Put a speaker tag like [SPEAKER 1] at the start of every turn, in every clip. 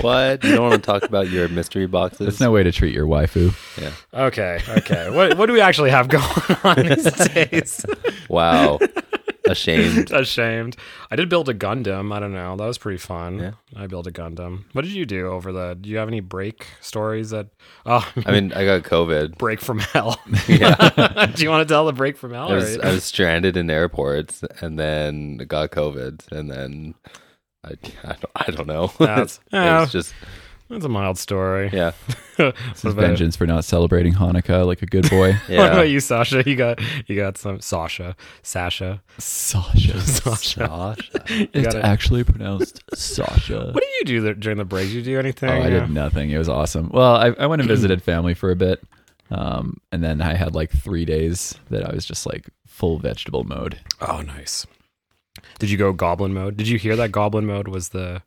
[SPEAKER 1] What? You don't want to talk about your mystery boxes?
[SPEAKER 2] That's no way to treat your waifu.
[SPEAKER 1] Yeah.
[SPEAKER 3] Okay, okay. what what do we actually have going on these days?
[SPEAKER 1] Wow. Ashamed.
[SPEAKER 3] Ashamed. I did build a Gundam. I don't know. That was pretty fun.
[SPEAKER 1] Yeah.
[SPEAKER 3] I built a Gundam. What did you do over the? Do you have any break stories that? Oh,
[SPEAKER 1] I mean, I got COVID.
[SPEAKER 3] break from hell.
[SPEAKER 1] Yeah.
[SPEAKER 3] do you want to tell the break from hell?
[SPEAKER 1] I was,
[SPEAKER 3] or-
[SPEAKER 1] I was stranded in airports and then got COVID and then I, I, don't, I don't know.
[SPEAKER 3] That's-
[SPEAKER 1] it was
[SPEAKER 3] yeah.
[SPEAKER 1] just,
[SPEAKER 3] That's a mild story.
[SPEAKER 1] yeah.
[SPEAKER 3] What about-
[SPEAKER 2] Vengeance for not celebrating Hanukkah like a good boy.
[SPEAKER 3] What about
[SPEAKER 1] Yeah.
[SPEAKER 3] you, Sasha? You got you got some Sasha, Sasha.
[SPEAKER 2] Sasha.
[SPEAKER 3] Sasha.
[SPEAKER 1] Gosh.
[SPEAKER 2] It's
[SPEAKER 3] gotta-
[SPEAKER 2] actually pronounced Sasha.
[SPEAKER 3] What do you do there, during the break? Do you do anything?
[SPEAKER 2] Oh, I
[SPEAKER 3] Yeah.
[SPEAKER 2] did nothing. It was awesome. Well, I, I went and visited family for a bit. Um, and then I had like three days that I was just like full vegetable mode.
[SPEAKER 3] Oh, nice. Did you go goblin mode? Did you hear that goblin mode was the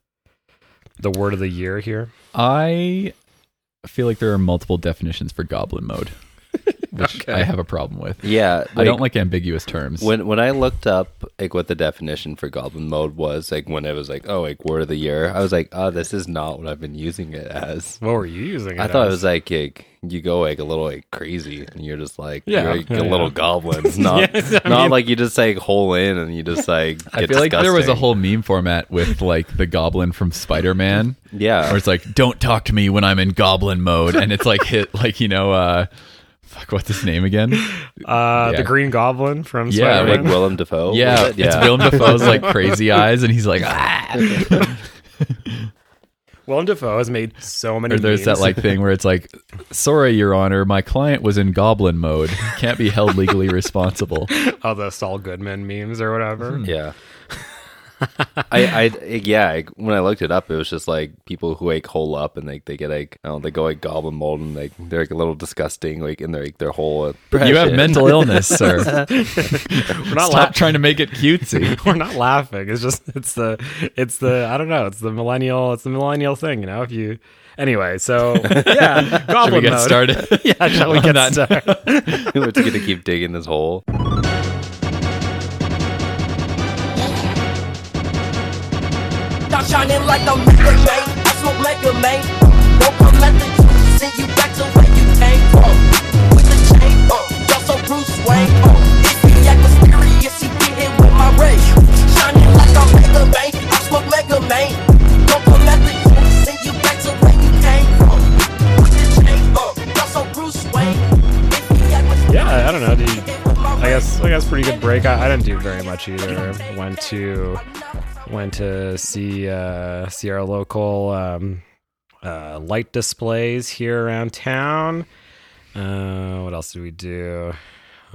[SPEAKER 3] the word of the year here?
[SPEAKER 2] I feel like there are multiple definitions for goblin mode, which
[SPEAKER 3] Okay.
[SPEAKER 2] I have a problem with.
[SPEAKER 1] Yeah.
[SPEAKER 2] I don't like ambiguous terms.
[SPEAKER 1] When when I looked up like what the definition for goblin mode was, like when it was like, oh, like word of the year, I was like, oh, this is not what I've been using it as.
[SPEAKER 3] What were you using?
[SPEAKER 1] I thought it
[SPEAKER 3] as?
[SPEAKER 1] was like, like you go like a little like crazy, and you're just like
[SPEAKER 3] Yeah.
[SPEAKER 1] you're like
[SPEAKER 3] Yeah,
[SPEAKER 1] a little
[SPEAKER 3] yeah.
[SPEAKER 1] goblin. It's not
[SPEAKER 3] Yes, I
[SPEAKER 1] not
[SPEAKER 3] mean-
[SPEAKER 1] like you just like hole in and you just like. Get
[SPEAKER 2] I feel like there was a
[SPEAKER 1] disgusting.
[SPEAKER 2] whole meme format with like the goblin from Spider Man.
[SPEAKER 1] Yeah.
[SPEAKER 2] Or it's like, don't talk to me when I'm in goblin mode. And it's like hit like, you know, uh fuck what's his name again? yeah.
[SPEAKER 3] uh, the Green Goblin from
[SPEAKER 2] Yeah,
[SPEAKER 3] Spider-Man.
[SPEAKER 1] like Willem Dafoe. was
[SPEAKER 2] Yeah,
[SPEAKER 1] it?
[SPEAKER 2] It's
[SPEAKER 1] yeah.
[SPEAKER 2] Willem Dafoe's like crazy eyes and he's like ah
[SPEAKER 3] Willem Dafoe has made so many.
[SPEAKER 2] or there's that
[SPEAKER 3] memes.
[SPEAKER 2] like thing where it's like sorry, Your Honor, my client was in goblin mode. Can't be held legally responsible.
[SPEAKER 3] oh the Saul Goodman memes or whatever.
[SPEAKER 2] Hmm.
[SPEAKER 1] Yeah. I, I yeah like, when I looked it up it was just like people who like hole up and like they get like I don't know, they go like goblin mold and like they're like a little disgusting like in their like their whole
[SPEAKER 2] You have mental illness, sir.
[SPEAKER 3] We're not
[SPEAKER 2] Stop
[SPEAKER 3] laughing.
[SPEAKER 2] trying to make it cutesy.
[SPEAKER 3] We're not laughing. It's just it's the it's the I don't know. It's the millennial. It's the millennial thing. You know. If you anyway. So yeah,
[SPEAKER 2] Should we
[SPEAKER 3] Goblin
[SPEAKER 2] get
[SPEAKER 3] mode.
[SPEAKER 2] started?
[SPEAKER 3] Yeah, shall we
[SPEAKER 2] on
[SPEAKER 3] get
[SPEAKER 2] that
[SPEAKER 3] started?
[SPEAKER 1] we're just gonna keep digging this hole
[SPEAKER 4] Now shining like I'm Mega Man. I smoke Mega Man. Don't come let the truth send you back to where you came from. With the chain, uh, y'all so Bruce Wayne. Uh, if he act mysterious, he get hit with my ray. Shining like I'm Mega Man. I smoke Mega Man. Don't come let the truth send you back to where you came from. With the chain, uh, y'all so Bruce Wayne. If he act
[SPEAKER 3] Yeah, I don't know, dude.
[SPEAKER 4] mysterious, he hit with my
[SPEAKER 3] I guess I
[SPEAKER 4] ray.
[SPEAKER 3] guess pretty good break. I, I didn't do very much either. Went to went to see uh, see our local um, uh, light displays here around town. Uh, what else did we do?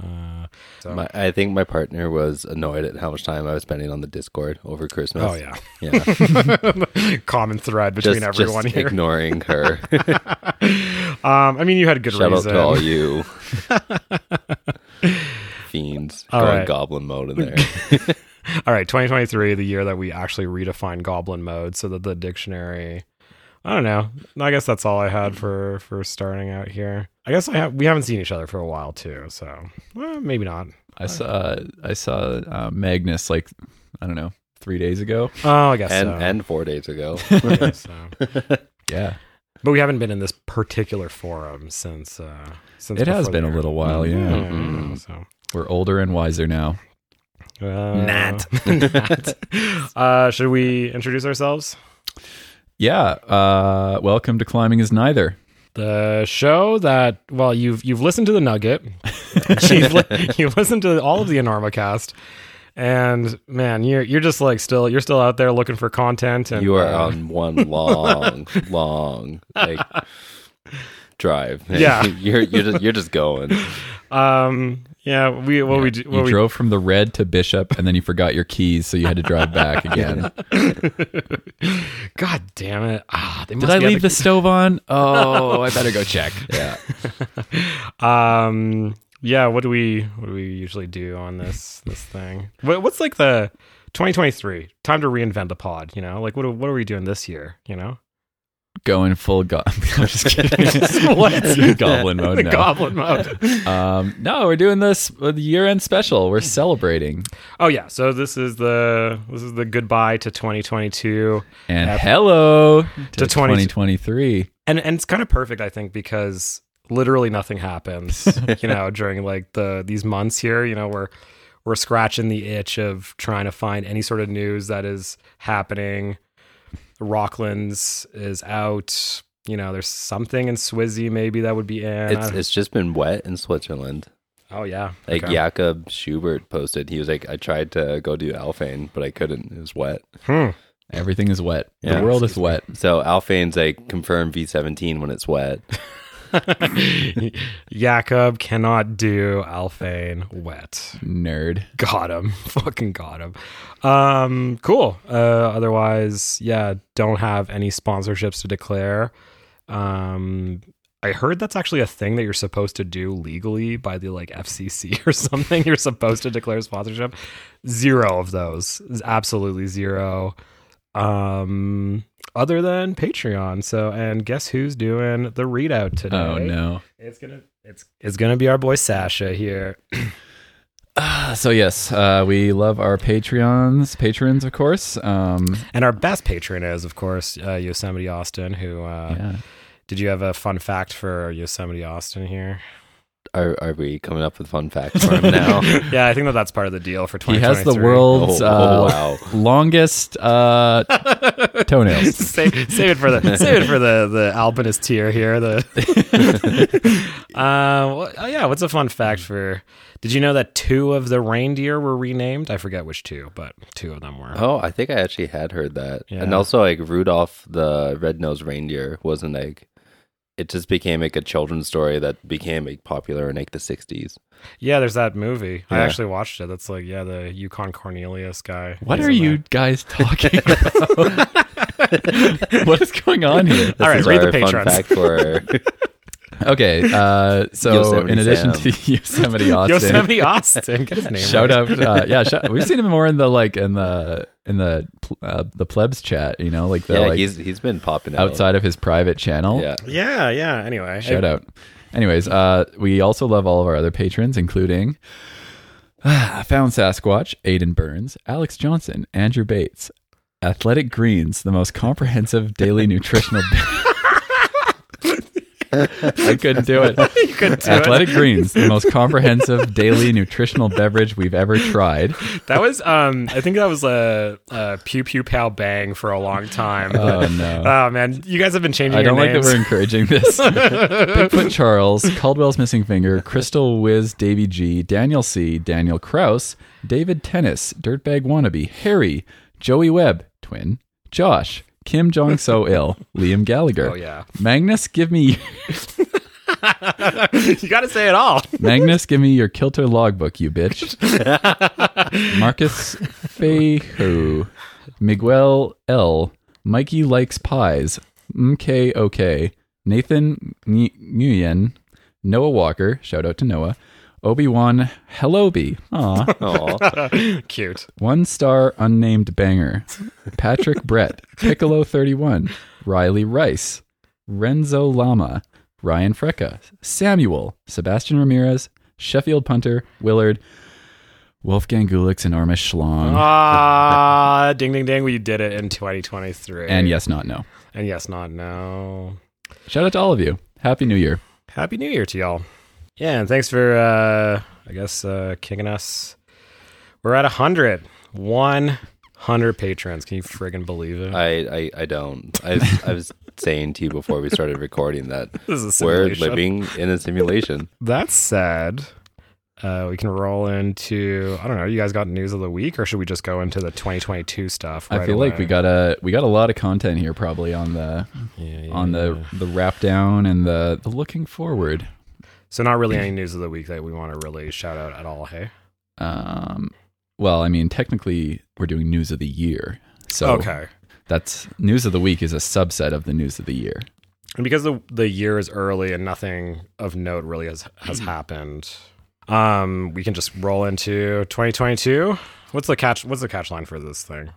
[SPEAKER 3] Uh, so-
[SPEAKER 1] my, I think my partner was annoyed at how much time I was spending on the Discord over Christmas
[SPEAKER 3] oh yeah,
[SPEAKER 1] yeah
[SPEAKER 3] common thread between
[SPEAKER 1] just,
[SPEAKER 3] everyone
[SPEAKER 1] just
[SPEAKER 3] here.
[SPEAKER 1] ignoring her
[SPEAKER 3] um, I mean, you had good
[SPEAKER 1] shout out
[SPEAKER 3] reason.
[SPEAKER 1] to all you fiends
[SPEAKER 3] All
[SPEAKER 1] going
[SPEAKER 3] right.
[SPEAKER 1] goblin mode in there
[SPEAKER 3] All right, 2023, the year that we actually redefine goblin mode so that the dictionary I don't know. I guess that's all I had for for starting out here. I guess I have we haven't seen each other for a while too, so eh, maybe not.
[SPEAKER 2] I saw I saw uh, Magnus like I don't know three days ago.
[SPEAKER 3] Oh, I guess
[SPEAKER 1] and
[SPEAKER 3] so.
[SPEAKER 1] and four days ago
[SPEAKER 3] I guess so.
[SPEAKER 2] Yeah,
[SPEAKER 3] But we haven't been in this particular forum since uh since
[SPEAKER 2] it has
[SPEAKER 3] before
[SPEAKER 2] been
[SPEAKER 3] the
[SPEAKER 2] a
[SPEAKER 3] Mm-hmm. year.
[SPEAKER 2] little while. Mm-hmm. Yeah,
[SPEAKER 3] Yeah, yeah, so
[SPEAKER 2] we're older and wiser now.
[SPEAKER 3] uh, Nat. Uh, should we introduce ourselves?
[SPEAKER 2] Yeah, uh, welcome to climbing is neither.
[SPEAKER 3] the show that well you've you've listened to the nugget you've, li- you've listened to all of the enormacast and man you're you're just like still you're still out there looking for content and
[SPEAKER 1] You are
[SPEAKER 3] uh,
[SPEAKER 1] on one long, long like drive.
[SPEAKER 3] Yeah.
[SPEAKER 1] you're you're just you're just going.
[SPEAKER 3] um yeah we what we do what
[SPEAKER 2] you
[SPEAKER 3] we
[SPEAKER 2] drove from the red to Bishop, and then you forgot your keys, so you had to drive back again.
[SPEAKER 3] god damn it ah they
[SPEAKER 2] Did I leave the stove on? Oh, I better go check.
[SPEAKER 1] Yeah,
[SPEAKER 3] um yeah what do we what do we usually do on this this thing what, what's like the 2023 time to reinvent the pod you know like what are- what are we doing this year you know
[SPEAKER 2] going full go- I'm just kidding. Goblin mode now.
[SPEAKER 3] Goblin mode.
[SPEAKER 2] Um, no, we're doing this uh, the year end special. We're celebrating.
[SPEAKER 3] Oh yeah, so this is the this is the goodbye to 2022,
[SPEAKER 2] And hello to,
[SPEAKER 3] To 20
[SPEAKER 2] 2023.
[SPEAKER 3] and and it's kind of perfect, I think, because literally nothing happens, you know, during like the these months here. You know, we're we're scratching the itch of trying to find any sort of news that is happening. Rocklands is out. You know, there's something in Swizzy maybe that would be in.
[SPEAKER 1] It's it's just been wet in Switzerland.
[SPEAKER 3] oh yeah,
[SPEAKER 1] Like
[SPEAKER 3] Okay.
[SPEAKER 1] Jakob Schubert posted, he was like, "I tried to go do Alphane, but I couldn't. It was wet."
[SPEAKER 2] Everything is wet.
[SPEAKER 1] Yeah.
[SPEAKER 2] the world is wet.
[SPEAKER 1] So Alphane's like confirmed V17 when it's wet.
[SPEAKER 3] Jakob cannot do Alphane wet.
[SPEAKER 2] Nerd.
[SPEAKER 3] got him fucking got him um cool uh otherwise yeah don't have any sponsorships to declare um i heard that's actually a thing that you're supposed to do legally by the like fcc or something you're supposed to declare sponsorship zero of those Is absolutely zero um other than patreon so and guess who's doing the readout today
[SPEAKER 2] Oh no.
[SPEAKER 3] it's gonna it's it's gonna be our boy sasha here
[SPEAKER 2] Uh, So yes, uh, we love our Patreons, patrons, of course. Um,
[SPEAKER 3] And our best patron is, of course, uh, Yosemite Austin. Who uh,
[SPEAKER 2] yeah.
[SPEAKER 3] did you have a fun fact for Yosemite Austin here?
[SPEAKER 1] Are are we coming up with fun facts for him now?
[SPEAKER 3] yeah, I think that that's part of the deal for
[SPEAKER 2] He
[SPEAKER 3] 2023.
[SPEAKER 2] has the world's
[SPEAKER 1] Oh,
[SPEAKER 2] uh,
[SPEAKER 1] wow.
[SPEAKER 2] longest uh, toenails.
[SPEAKER 3] save, save it for the save it for the the alpinist tier here. The uh, what- oh yeah, what's a fun fact for? Did you know that two of the reindeer were renamed? I forget which two, but two of them were.
[SPEAKER 1] Oh, I think I actually had heard that. And
[SPEAKER 3] Yeah.
[SPEAKER 1] also, like Rudolph the Red-Nosed Reindeer wasn't like it just became like a children's story that became like popular in like the 60s.
[SPEAKER 3] Yeah, there's that movie. I
[SPEAKER 1] Yeah.
[SPEAKER 3] actually watched it. That's like yeah, the Yukon Cornelius guy.
[SPEAKER 2] What
[SPEAKER 3] He's
[SPEAKER 2] are
[SPEAKER 3] in that.
[SPEAKER 2] you guys talking about? what is going on here?
[SPEAKER 3] All right,
[SPEAKER 1] This is
[SPEAKER 3] read the
[SPEAKER 1] our fun
[SPEAKER 3] patrons.
[SPEAKER 1] fact for
[SPEAKER 2] Okay, uh, so
[SPEAKER 1] Yosemite
[SPEAKER 2] in addition
[SPEAKER 1] Sam.
[SPEAKER 2] to Yosemite Austin,
[SPEAKER 3] Yosemite Austin. Get his name.
[SPEAKER 2] shout
[SPEAKER 3] right.
[SPEAKER 2] out, uh, yeah, shout, we've seen him more in the like in the in the pl- uh, the plebs chat, you know, like the
[SPEAKER 1] yeah,
[SPEAKER 2] like
[SPEAKER 1] he's he's been popping out
[SPEAKER 2] outside of his private channel.
[SPEAKER 1] Yeah,
[SPEAKER 3] Yeah, yeah. Anyway,
[SPEAKER 2] shout out. Anyways, uh, we also love all of our other patrons, including Found Sasquatch, Aiden Burns, Alex Johnson, Andrew Bates, Athletic Greens, the most comprehensive daily nutritional. I couldn't do it.
[SPEAKER 3] You could do
[SPEAKER 2] Athletic Greens, the most comprehensive daily nutritional beverage we've ever tried.
[SPEAKER 3] it. That was, um, I think that was a, a pew pew pow bang for a long time.
[SPEAKER 2] Oh no.
[SPEAKER 3] oh man, you guys have been changing.
[SPEAKER 2] I don't
[SPEAKER 3] your
[SPEAKER 2] like that
[SPEAKER 3] names.
[SPEAKER 2] we're encouraging this. Bigfoot Charles, Caldwell's Missing Finger, Crystal Wiz, Davy G, Daniel C, Daniel Kraus, David Tennis, Dirtbag Wannabe, Harry, Joey Webb, Twin, Josh, Kim Jong So Il, Liam Gallagher.
[SPEAKER 3] Oh, yeah.
[SPEAKER 2] Magnus, give me
[SPEAKER 3] you got to say it all.
[SPEAKER 2] Magnus, give me your kilter logbook, you bitch. Marcus Fehu, Miguel L, Mikey likes pies. MK OK, Nathan Ny- Nguyen, Noah Walker. Shout out to Noah. Obi Wan Helobi. Aw.
[SPEAKER 1] Aw.
[SPEAKER 3] Cute.
[SPEAKER 2] One star unnamed banger. Patrick Brett. Piccolo 31. Riley Rice. Renzo Lama. Ryan Frecca. Samuel. Sebastian Ramirez. Sheffield Punter. Willard. Wolfgang Gulix and Armish Schlong.
[SPEAKER 3] Ah, ding ding ding. We did it in 2023.
[SPEAKER 2] and yes, not no.
[SPEAKER 3] and yes, not no.
[SPEAKER 2] Shout out to all of you. Happy New Year.
[SPEAKER 3] Happy New Year to y'all. Yeah, and thanks for, uh, I guess, uh, kicking us. We're at 100. 100 patrons. Can you friggin' believe it?
[SPEAKER 1] I, I I don't. I I was saying to you before we started recording that
[SPEAKER 3] This is a
[SPEAKER 1] we're
[SPEAKER 3] simulation.
[SPEAKER 1] living in a simulation.
[SPEAKER 3] That said, uh, we can roll into I don't know. You guys got news of the week, or should we just go into the 2022 stuff?
[SPEAKER 2] I feel like we got a we got a lot of content here probably on the on the the wrap down and the, the looking forward.
[SPEAKER 3] so not really any news of the week that we want to really shout out at all. Hey,
[SPEAKER 2] Um, well, I mean, technically, we're doing news of the year. So
[SPEAKER 3] okay.
[SPEAKER 2] that's news of the week is a subset of the news of the year.
[SPEAKER 3] And because the the year is early and nothing of note really has has happened, um, we can just roll into 2022. What's the catch? What's the catch line for this thing?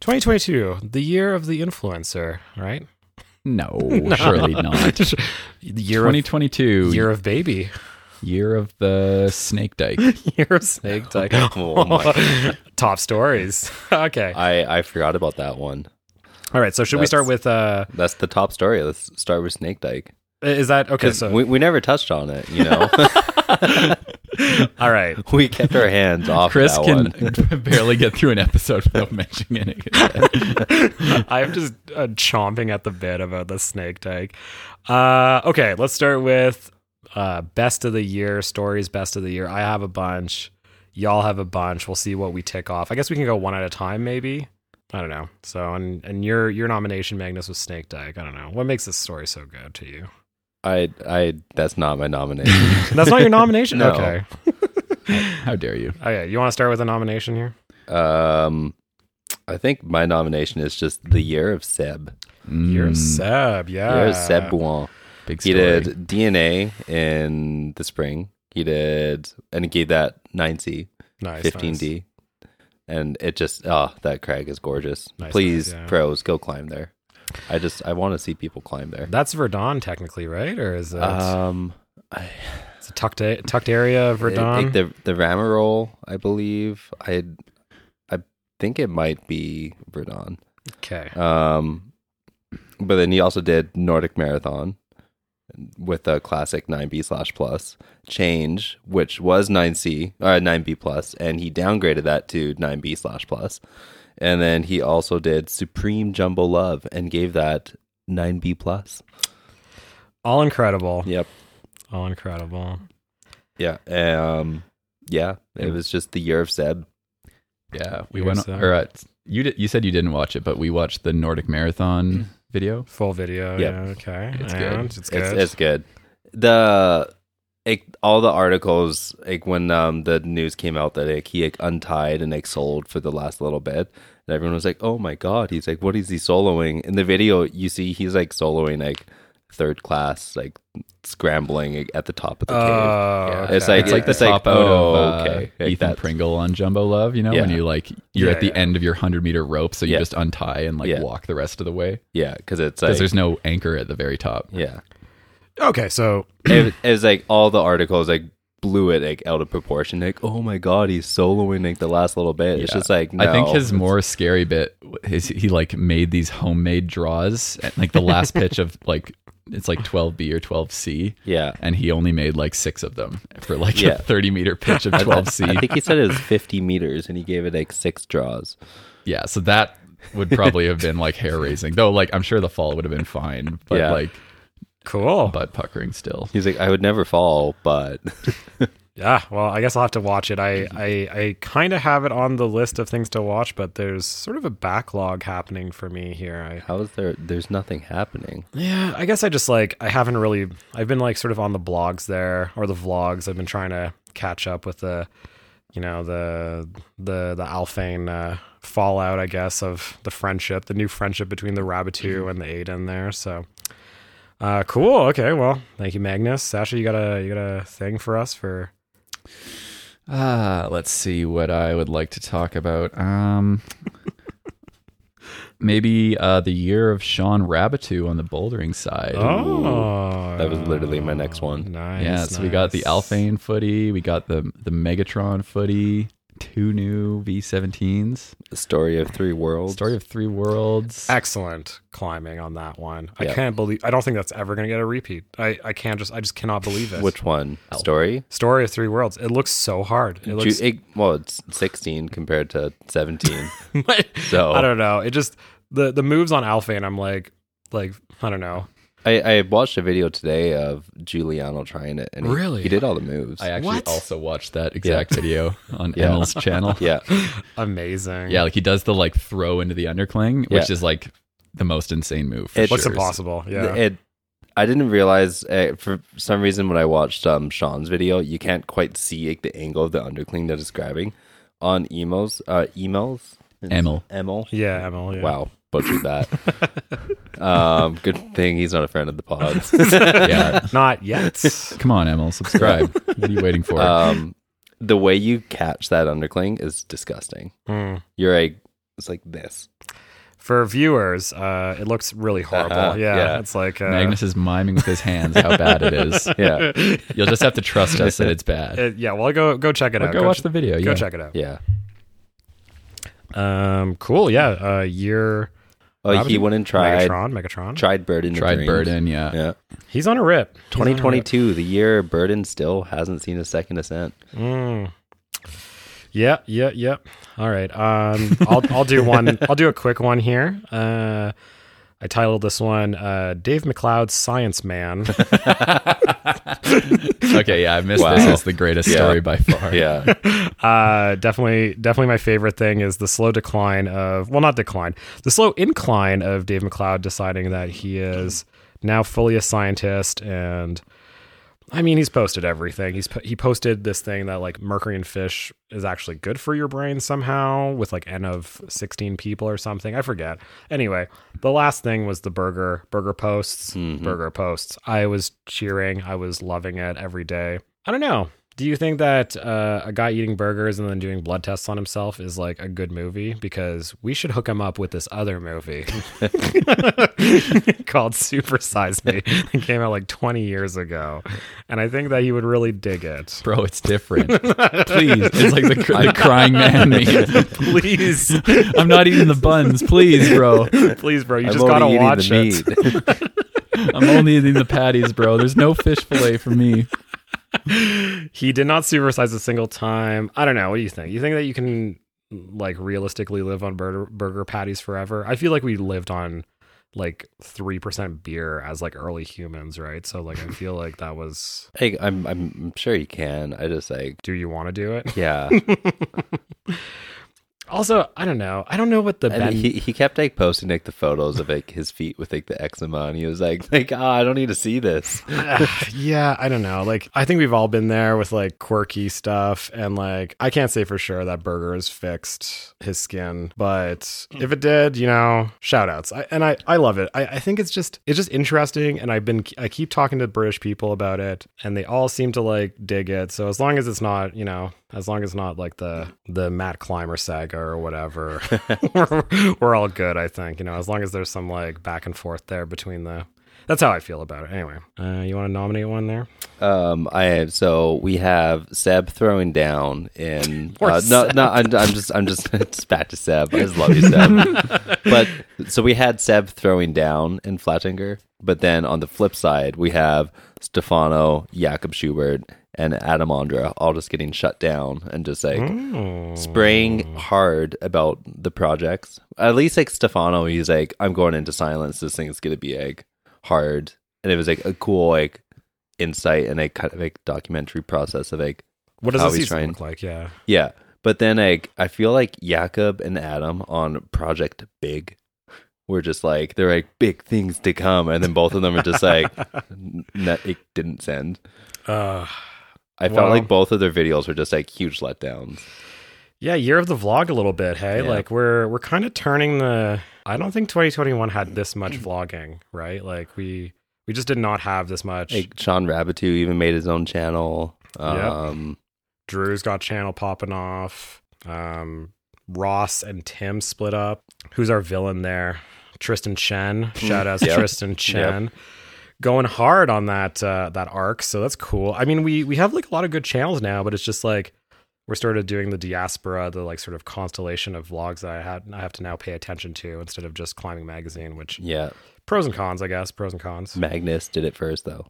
[SPEAKER 3] 2022, the year of the influencer, right?
[SPEAKER 2] No, surely not.
[SPEAKER 3] year of
[SPEAKER 2] 2022,
[SPEAKER 3] year
[SPEAKER 2] year,
[SPEAKER 3] of baby,
[SPEAKER 2] of the snake dyke.
[SPEAKER 3] year of snake type.
[SPEAKER 1] Oh my. Uh,
[SPEAKER 3] Top stories. okay.
[SPEAKER 1] I I forgot about that one.
[SPEAKER 3] All right. So should we start with? uh
[SPEAKER 1] That's the top story. Let's start with Snake Dyke.
[SPEAKER 3] Is that okay?
[SPEAKER 1] 'Cause
[SPEAKER 3] So
[SPEAKER 1] we, we never touched on it, you know.
[SPEAKER 3] all right.
[SPEAKER 1] we kept our hands off
[SPEAKER 2] Chris
[SPEAKER 1] that
[SPEAKER 2] can
[SPEAKER 1] one.
[SPEAKER 2] barely get through an episode without mentioning it.
[SPEAKER 3] I'm just uh, chomping at the bit about the snake tank. Uh, okay, let's start with uh, best of the year stories. Best of the year. I have a bunch. Y'all have a bunch. We'll see what we tick off. I guess we can go one at a time, maybe. I don't know. So, and and your your nomination, Magnus, was Snake Dyke. I don't know what makes this story so good to you.
[SPEAKER 1] I I that's not my nomination.
[SPEAKER 3] That's not your nomination.
[SPEAKER 1] No.
[SPEAKER 3] Okay.
[SPEAKER 2] How dare you?
[SPEAKER 3] Okay. You want to start with a nomination here?
[SPEAKER 1] um I think my nomination is just the year of Seb.
[SPEAKER 3] You're
[SPEAKER 2] Mm,
[SPEAKER 3] Seb. Yeah.
[SPEAKER 1] year of Seb Bouin.
[SPEAKER 2] big
[SPEAKER 1] He
[SPEAKER 2] story.
[SPEAKER 1] did DNA in the spring. He did and he gave that 9C,
[SPEAKER 3] Nice.
[SPEAKER 1] 15D. And it just oh, that crag is gorgeous.
[SPEAKER 3] Nice,
[SPEAKER 1] Please,
[SPEAKER 3] nice, yeah.
[SPEAKER 1] pros, go climb there. I just I want to see people climb there.
[SPEAKER 3] That's Verdun, technically, right? Or is it?
[SPEAKER 1] Um I
[SPEAKER 3] It's a tucked a- tucked area of
[SPEAKER 1] I think
[SPEAKER 3] Verdun.
[SPEAKER 1] the the Ramarole, I believe. I I think it might be Verdun.
[SPEAKER 3] okay.
[SPEAKER 1] Um, but then he also did Nordic Marathon with a classic 9B slash plus change, which was 9C or 9B plus, and he downgraded that to 9B slash plus. And then he also did Supreme Jumbo Love and gave that 9B plus.
[SPEAKER 3] All incredible.
[SPEAKER 1] Yep.
[SPEAKER 3] All incredible.
[SPEAKER 1] Yeah. Um, yeah. It was just the year of Seb.
[SPEAKER 2] Yeah, we
[SPEAKER 3] Year
[SPEAKER 2] went.
[SPEAKER 3] of Seb.
[SPEAKER 2] Or uh, you did, you said you didn't watch it, but we watched the Nordic Marathon video.
[SPEAKER 3] Full video.
[SPEAKER 1] Yep.
[SPEAKER 3] Yeah. Okay.
[SPEAKER 2] It's good.
[SPEAKER 3] and It's good.
[SPEAKER 1] It's, it's good. The like all the articles like when um the news came out that like, he like untied and like sold for the last little bit, and everyone was like, "Oh my god!" He's like, "What is he soloing?" In the video, you see he's like soloing like third class, like scrambling like, at the top of the
[SPEAKER 3] Oh,
[SPEAKER 2] Uh,
[SPEAKER 1] cave.
[SPEAKER 3] okay.
[SPEAKER 1] It's like-
[SPEAKER 2] It's like the
[SPEAKER 1] It's like,
[SPEAKER 2] top out
[SPEAKER 1] oh,
[SPEAKER 2] of uh,
[SPEAKER 1] okay. Like
[SPEAKER 2] Ethan
[SPEAKER 1] that's-
[SPEAKER 2] Pringle on Jumbo Love. You know, when
[SPEAKER 1] Yeah.
[SPEAKER 2] you like you're
[SPEAKER 3] Yeah,
[SPEAKER 2] at the
[SPEAKER 3] yeah.
[SPEAKER 2] end of your hundred meter rope, so you
[SPEAKER 1] Yeah.
[SPEAKER 2] just untie and like
[SPEAKER 1] Yeah.
[SPEAKER 2] walk the rest of the way
[SPEAKER 1] Yeah, because it's
[SPEAKER 2] because
[SPEAKER 1] like
[SPEAKER 2] there's no anchor at the very top.
[SPEAKER 1] yeah,
[SPEAKER 3] okay. So
[SPEAKER 1] it, was- it was like all the articles like blew it like out of proportion. Like, oh my god, he's soloing like the last little bit. It's
[SPEAKER 2] Yeah.
[SPEAKER 1] just like
[SPEAKER 2] I think
[SPEAKER 1] no.
[SPEAKER 2] his more scary bit is he like made these homemade draws, at, like the last pitch of like it's like 12B or 12C,
[SPEAKER 1] yeah.
[SPEAKER 2] and he only made like six of them for like
[SPEAKER 1] Yeah.
[SPEAKER 2] a 30 meter pitch of 12C.
[SPEAKER 1] I think he said it was 50 meters and he gave it like six draws.
[SPEAKER 2] yeah, so that would probably have been like hair raising, though. Like I'm sure the fall would have been fine, but
[SPEAKER 1] Yeah.
[SPEAKER 2] like
[SPEAKER 3] cool.
[SPEAKER 2] butt puckering still.
[SPEAKER 1] He's like, I would never fall, but
[SPEAKER 3] yeah. Well, I guess I'll have to watch it. I I, I kind of have it on the list of things to watch, but there's sort of a backlog happening for me here. I
[SPEAKER 1] how is there? There's nothing happening.
[SPEAKER 3] Yeah, I guess I just like I haven't really I've been like sort of on the blogs there or the vlogs. I've been trying to catch up with the you know the the the Alphane uh, fallout, I guess, of the friendship, the new friendship between the
[SPEAKER 2] Mm-hmm.
[SPEAKER 3] Rabbitoo and the Aiden there. So uh cool. Okay, well, thank you, Magnus. Sasha, you got a you got a thing for us for
[SPEAKER 2] Ah, let's see what I would like to talk about. Um, maybe uh, the year of Sean Rabitou on the bouldering side.
[SPEAKER 3] Oh
[SPEAKER 1] That was literally my next one.
[SPEAKER 3] Nice.
[SPEAKER 2] yeah, so we got the
[SPEAKER 3] nice.
[SPEAKER 2] Alphane footy, we got the the Megatron footy, two new V17s,
[SPEAKER 3] Uh,
[SPEAKER 1] The story of three worlds.
[SPEAKER 2] story of three worlds.
[SPEAKER 3] excellent climbing on that one. I
[SPEAKER 1] Yeah.
[SPEAKER 3] can't believe. I don't think that's ever going to get a repeat. I, I can't just. I just cannot believe it.
[SPEAKER 1] which one? Story?
[SPEAKER 3] story of three worlds? It looks so hard. It looks.
[SPEAKER 1] Ju- it- well, it's 16 compared to 17. so-
[SPEAKER 3] so I don't know. It just the the moves on Alphane. I'm like like I don't know.
[SPEAKER 1] I, I watched a video today of Giuliano trying it. And he-
[SPEAKER 3] Really?
[SPEAKER 1] He did all the moves.
[SPEAKER 2] I actually
[SPEAKER 3] What?
[SPEAKER 2] also watched that exact video on
[SPEAKER 1] Yeah.
[SPEAKER 2] Emil's channel.
[SPEAKER 1] yeah.
[SPEAKER 3] Amazing.
[SPEAKER 2] Yeah, like he does the like throw into the undercling, which
[SPEAKER 1] Yeah.
[SPEAKER 2] is like the most insane move. For
[SPEAKER 1] It-
[SPEAKER 3] Looks
[SPEAKER 2] sure.
[SPEAKER 3] impossible. Yeah.
[SPEAKER 1] It, I didn't realize uh, for some reason when I watched um, Sean's video, you can't quite see like, the angle of the undercling that it's grabbing on emos, uh, emails.
[SPEAKER 2] Emil.
[SPEAKER 1] Emil.
[SPEAKER 3] yeah. Emil. Yeah.
[SPEAKER 1] Wow, butchered that. um, good thing he's not a friend of the pod.
[SPEAKER 2] Yeah.
[SPEAKER 3] Not yet.
[SPEAKER 2] Come on, Emil, subscribe. what are you waiting
[SPEAKER 3] Uh,
[SPEAKER 2] for?
[SPEAKER 1] um, the way you catch that undercling is disgusting.
[SPEAKER 3] Hmm.
[SPEAKER 1] You're like, it's like this.
[SPEAKER 3] For viewers, uh, it looks really horrible.
[SPEAKER 1] Uh-huh,
[SPEAKER 3] yeah,
[SPEAKER 1] yeah.
[SPEAKER 3] it's like uh,
[SPEAKER 2] Magnus is miming with his hands how bad it is.
[SPEAKER 1] Yeah.
[SPEAKER 2] You'll just have to trust us that it's bad.
[SPEAKER 3] it- yeah, well, go go check it
[SPEAKER 2] Or
[SPEAKER 3] out.
[SPEAKER 2] go watch
[SPEAKER 3] ch-
[SPEAKER 2] the video.
[SPEAKER 3] Go
[SPEAKER 2] yeah.
[SPEAKER 3] check it out.
[SPEAKER 1] Yeah.
[SPEAKER 3] Um, cool. Yeah, uh, year.
[SPEAKER 1] Oh, he went and tried
[SPEAKER 3] Megatron. Megatron.
[SPEAKER 1] tried Bird in
[SPEAKER 2] Tried
[SPEAKER 1] the Dreams.
[SPEAKER 2] Burden, yeah.
[SPEAKER 1] Yeah.
[SPEAKER 3] He's on a rip. He's on a rip.
[SPEAKER 1] 2022, the year Burden still hasn't seen a second ascent.
[SPEAKER 3] Mm. Yeah, yeah, yeah. All right. Um, I'll I'll do one. I'll do a quick one here. Uh, I titled this one uh, "Dave McLeod's Science Man."
[SPEAKER 2] Okay, yeah, I missed
[SPEAKER 1] Wow.
[SPEAKER 2] this. It's the greatest story by far.
[SPEAKER 1] Yeah.
[SPEAKER 3] uh, definitely, definitely my favorite thing is the slow decline of well, not decline, the slow incline of Dave McLeod deciding that he is now fully a scientist and. I mean, he's posted everything. He's po- he posted this thing that like mercury in fish is actually good for your brain somehow with like n of 16 people or something. I forget. Anyway, the last thing was the burger burger posts, burger posts. I was cheering. I was loving it every day. I don't know. Do you think that uh, a guy eating burgers and then doing blood tests on himself is like a good movie? Because we should hook him up with this other movie called Super Size Me. It came out like 20 years ago. And I think that he would really dig it.
[SPEAKER 2] Bro, it's different. Please. It's like the, cr- the crying man meme.
[SPEAKER 3] Please,
[SPEAKER 2] I'm not eating the buns, please, bro.
[SPEAKER 3] please, bro. You
[SPEAKER 1] I'm
[SPEAKER 3] just
[SPEAKER 1] only
[SPEAKER 3] got to
[SPEAKER 1] eating
[SPEAKER 3] watch
[SPEAKER 1] the
[SPEAKER 3] it.
[SPEAKER 1] meat.
[SPEAKER 2] I'm only eating the patties, bro. There's no fish fillet for me.
[SPEAKER 3] He did not supersize a single time. I don't know. What do you think? You think that you can like realistically live on burger, burger patties forever? I feel like we lived on like 3% beer as like early humans, right? So like I feel like that was
[SPEAKER 1] Hey, I'm I'm sure you can. I just like
[SPEAKER 3] do you want to do it?
[SPEAKER 1] yeah.
[SPEAKER 3] Also, I don't know. I don't know what the
[SPEAKER 1] And
[SPEAKER 3] ben-
[SPEAKER 1] he, he kept like posting like the photos of like his feet with like the eczema, and he was like like ah, I don't need to see this.
[SPEAKER 3] yeah, I don't know. Like, I think we've all been there with like quirky stuff, and like, I can't say for sure that Burgers fixed his skin, but if it did, you know, shout outs. I, and I, I love it. I, I think it's just, it's just interesting. And I've been, I keep talking to British people about it, and they all seem to like dig it. So as long as it's not, you know, as long as it's not like the the Matt Clymer saga or whatever, we're, we're all good. I think you know, as long as there's some like back and forth there between the that's how I feel about it. Anyway, uh, you want to nominate one there?
[SPEAKER 1] Um, I have so we have Seb throwing down in
[SPEAKER 3] Poor
[SPEAKER 1] uh, no no I'm, I'm just I'm just it's back to Seb. I just love you, Seb. but so we had Seb throwing down in Flatinger, but then on the flip side we have Stefano, Jakob Schubert, and Adam Andra all just getting shut down and just like spraying hard about the projects. At least like Stefano, he's like, I'm going into silence. This thing's gonna be like hard, and it was like a cool like insight and a kind of like documentary process of like
[SPEAKER 3] What does
[SPEAKER 1] How
[SPEAKER 3] the
[SPEAKER 1] he's
[SPEAKER 3] season
[SPEAKER 1] trying-
[SPEAKER 3] look like? Yeah,
[SPEAKER 1] yeah. But then like I feel like Jakob and Adam on Project Big were just like they're like big things to come, and then both of them are just like n- n- it didn't send.
[SPEAKER 3] uh,
[SPEAKER 1] I felt
[SPEAKER 3] Wow.
[SPEAKER 1] like both of their videos were just like huge letdowns.
[SPEAKER 3] yeah. Year of the vlog a little bit. Hey,
[SPEAKER 1] Yeah.
[SPEAKER 3] like we're we're kind of turning the. I don't think 2021 had this much vlogging, right? Like we we just did not have this much.
[SPEAKER 1] Like Sean Rabbit even made his own channel.
[SPEAKER 3] Yeah.
[SPEAKER 1] Um,
[SPEAKER 3] Drew's got channel popping off. Um, Ross and Tim split up. Who's our villain there? Tristan Chen. Shout out
[SPEAKER 1] Yep.
[SPEAKER 3] Tristan Chen. Going hard on that uh, that arc, so that's cool. I mean, we we have like a lot of good channels now, but it's just like we're sort of doing the diaspora, the like sort of constellation of vlogs that I had I have to now pay attention to instead of just climbing magazine. Which
[SPEAKER 1] Yeah,
[SPEAKER 3] pros and cons, I guess. Pros and cons.
[SPEAKER 1] Magnus did it first though.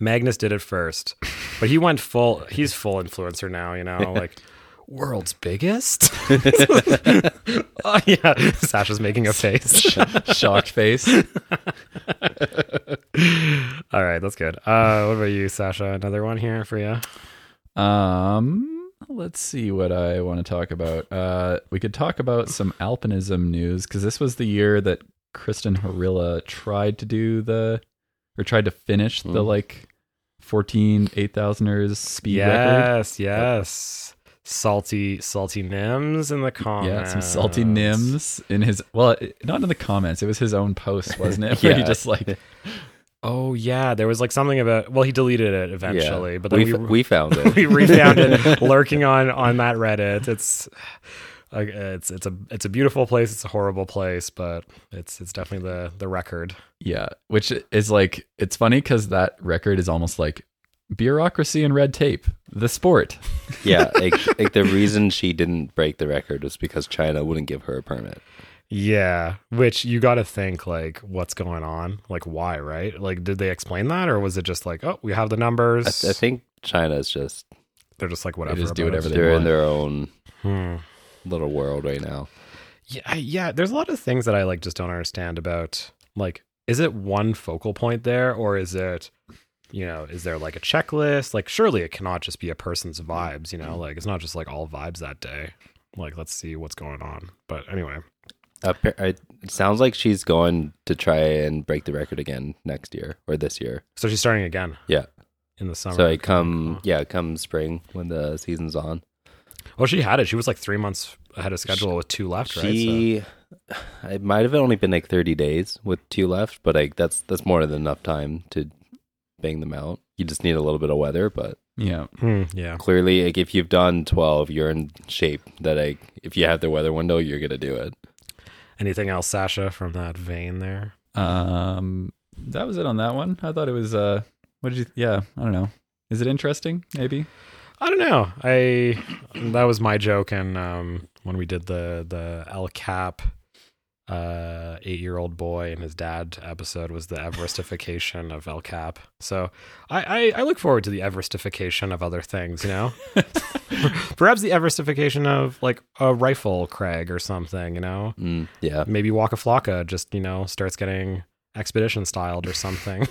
[SPEAKER 3] Magnus did it first, but he went full. He's full influencer now. You know, like world's biggest. oh yeah, Sasha's making a face.
[SPEAKER 2] Shocked face.
[SPEAKER 3] All right, that's good. Uh, what about you, Sasha? Another one here for you.
[SPEAKER 2] Um, let's see what I want to talk about. Uh, we could talk about some alpinism news because this was the year that Kristen Harilla tried to do the or tried to finish the like 14 8000ers speed record.
[SPEAKER 3] Yes, yes. Salty, salty nims in the
[SPEAKER 2] Yeah,
[SPEAKER 3] comments.
[SPEAKER 2] some salty nims in his well, it- not in the comments. It was his own post, wasn't it? Where he
[SPEAKER 1] Yeah.
[SPEAKER 2] just like
[SPEAKER 3] Oh yeah, there was like something about. Well, he deleted it eventually,
[SPEAKER 1] yeah.
[SPEAKER 3] but
[SPEAKER 1] we,
[SPEAKER 3] then we
[SPEAKER 1] f- we found it.
[SPEAKER 3] we refound it lurking on on that Reddit. It's uh, it's it's a it's a beautiful place. It's a horrible place, but it's it's definitely the the record.
[SPEAKER 2] Yeah, which is like it's funny because that record is almost like bureaucracy and red tape, the sport.
[SPEAKER 1] Yeah, like, like the reason she didn't break the record was because China wouldn't give her a permit.
[SPEAKER 3] Yeah, which you got to think like what's going on, like why, right? Like, did they explain that, or was it just like, oh, we have the numbers?
[SPEAKER 1] I, I think China's just
[SPEAKER 3] they're just like whatever.
[SPEAKER 2] just do
[SPEAKER 3] about it.
[SPEAKER 2] whatever they
[SPEAKER 1] they're in
[SPEAKER 2] want.
[SPEAKER 1] their own
[SPEAKER 3] Hmm.
[SPEAKER 1] little world right now.
[SPEAKER 3] Yeah, I- yeah. There's a lot of things that I like just don't understand about like is it one focal point there or is it you know is there like a checklist? Like surely it cannot just be a person's vibes. You know, like it's not just like all vibes that day. Like let's see what's going on. But anyway,
[SPEAKER 1] Appa- I- It sounds like she's going to try and break the record again next year or this year.
[SPEAKER 3] so she's starting again
[SPEAKER 1] Yeah.
[SPEAKER 3] in the summer.
[SPEAKER 1] So I come, yeah, come spring when the season's on.
[SPEAKER 3] well, Oh, she had it. She was like three months ahead of schedule with two left, right? So-
[SPEAKER 1] She, it might have only been like thirty days with two left, but like that's that's more than enough time to bang them out. You just need a little bit of weather, but
[SPEAKER 2] Yeah,
[SPEAKER 3] Hmm, yeah.
[SPEAKER 1] clearly, like if you've done twelve, you're in shape. That like if you have the weather window, you're gonna do it.
[SPEAKER 3] Anything else, Sasha, from that vein there?
[SPEAKER 2] um, that was it on that one. I thought it was. Uh, what did you? Yeah, I don't know. Is it interesting? Maybe.
[SPEAKER 3] I don't know. I that was my joke, and um, when we did the the El Cap, uh, eight year old boy and his dad episode was the Everestification of El Cap. So I, I I look forward to the Everestification of other things. You know, perhaps the Everestification of like a rifle Craig or something. You know,
[SPEAKER 1] Mm, yeah,
[SPEAKER 3] maybe Waka Flocka just you know starts getting expedition styled or something.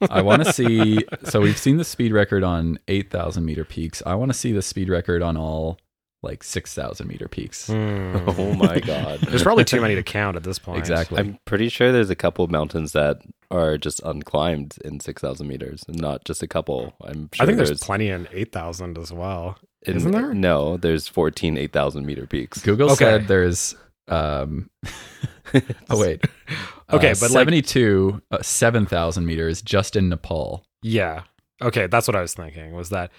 [SPEAKER 2] I want to see. So we've seen the speed record on eight thousand meter peaks. I want to see the speed record on all like six thousand meter peaks.
[SPEAKER 3] Hmm.
[SPEAKER 1] Oh my god.
[SPEAKER 3] There's probably too many to count at this point.
[SPEAKER 2] Exactly.
[SPEAKER 1] I'm pretty sure there's a couple mountains that are just unclimbed in 6,000 meters, and not just a couple. I'm sure
[SPEAKER 3] I think there's, plenty in 8,000 as well.
[SPEAKER 1] in-
[SPEAKER 3] isn't there?
[SPEAKER 1] No, there's 14 8,000 meter peaks.
[SPEAKER 2] Google
[SPEAKER 3] Okay.
[SPEAKER 2] said there's um oh wait.
[SPEAKER 3] Okay,
[SPEAKER 2] Uh,
[SPEAKER 3] but, like-
[SPEAKER 2] 72 uh, 7000 meters just in Nepal.
[SPEAKER 3] Yeah. Okay, that's what I was thinking was that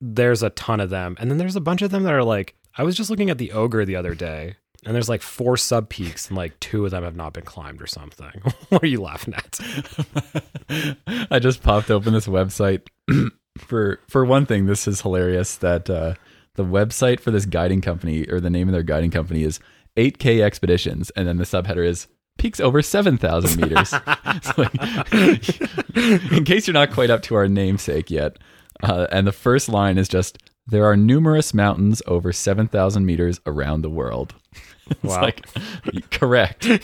[SPEAKER 3] there's a ton of them. And then there's a bunch of them that are like I was just looking at the ogre the other day and there's like four sub peaks and like two of them have not been climbed or something. what are you laughing at?
[SPEAKER 2] I just popped open this website for for one thing this is hilarious that uh the website for this guiding company or the name of their guiding company is 8K Expeditions and then the subheader is peaks over 7000 meters. It's like, in case you're not quite up to our namesake yet. Uh, and the first line is just there are numerous mountains over 7000 meters around the world. It's
[SPEAKER 3] Wow.
[SPEAKER 2] like correct.
[SPEAKER 3] you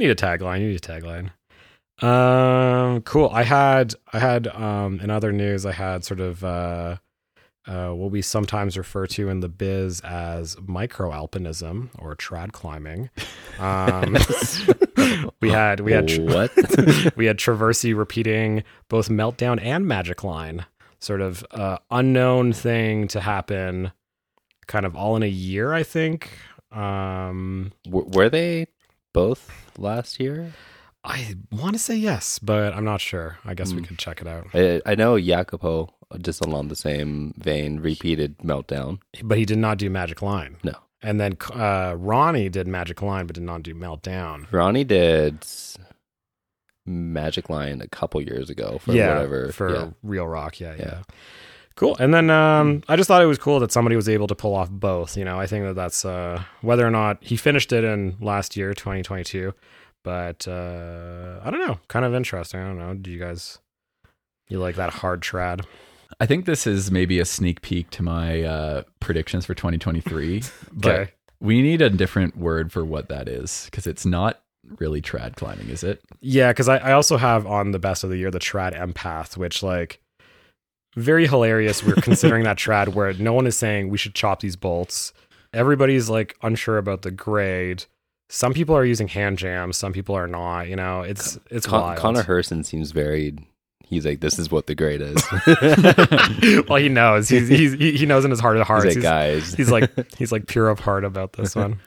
[SPEAKER 3] need a tagline. You need a tagline. Um, cool. I had I had um in other news I had sort of uh, uh what we sometimes refer to in the biz as micro alpinism or trad climbing. Um, we had we had
[SPEAKER 1] what?
[SPEAKER 3] we had Traversy repeating both Meltdown and Magic Line, sort of uh, unknown thing to happen, kind of all in a year, I think. Um,
[SPEAKER 1] W- were they both last year?
[SPEAKER 3] I want to say yes, but I'm not sure. I
[SPEAKER 1] Hmm.
[SPEAKER 3] guess we could check it out.
[SPEAKER 1] I, I know Jacopo, just along the same vein, repeated Meltdown.
[SPEAKER 3] But he did not do Magic Line.
[SPEAKER 1] No.
[SPEAKER 3] And then uh, Ronnie did Magic Line, but did not do Meltdown.
[SPEAKER 1] Ronnie did Magic Lion a couple years ago for whatever.
[SPEAKER 3] for
[SPEAKER 1] yeah.
[SPEAKER 3] Real Rock. Yeah, yeah,
[SPEAKER 1] Yeah.
[SPEAKER 3] Cool. And then um, I just thought it was cool that somebody was able to pull off both. You know, I think that that's uh, whether or not he finished it in last year, 2022. But uh, I don't know. Kind of interesting. I don't know. Do you guys you like that hard trad?
[SPEAKER 2] I think this is maybe a sneak peek to my uh, predictions for 2023, but
[SPEAKER 3] Okay.
[SPEAKER 2] we need a different word for what that is because it's not really trad climbing, is it?
[SPEAKER 3] Yeah, because I, I also have on the best of the year the trad empath, which like very hilarious. We're considering that trad where no one is saying we should chop these bolts. Everybody's like unsure about the grade. Some people are using hand jams, some people are not. You know, it's it's
[SPEAKER 1] Con-
[SPEAKER 3] wild.
[SPEAKER 1] Connor Herson seems very. He's like, this is what the grade is.
[SPEAKER 3] well, he knows. He's, he's he he knows in his heart of hearts.
[SPEAKER 1] He's like,
[SPEAKER 3] He's-
[SPEAKER 1] guys.
[SPEAKER 3] he's like he's like pure of heart about this one.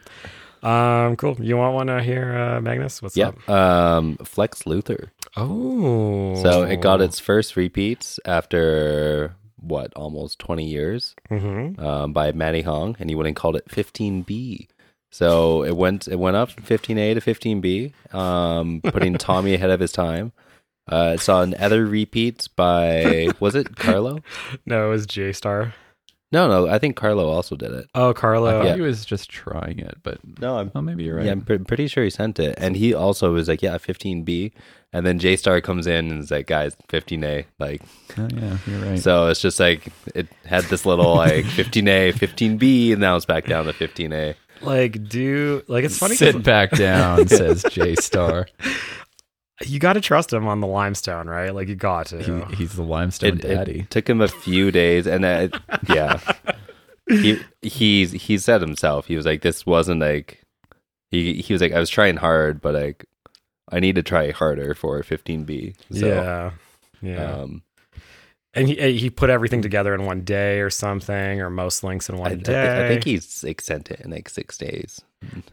[SPEAKER 3] Um, cool. You want one to hear, uh, Magnus? What's
[SPEAKER 1] yeah.
[SPEAKER 3] up?
[SPEAKER 1] Um, Flex Luther.
[SPEAKER 3] Oh,
[SPEAKER 1] So it got its first repeats after what almost 20 years
[SPEAKER 3] Mm-hmm.
[SPEAKER 1] um, by Matty Hong, and he went and called it 15B. So it went it went up from 15A to 15B, um, putting Tommy ahead of his time. Uh, it saw another repeats by was it Carlo?
[SPEAKER 3] No, it was J Star.
[SPEAKER 1] No, no, I think Carlo also did it.
[SPEAKER 3] Oh,
[SPEAKER 2] I
[SPEAKER 3] Carlo.
[SPEAKER 2] thought
[SPEAKER 1] yeah.
[SPEAKER 2] he was just trying it, but
[SPEAKER 1] No, I'm
[SPEAKER 2] oh, maybe you're right.
[SPEAKER 1] yeah, I'm pre- pretty sure he sent it, and he also was like, yeah, 15B, and then J Star comes in and is like, guys, 15A, like
[SPEAKER 2] Oh, yeah, you're right.
[SPEAKER 1] So it's just like it had this little like 15A, 15B, and now it's back down to 15A.
[SPEAKER 3] Like, do like it's funny. 'cause
[SPEAKER 2] Sit back down, says J Star.
[SPEAKER 3] You got to trust him on the limestone, right? Like you got to.
[SPEAKER 2] He, he's the limestone
[SPEAKER 1] It, it
[SPEAKER 2] daddy.
[SPEAKER 1] took him a few days, and I, yeah, he he's he said himself he was like this wasn't like he he was like I was trying hard, but like I need to try harder for 15B. So,
[SPEAKER 3] yeah. Yeah.
[SPEAKER 1] Um,
[SPEAKER 3] and he he put everything together in one day or something, or most links in
[SPEAKER 1] I,
[SPEAKER 3] one
[SPEAKER 1] I, thi-
[SPEAKER 3] day.
[SPEAKER 1] I think he's like sent it in like six days.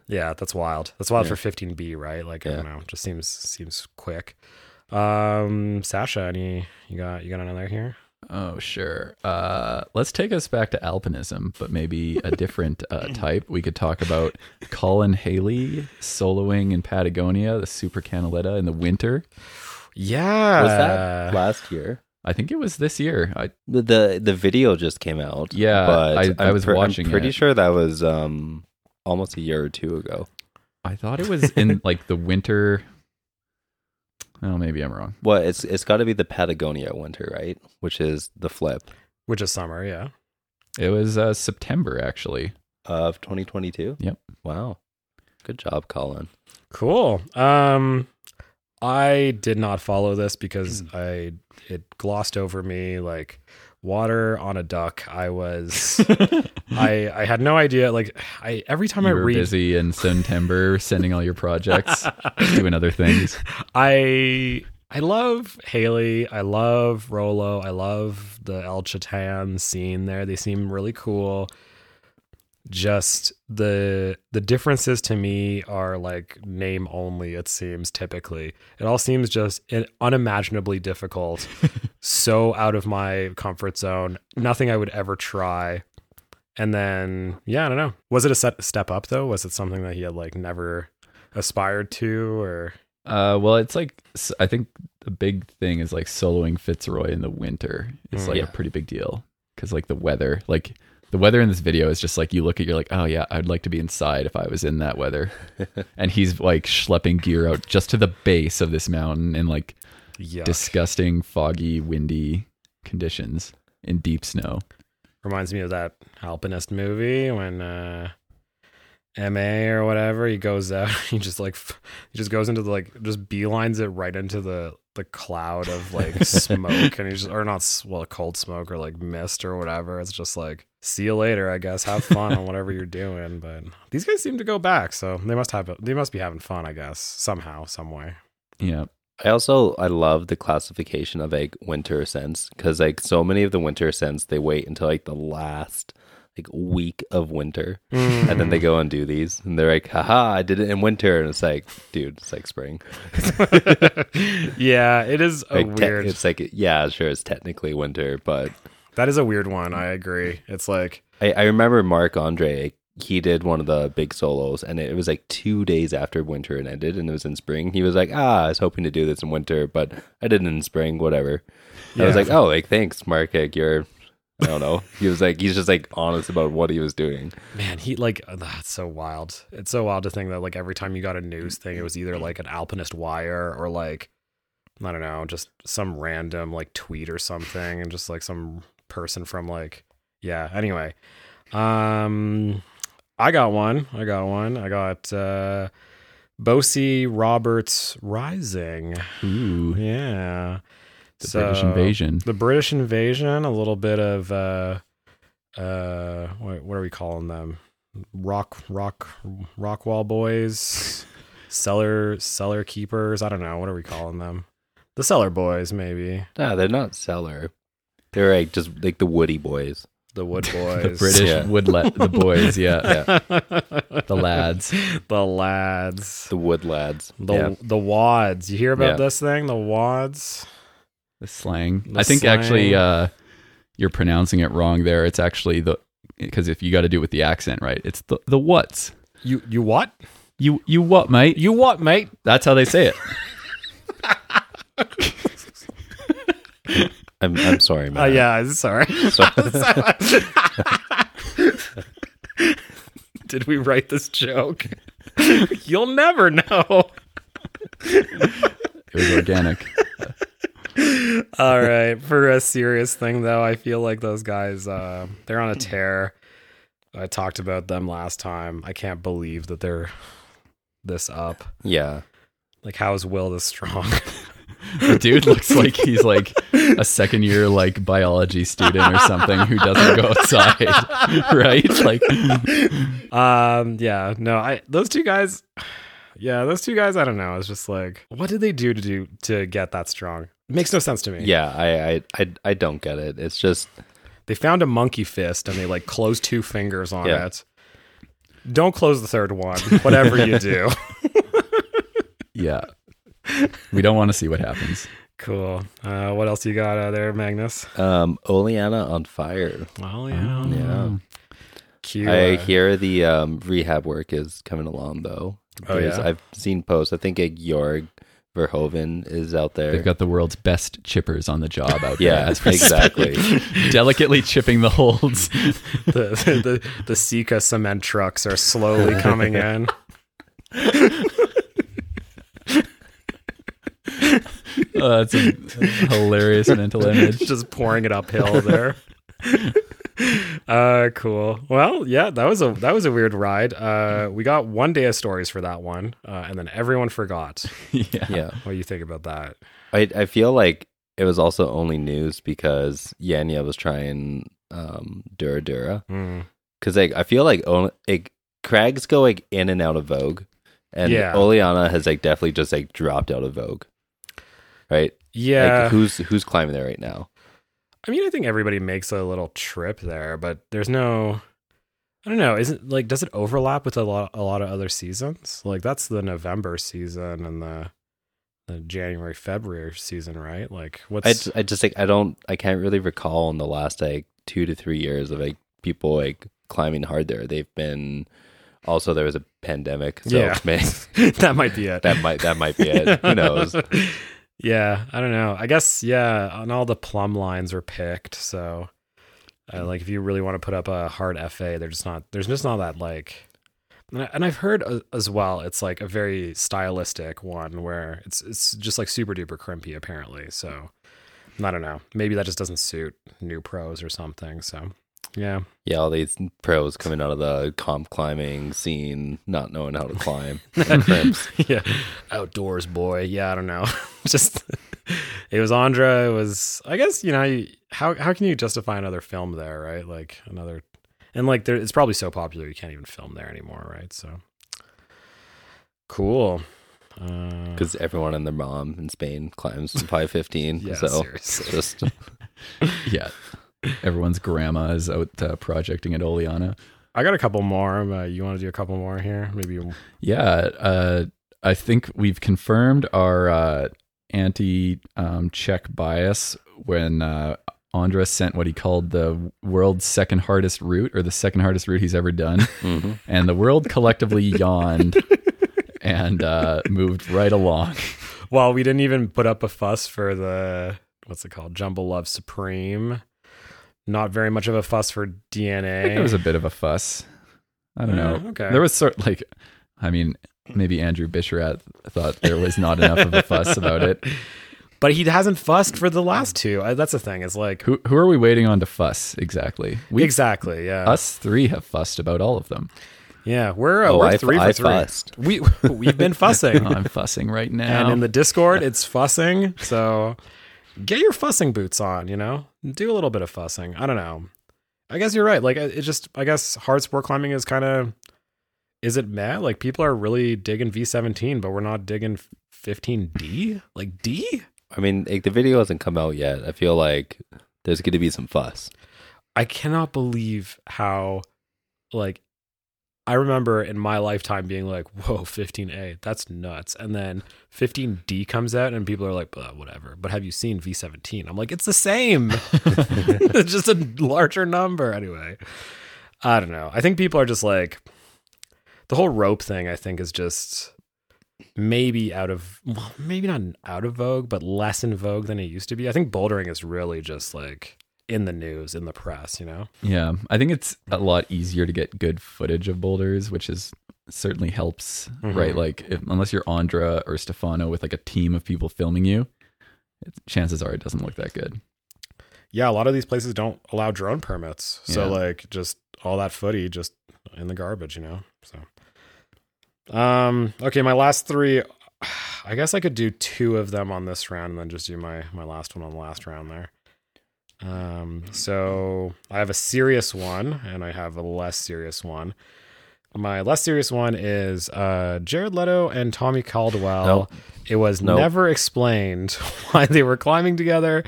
[SPEAKER 3] Yeah, that's wild. That's wild
[SPEAKER 1] Yeah.
[SPEAKER 3] for 15B, right? Like I
[SPEAKER 1] Yeah.
[SPEAKER 3] don't know, just seems seems quick. Um, Sasha, any you got you got another here?
[SPEAKER 2] Oh, sure. Uh, let's take us back to alpinism, but maybe a different uh, type. We could talk about Colin Haley soloing in Patagonia, the Super Canaletta in the winter. Uh,
[SPEAKER 3] Yeah,
[SPEAKER 1] Was that last year?
[SPEAKER 2] I think it was this year. I,
[SPEAKER 1] The- the the video just came out.
[SPEAKER 2] Yeah,
[SPEAKER 1] but
[SPEAKER 2] I- I
[SPEAKER 1] I'm
[SPEAKER 2] was watching
[SPEAKER 1] I'm pretty
[SPEAKER 2] it.
[SPEAKER 1] sure that was um almost a year or two ago.
[SPEAKER 2] I thought it was in like the winter. Oh, maybe I'm wrong.
[SPEAKER 1] Well, it's it's got to be the Patagonia winter, right? Which is the flip
[SPEAKER 3] which is summer. Yeah,
[SPEAKER 2] It was uh, September, actually.
[SPEAKER 1] of 2022.
[SPEAKER 2] Yep.
[SPEAKER 1] Wow. Good job, Colin.
[SPEAKER 3] cool. Um, I did not follow this
[SPEAKER 2] Hmm.
[SPEAKER 3] because I it glossed over me like water on a duck. I was I I had no idea. Like I every time I
[SPEAKER 2] you were
[SPEAKER 3] read
[SPEAKER 2] busy in September sending all your projects, doing other things.
[SPEAKER 3] I I love Haley. I love Rolo. I love the El Chatan scene there. They seem really cool. Just the the differences to me are like name only. It seems typically it all seems just in- unimaginably difficult, so out of my comfort zone. Nothing I would ever try. And then yeah, I don't know. Was it a set, step up though? Was it something that he had like never aspired to or?
[SPEAKER 2] Uh, well, it's like s- I think the big thing is like soloing Fitzroy in the winter. It's
[SPEAKER 3] Mm.
[SPEAKER 2] like
[SPEAKER 1] Yeah.
[SPEAKER 2] a pretty big deal because like the weather, like the weather in this video is just like you look at you're like, oh yeah, I'd like to be inside if I was in that weather. and he's like schlepping gear out just to the base of this mountain in like
[SPEAKER 3] Yeah.
[SPEAKER 2] disgusting, foggy, windy conditions in deep snow.
[SPEAKER 3] Reminds me of that alpinist movie when uh MA or whatever, he goes out, he just like f- he just goes into the like just beelines it right into the the cloud of like smoke and he's just or not s- well cold smoke or like mist or whatever. It's just like see you later, I guess. Have fun on whatever you're doing. But these guys seem to go back, so they must have they must be having fun, I guess, somehow, some way.
[SPEAKER 2] Yeah,
[SPEAKER 1] I also I love the classification of like winter scents because like so many of the winter scents they wait until like the last like week of winter and then they go and do these and they're like haha I did it in winter and it's like dude it's like spring
[SPEAKER 3] yeah, it is a
[SPEAKER 1] like, te-
[SPEAKER 3] Oh, weird
[SPEAKER 1] it's like yeah sure it's technically winter but
[SPEAKER 3] that is a weird one, I agree. It's like
[SPEAKER 1] I, I remember Mark Andre. He did one of the big solos, and it was like two days after winter had ended, and it was in spring. He was like, "Ah, I was hoping to do this in winter, but I did it in spring. Whatever." I was
[SPEAKER 3] Yeah.
[SPEAKER 1] like, "Oh, like thanks, Mark. Like, you're, I don't know." he was like, he's just like honest about what he was doing.
[SPEAKER 3] Man, he like uh, that's so wild. It's so wild to think that like every time you got a news thing, it was either like an alpinist wire or like I don't know, just some random like tweet or something, and just like some person from like yeah. Anyway, um, I got one. I got one. I got uh, Bosey Roberts Rising.
[SPEAKER 2] ooh,
[SPEAKER 3] Yeah,
[SPEAKER 2] the British invasion.
[SPEAKER 3] the British invasion, a little bit of uh uh what, what are we calling them? Rock rock rock wall boys, cellar cellar keepers, I don't know, what are we calling them? The cellar boys maybe.
[SPEAKER 1] No, they're not cellar. They're like just like the Woody boys.
[SPEAKER 3] The wood
[SPEAKER 2] The
[SPEAKER 3] boys.
[SPEAKER 2] British
[SPEAKER 1] Yeah.
[SPEAKER 2] would let the boys, yeah,
[SPEAKER 3] yeah.
[SPEAKER 2] the lads.
[SPEAKER 3] The lads.
[SPEAKER 1] The wood lads.
[SPEAKER 3] The
[SPEAKER 1] yeah.
[SPEAKER 3] the wads. You hear about
[SPEAKER 1] Yeah.
[SPEAKER 3] this thing? The wads?
[SPEAKER 2] the slang.
[SPEAKER 3] The
[SPEAKER 2] I think actually,
[SPEAKER 3] slang.
[SPEAKER 2] uh, you're pronouncing it wrong there. It's actually the because if you got to do it with the accent, right? It's the the what's
[SPEAKER 3] You you what?
[SPEAKER 2] you you what mate?
[SPEAKER 3] You what, mate?
[SPEAKER 2] That's how they say it.
[SPEAKER 1] I'm, I'm sorry, man.
[SPEAKER 3] Oh yeah, sorry. Did we write this joke? You'll never know.
[SPEAKER 2] It was organic.
[SPEAKER 3] All right. For a serious thing, though, I feel like those guys, uh, they're on a tear. I talked about them last time. I can't believe that they're this up.
[SPEAKER 1] Yeah.
[SPEAKER 3] Like, how is Will this strong?
[SPEAKER 2] The dude looks like he's like a second year like biology student or something who doesn't go outside, right? Like
[SPEAKER 3] um, yeah, no, I, those two guys, yeah, those two guys, I don't know. It's just like, what did they do to do to get that strong? Makes no sense to me.
[SPEAKER 1] Yeah. I, I, I, I don't get it. It's just,
[SPEAKER 3] They found a monkey fist and they like closed two fingers on
[SPEAKER 1] Yeah.
[SPEAKER 3] it. Don't close the third one, whatever you do.
[SPEAKER 2] yeah. We don't want to see what happens.
[SPEAKER 3] Cool. Uh, what else you got uh, there, Magnus?
[SPEAKER 1] um, Oleana on fire.
[SPEAKER 3] Well, yeah.
[SPEAKER 1] Yeah.
[SPEAKER 3] Cue,
[SPEAKER 1] I
[SPEAKER 3] uh,
[SPEAKER 1] hear the um, rehab work is coming along though.
[SPEAKER 3] Oh,
[SPEAKER 1] There's-
[SPEAKER 3] yeah?
[SPEAKER 1] I've seen posts. I think a Jorg Verhoeven is out there.
[SPEAKER 2] They've got the world's best chippers on the job out there.
[SPEAKER 1] yeah,
[SPEAKER 2] as we
[SPEAKER 1] exactly.
[SPEAKER 2] speak. Delicately chipping the holds.
[SPEAKER 3] the, the the Sika cement trucks are slowly coming in.
[SPEAKER 2] Oh, that's a hilarious mental image.
[SPEAKER 3] Just pouring it uphill there. uh cool. Well, yeah, that was a that was a weird ride. Uh we got one day of stories for that one, uh, and then everyone forgot.
[SPEAKER 2] Yeah.
[SPEAKER 1] yeah,
[SPEAKER 3] What do you think about that?
[SPEAKER 1] I I feel like it was also only news because Yanya was trying um, Dura Dura
[SPEAKER 3] Hmm.
[SPEAKER 1] because like I feel like on, like Craig's go like in and out of Vogue, and
[SPEAKER 3] Yeah.
[SPEAKER 1] Oleana has like definitely just like dropped out of Vogue, right?
[SPEAKER 3] Yeah.
[SPEAKER 1] Like, who's who's climbing there right now?
[SPEAKER 3] I mean, I think everybody makes a little trip there, but there's no I don't know, isn't like does it overlap with a lot a lot of other seasons? Like that's the November season and the the January February season, right? Like what's
[SPEAKER 1] I just, I just like I don't I can't really recall in the last like two to three years of like people like climbing hard there. They've been also there was a pandemic, so
[SPEAKER 3] Yeah.
[SPEAKER 1] man,
[SPEAKER 3] that might be it.
[SPEAKER 1] that might that might be it. Who knows?
[SPEAKER 3] yeah, I don't know. I guess yeah, and all the plumb lines are picked, so uh, like if you really want to put up a hard FA, they're just not. There's just not that like. And I- and I've heard a- as well, it's like a very stylistic one where it's it's just like super duper crimpy apparently. So I don't know. Maybe that just doesn't suit new pros or something. So yeah,
[SPEAKER 1] Yeah, all these pros coming out of the comp climbing scene, not knowing how to climb.
[SPEAKER 3] yeah, outdoors boy. Yeah, I don't know. Just it was Andra. It was I guess you know you, how how can you justify another film there, right? Like another, and like there, it's probably so popular you can't even film there anymore, right? So cool. Uh,
[SPEAKER 1] Because everyone and their mom in Spain climbs to 515.
[SPEAKER 3] Yeah,
[SPEAKER 1] so
[SPEAKER 3] seriously.
[SPEAKER 1] it's just
[SPEAKER 2] Yeah. Everyone's grandma is out uh, projecting at Oleana.
[SPEAKER 3] I got a couple more. but you want to do a couple more here? Maybe you-
[SPEAKER 2] Yeah. Uh, I think we've confirmed our uh, anti um, Czech bias when uh, Andres sent what he called the world's second hardest route or the second hardest route he's ever done.
[SPEAKER 1] Mhm.
[SPEAKER 2] And the world collectively yawned and uh, moved right along.
[SPEAKER 3] Well, we didn't even put up a fuss for the what's it called? Jumble Love Supreme. Not very much of a fuss for DNA.
[SPEAKER 2] I think there was a bit of a fuss. I don't
[SPEAKER 3] Yeah,
[SPEAKER 2] know.
[SPEAKER 3] okay.
[SPEAKER 2] There was sort like, I mean, maybe Andrew Bisharat thought there was not enough of a fuss about it.
[SPEAKER 3] But he hasn't fussed for the last two. I, that's the thing. It's like
[SPEAKER 2] Who who are we waiting on to fuss exactly? We
[SPEAKER 3] exactly, yeah,
[SPEAKER 2] us three have fussed about all of them.
[SPEAKER 3] yeah. We're, uh,
[SPEAKER 1] Oh,
[SPEAKER 3] we're
[SPEAKER 1] I-
[SPEAKER 3] three
[SPEAKER 1] I
[SPEAKER 3] for three.
[SPEAKER 1] fussed.
[SPEAKER 3] We we've been fussing,
[SPEAKER 2] I'm fussing right now.
[SPEAKER 3] and in the Discord, it's fussing. So get your fussing boots on. You know, do a little bit of fussing. I don't know. I guess you're right. Like it it just, I guess hard sport climbing is kind of. Is it mad? Like people are really digging V17, but we're not digging 15D. Like D.
[SPEAKER 1] I mean, like, the video hasn't come out yet. I feel like there's going to be some fuss.
[SPEAKER 3] I cannot believe how like I remember in my lifetime being like, "Whoa, 15A, that's nuts." And then 15D comes out, and people are like, "Uh, "Whatever." But have you seen V17? I'm like, "It's the same. it's just a larger number." Anyway, I don't know. I think people are just like the whole rope thing. I think is just maybe out of well, maybe not out of vogue, but less in vogue than it used to be. I think bouldering is really just like in the news, in the press. You know.
[SPEAKER 2] Yeah, I think it's a lot easier to get good footage of boulders, which is certainly helps, right? Like if, unless you're Andra or Stefano with like a team of people filming you, it's, chances are it doesn't look that good.
[SPEAKER 3] yeah, a lot of these places don't allow drone permits. So
[SPEAKER 2] Yeah.
[SPEAKER 3] like just all that footy just in the garbage, you know. So um okay, my last three I guess I could do two of them on this round and then just do my my last one on the last round there. Um so I have a serious one and I have a less serious one. My less serious one is uh Jared Leto and Tommy Caldwell.
[SPEAKER 1] Nope.
[SPEAKER 3] It was
[SPEAKER 1] Nope.
[SPEAKER 3] never explained why they were climbing together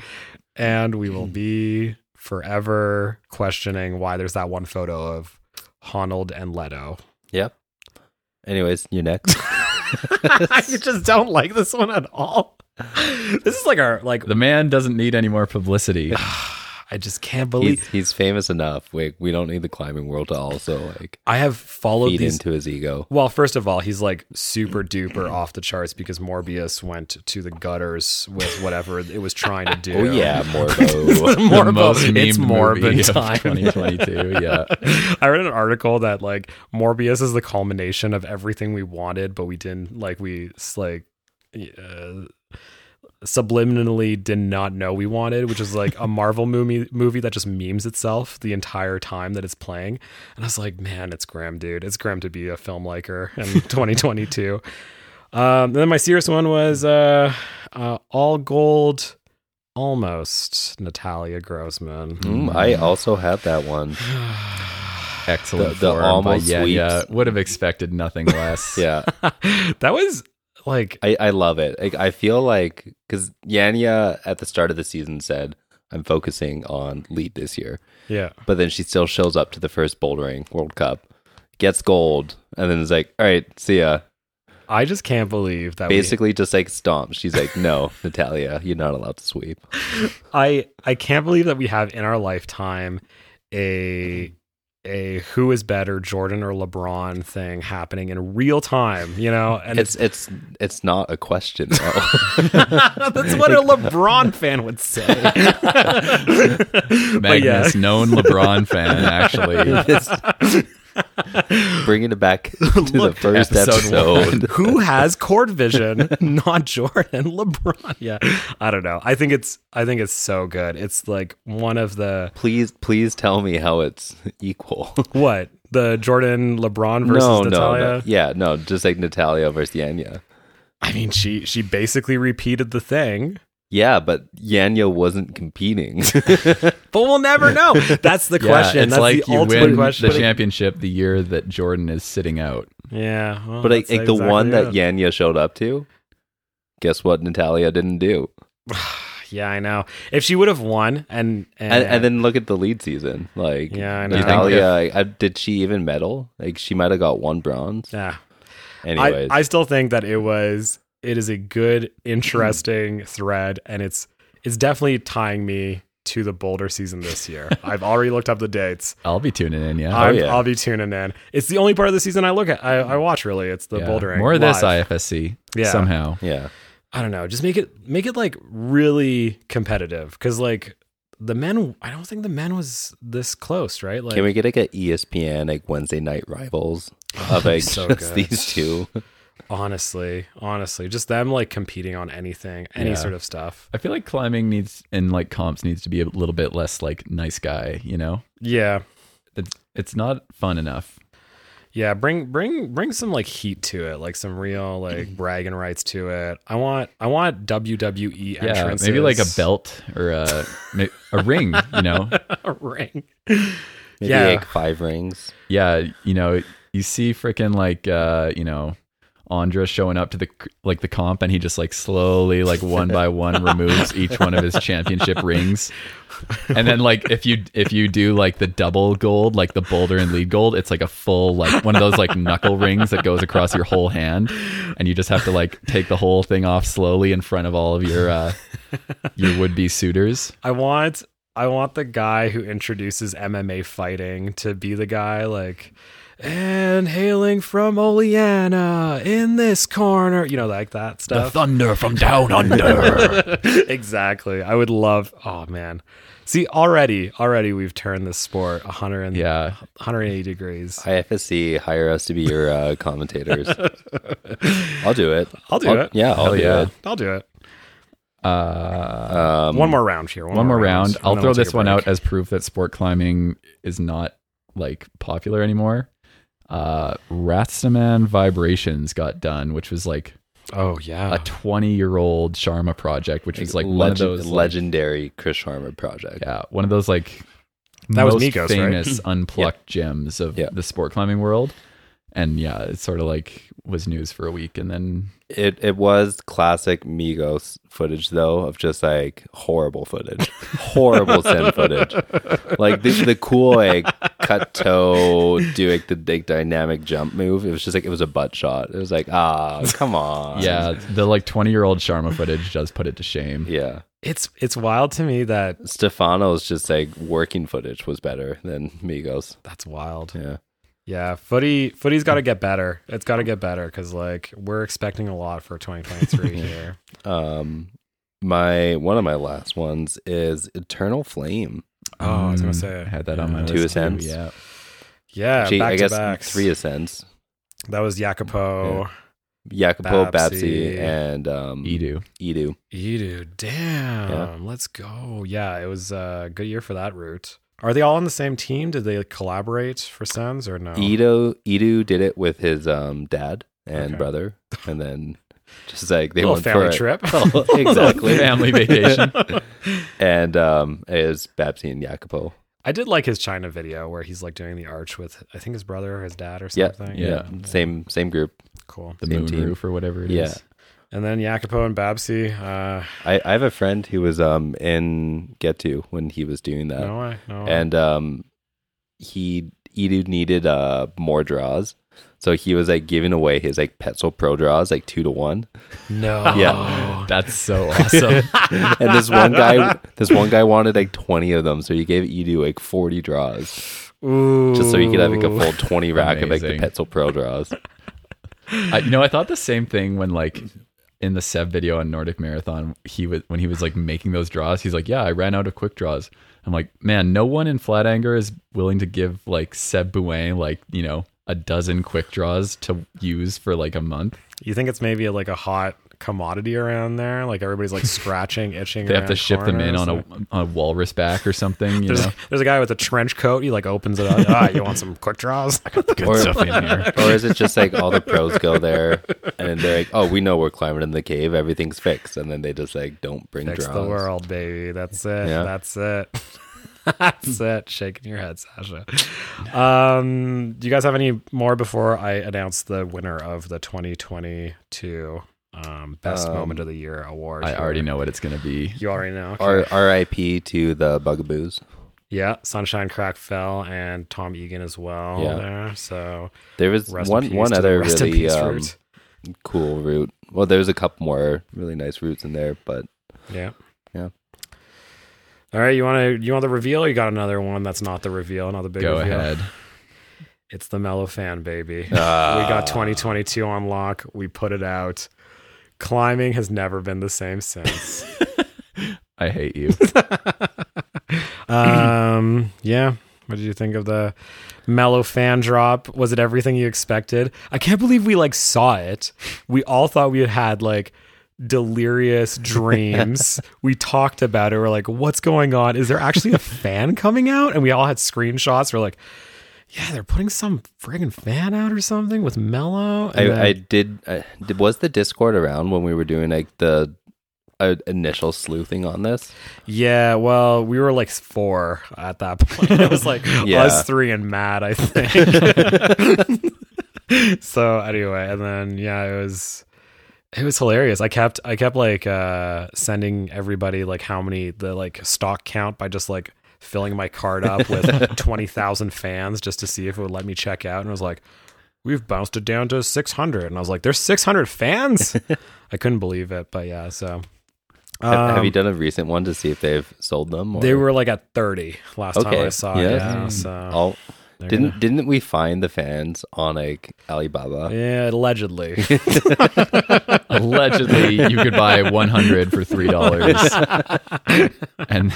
[SPEAKER 3] and we will be forever questioning why there's that one photo of Honnold and Leto.
[SPEAKER 1] Yep. Anyways, you're next.
[SPEAKER 3] I just don't like this one at all. This is like our like
[SPEAKER 2] The man doesn't need any more publicity.
[SPEAKER 3] I just can't believe
[SPEAKER 1] he's he's famous enough. We we don't need the climbing world to also like
[SPEAKER 3] I have followed
[SPEAKER 1] feed
[SPEAKER 3] these
[SPEAKER 1] into his ego.
[SPEAKER 3] Well, first of all, he's like super duper off the charts because Morbius went to the gutters with whatever it was trying to do.
[SPEAKER 1] Oh yeah, Morbo.
[SPEAKER 2] The
[SPEAKER 3] Morbo,
[SPEAKER 2] most
[SPEAKER 3] it's
[SPEAKER 2] memed movie
[SPEAKER 3] Morbin
[SPEAKER 2] of
[SPEAKER 3] time.
[SPEAKER 2] 2022. Yeah.
[SPEAKER 3] I read an article that like Morbius is the culmination of everything we wanted, but we didn't like we s- like uh, subliminally did not know we wanted, which is like a Marvel movie movie that just memes itself the entire time that it's playing. And I was like, man, it's grim, dude. It's grim to be a film liker in 2022. Um, and then my serious one was uh, uh, all gold. Almost Natalia Grossman.
[SPEAKER 1] Mm, I also have that one.
[SPEAKER 2] Excellent.
[SPEAKER 1] The- the
[SPEAKER 2] form
[SPEAKER 1] almost
[SPEAKER 2] by
[SPEAKER 1] sweeps.
[SPEAKER 2] Yenya. Would have expected nothing less.
[SPEAKER 1] Yeah,
[SPEAKER 3] that was like
[SPEAKER 1] I, I love it. Like, I feel like because Yanya at the start of the season said, "I'm focusing on lead this year,"
[SPEAKER 3] yeah
[SPEAKER 1] but then she still shows up to the first bouldering World Cup, gets gold, and then is like, "All right, see ya."
[SPEAKER 3] i just can't believe that we-
[SPEAKER 1] Basically, just like stomp. She's like, "No, Natalia, you're not allowed to sweep."
[SPEAKER 3] i i can't believe that we have in our lifetime a a who is better jordan or lebron thing happening in real time you know and it's
[SPEAKER 1] It's it's it's not a question. though.
[SPEAKER 3] that's what a lebron fan would say But yeah.
[SPEAKER 2] Magnus, known LeBron fan, actually.
[SPEAKER 1] Bringing it back to the first
[SPEAKER 2] episode
[SPEAKER 1] episode.
[SPEAKER 3] who has court vision not jordan lebron yeah i don't know i think it's i think it's so good it's like one of the
[SPEAKER 1] please, please tell me how it's equal.
[SPEAKER 3] what the jordan lebron versus
[SPEAKER 1] no, no,
[SPEAKER 3] natalia
[SPEAKER 1] no, yeah, no, just like Natalia versus Yanya.
[SPEAKER 3] I mean, she she basically repeated the thing,
[SPEAKER 1] Yeah, but Yanya wasn't competing.
[SPEAKER 3] but we'll never know. That's the question.
[SPEAKER 2] Yeah, it's
[SPEAKER 3] That's
[SPEAKER 2] like
[SPEAKER 3] the
[SPEAKER 2] you
[SPEAKER 3] ultimate
[SPEAKER 2] win
[SPEAKER 3] question.
[SPEAKER 2] the championship the year that Jordan is sitting out.
[SPEAKER 3] yeah, well,
[SPEAKER 1] but like,
[SPEAKER 3] that's
[SPEAKER 1] like the one
[SPEAKER 3] exactly
[SPEAKER 1] that
[SPEAKER 3] it.
[SPEAKER 1] Yanya showed up to, guess what? Natalia didn't do.
[SPEAKER 3] yeah, I know. If she would have won, and and,
[SPEAKER 1] And, and then look at the lead season. Like
[SPEAKER 3] Yeah, I know. You think
[SPEAKER 1] Natalia, like, I- did she even medal? Like she might have got one bronze.
[SPEAKER 3] yeah, I
[SPEAKER 1] Anyways,
[SPEAKER 3] I still think that it was it is a good, interesting thread, and it's it's definitely tying me to the Boulder season this year. I've already looked up the dates.
[SPEAKER 2] I'll be tuning in. Yeah.
[SPEAKER 3] I'm,
[SPEAKER 1] yeah.
[SPEAKER 3] I'll be tuning in. It's the only part of the season I look at. I, I watch really. It's the
[SPEAKER 2] Yeah.
[SPEAKER 3] bouldering.
[SPEAKER 2] More of this
[SPEAKER 3] live.
[SPEAKER 2] IFSC
[SPEAKER 3] Yeah.
[SPEAKER 2] somehow.
[SPEAKER 1] yeah,
[SPEAKER 3] I don't know, just make it make it like really competitive cuz like the men I don't think the men was this close, right? Like
[SPEAKER 1] can we get like a E ESPN like Wednesday night rivals of like
[SPEAKER 3] so
[SPEAKER 1] just
[SPEAKER 3] good.
[SPEAKER 1] these two?
[SPEAKER 3] honestly, honestly, just them like competing on anything, any sort of stuff.
[SPEAKER 2] I feel like climbing needs and like comps needs to be a little bit less like nice guy, you know?
[SPEAKER 3] Yeah.
[SPEAKER 2] It's it's not fun enough.
[SPEAKER 3] Yeah, bring bring bring some like heat to it, like some
[SPEAKER 2] Mm.
[SPEAKER 3] real like bragging rights to it. I want I want WWE
[SPEAKER 2] Yeah.
[SPEAKER 3] entrances.
[SPEAKER 2] Maybe like a belt or a ma- a ring, you know?
[SPEAKER 3] a ring.
[SPEAKER 1] Maybe
[SPEAKER 3] Yeah.
[SPEAKER 1] like five rings.
[SPEAKER 2] Yeah, you know, you see freaking like uh, you know, Andra showing up to the like the comp, and he just like slowly, like one by one, removes each one of his championship rings. And then like if you if you do like the double gold, like the boulder and lead gold, it's like a full like one of those like knuckle rings that goes across your whole hand, and you just have to like take the whole thing off slowly in front of all of your uh, your would be suitors.
[SPEAKER 3] I want I want the guy who introduces MMA fighting to be the guy like and hailing from Oleana in this corner, you know, like that stuff.
[SPEAKER 2] thunder from down under.
[SPEAKER 3] exactly. I would love. Oh man. See, already, already we've turned this sport 100 and,
[SPEAKER 2] yeah,
[SPEAKER 3] 180 degrees.
[SPEAKER 1] IFSC hire us to be your uh, commentators. I'll do it.
[SPEAKER 3] I'll do it.
[SPEAKER 1] Yeah, I'll
[SPEAKER 2] Hell
[SPEAKER 1] do
[SPEAKER 2] oh, yeah.
[SPEAKER 1] it.
[SPEAKER 3] I'll do it.
[SPEAKER 2] Uh,
[SPEAKER 1] Um,
[SPEAKER 3] one more round here. One,
[SPEAKER 2] one more round.
[SPEAKER 3] and
[SPEAKER 2] I'll
[SPEAKER 3] then
[SPEAKER 2] throw
[SPEAKER 3] we'll take
[SPEAKER 2] this
[SPEAKER 3] a
[SPEAKER 2] one
[SPEAKER 3] break.
[SPEAKER 2] out as proof that sport climbing is not like popular anymore. Uh, Ratsaman Vibrations got done, which was like
[SPEAKER 3] Oh yeah.
[SPEAKER 2] a 20 year old Sharma project, which is like
[SPEAKER 1] legend-
[SPEAKER 2] one of those like-
[SPEAKER 1] legendary Chris Harmer project.
[SPEAKER 2] yeah, one of those like
[SPEAKER 3] That was
[SPEAKER 2] most
[SPEAKER 3] Migos, right?
[SPEAKER 2] famous unplucked gems of
[SPEAKER 1] Yeah.
[SPEAKER 2] the sport climbing world. And yeah, it sort of like was news for a week, and then
[SPEAKER 1] It it was classic Migos footage though of just like horrible footage, horrible sin footage. Like the the cool like cut toe doing the big dynamic jump move. It was just like it was a butt shot. It was like ah come on
[SPEAKER 2] yeah, the like 20 year old Sharma footage does put it to shame.
[SPEAKER 1] yeah.
[SPEAKER 3] it's it's wild to me that
[SPEAKER 1] Stefano's just like working footage was better than Migos.
[SPEAKER 3] that's wild.
[SPEAKER 1] Yeah.
[SPEAKER 3] Yeah, footy footy's got to get better. It's got to get better because like we're expecting a lot for 2023 here.
[SPEAKER 1] Um my one of my last ones is Eternal Flame.
[SPEAKER 3] Oh, I was gonna
[SPEAKER 2] Mm,
[SPEAKER 3] say
[SPEAKER 2] I had that on my
[SPEAKER 1] Two
[SPEAKER 2] list. too,
[SPEAKER 1] ascents.
[SPEAKER 2] Yeah,
[SPEAKER 3] Yeah,
[SPEAKER 1] Gee,
[SPEAKER 3] back
[SPEAKER 1] I
[SPEAKER 3] to
[SPEAKER 1] guess
[SPEAKER 3] backs.
[SPEAKER 1] three ascents.
[SPEAKER 3] That was Jacopo.
[SPEAKER 1] Jacopo Babsi
[SPEAKER 3] Babsi.
[SPEAKER 1] and um
[SPEAKER 3] Mm.
[SPEAKER 2] Edu.
[SPEAKER 1] Edu.
[SPEAKER 3] Edu, damn, let's go. Yeah, it was a good year for that route. Are they all on the same team? Did they collaborate for Sens or no?
[SPEAKER 1] Edo Edu did it with his um dad and
[SPEAKER 3] Okay.
[SPEAKER 1] brother, and then just like they
[SPEAKER 3] Little
[SPEAKER 1] went
[SPEAKER 3] family
[SPEAKER 1] for
[SPEAKER 3] trip.
[SPEAKER 1] A, Oh, exactly,
[SPEAKER 2] Family vacation.
[SPEAKER 1] and um, it was Babsi and Jacopo.
[SPEAKER 3] I did like his China video where he's like doing the arch with I think his brother or his dad or
[SPEAKER 1] Yeah,
[SPEAKER 3] something.
[SPEAKER 1] yeah, same same group.
[SPEAKER 3] cool.
[SPEAKER 2] the
[SPEAKER 1] Same
[SPEAKER 2] moon
[SPEAKER 1] team.
[SPEAKER 2] roof or whatever it is.
[SPEAKER 1] Yeah.
[SPEAKER 3] And then Jacopo and Babsi. Uh,
[SPEAKER 1] I, I have a friend who was um in Getu when he was doing that,
[SPEAKER 3] no, I no.
[SPEAKER 1] and um, he Edu needed uh more draws. So he was like giving away his like Petzl Pro draws like two to one,
[SPEAKER 3] no.
[SPEAKER 1] Yeah.
[SPEAKER 2] That's so awesome.
[SPEAKER 1] and this one guy, this one guy wanted like twenty of them. So he gave Edu like forty draws.
[SPEAKER 3] Ooh.
[SPEAKER 1] just so you could have like a full 20 rack of like the
[SPEAKER 2] Amazing.
[SPEAKER 1] Petzl Pro draws.
[SPEAKER 2] I, you know, I thought the same thing when like in the Seb video on Nordic Marathon, he was when he was like making those draws, he's like, Yeah, I ran out of quick draws. I'm like, man, no one in Flat Anger is willing to give like Seb Bouin like, you know, a dozen quick draws to use for like a month.
[SPEAKER 3] You think it's maybe like a hot commodity around there? Like everybody's like scratching, itching.
[SPEAKER 2] They have to
[SPEAKER 3] around
[SPEAKER 2] ship them in
[SPEAKER 3] corners.
[SPEAKER 2] on a on a walrus back or something, you
[SPEAKER 3] There's,
[SPEAKER 2] know.
[SPEAKER 3] there's a guy with a trench coat. He like opens it up. Ah, you want some quick draws?
[SPEAKER 1] Or,
[SPEAKER 2] in here.
[SPEAKER 1] or is it just like all the pros go there and they're like, oh, we know we're climbing in the cave, everything's fixed, and then they just like don't bring
[SPEAKER 3] Fix
[SPEAKER 1] draws.
[SPEAKER 3] the world, baby. That's it.
[SPEAKER 1] Yeah.
[SPEAKER 3] That's it. That's it. Shaking your head, Sasha. Um, do you guys have any more before I announce the winner of the 2022 um, Best
[SPEAKER 1] Um,
[SPEAKER 3] Moment of the Year award?
[SPEAKER 2] I
[SPEAKER 3] here?
[SPEAKER 2] already know what it's gonna be.
[SPEAKER 3] You already know. Okay.
[SPEAKER 1] R- R.I.P. to the Bugaboos.
[SPEAKER 3] Yeah, Sunshine Crack fell and Tom Egan as well
[SPEAKER 1] Yeah.
[SPEAKER 3] there. So
[SPEAKER 1] There was
[SPEAKER 3] rest in
[SPEAKER 1] one
[SPEAKER 3] peace
[SPEAKER 1] one
[SPEAKER 3] to the
[SPEAKER 1] other
[SPEAKER 3] rest in
[SPEAKER 1] really
[SPEAKER 3] peace
[SPEAKER 1] um,
[SPEAKER 3] route.
[SPEAKER 1] cool route. Well, there's a couple more really nice routes in there, but
[SPEAKER 3] Yeah.
[SPEAKER 1] yeah.
[SPEAKER 3] All right, you want to you want the reveal? You got another one that's not the reveal, not the big
[SPEAKER 2] Go
[SPEAKER 3] reveal.
[SPEAKER 2] ahead.
[SPEAKER 3] It's the mellow fan baby. we
[SPEAKER 1] Ah.
[SPEAKER 3] got 2022 on lock. We put it out. Climbing has never been the same since.
[SPEAKER 2] I hate you.
[SPEAKER 3] um, yeah. What did you think of the mellow fan drop? Was it everything you expected? I can't believe we like saw it. We all thought we had had like delirious dreams. we talked about it. We're like, what's going on? Is there actually a fan coming out? And we all had screenshots. We're like, yeah, they're putting some friggin' fan out or something with Mellow. And then-
[SPEAKER 1] I, I did, I did. Was the Discord around when we were doing like the uh, initial sleuthing on this?
[SPEAKER 3] Yeah, well, we were like four at that point. It was like
[SPEAKER 1] Yeah.
[SPEAKER 3] us three and Matt, I think. so anyway, and then yeah, it was it was hilarious. I kept I kept like uh sending everybody like how many the like stock count by just like filling my card up with 20,000 fans just to see if it would let me check out and it was like we've bounced it down to 600 and I was like there's 600 fans. I couldn't believe it, but yeah, so
[SPEAKER 1] Have, have you
[SPEAKER 3] um,
[SPEAKER 1] done a recent one to see if they've sold them? Or?
[SPEAKER 3] they were like at 30 last time
[SPEAKER 1] Okay,
[SPEAKER 3] I saw
[SPEAKER 1] yeah. Hmm.
[SPEAKER 3] it. Yeah, so
[SPEAKER 1] all
[SPEAKER 3] uh, they're
[SPEAKER 1] didn't
[SPEAKER 3] gonna-
[SPEAKER 1] didn't we find the fans on like Alibaba?
[SPEAKER 3] yeah, allegedly.
[SPEAKER 2] Allegedly, you could buy 100 for three dollars, and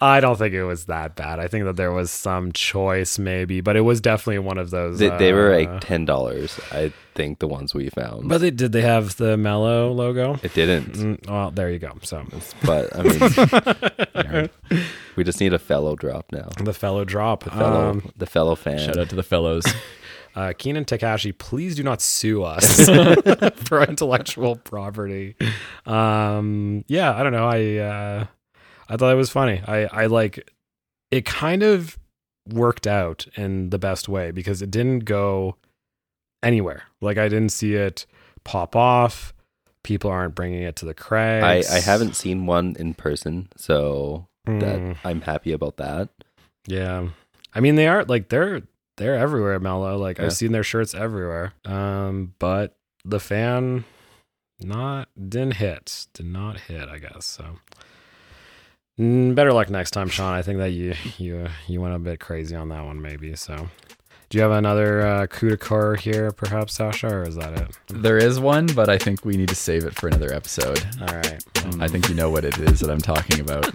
[SPEAKER 3] I don't think it was that bad. I think that there was some choice, maybe, but it was definitely one of those.
[SPEAKER 1] They, they were
[SPEAKER 3] uh,
[SPEAKER 1] like ten dollars, I think, the ones we found.
[SPEAKER 3] but they, did they have the mellow logo?
[SPEAKER 1] it didn't.
[SPEAKER 3] Mm, well, there you go. So
[SPEAKER 1] But I mean, we just need a fellow drop now.
[SPEAKER 3] the fellow drop,
[SPEAKER 1] Fellow,
[SPEAKER 3] um,
[SPEAKER 1] the fellow fan.
[SPEAKER 2] shout out to the fellows.
[SPEAKER 3] uh, Keenan Takashi. Please do not sue us for intellectual property. Um, yeah, I don't know. I uh, I thought it was funny. I I like it. Kind of worked out in the best way because it didn't go anywhere. Like I didn't see it pop off. People aren't bringing it to the
[SPEAKER 1] I,
[SPEAKER 3] crags.
[SPEAKER 1] I haven't uh, seen one in person, so
[SPEAKER 3] Mm.
[SPEAKER 1] that I'm happy about that.
[SPEAKER 3] Yeah. I mean they are like they're they're everywhere, Mello. Like
[SPEAKER 1] Yeah.
[SPEAKER 3] I've seen their shirts everywhere. Um, but the fan not didn't hit. Did not hit, I guess. So Mm, better luck next time, Sean. I think that you you you went a bit crazy on that one, maybe. So do you have another uh, coup de corps here, perhaps, Sasha, or is that it?
[SPEAKER 2] There is one, but I think we need to save it for another episode.
[SPEAKER 3] All right.
[SPEAKER 2] I think you know what it is that I'm talking about.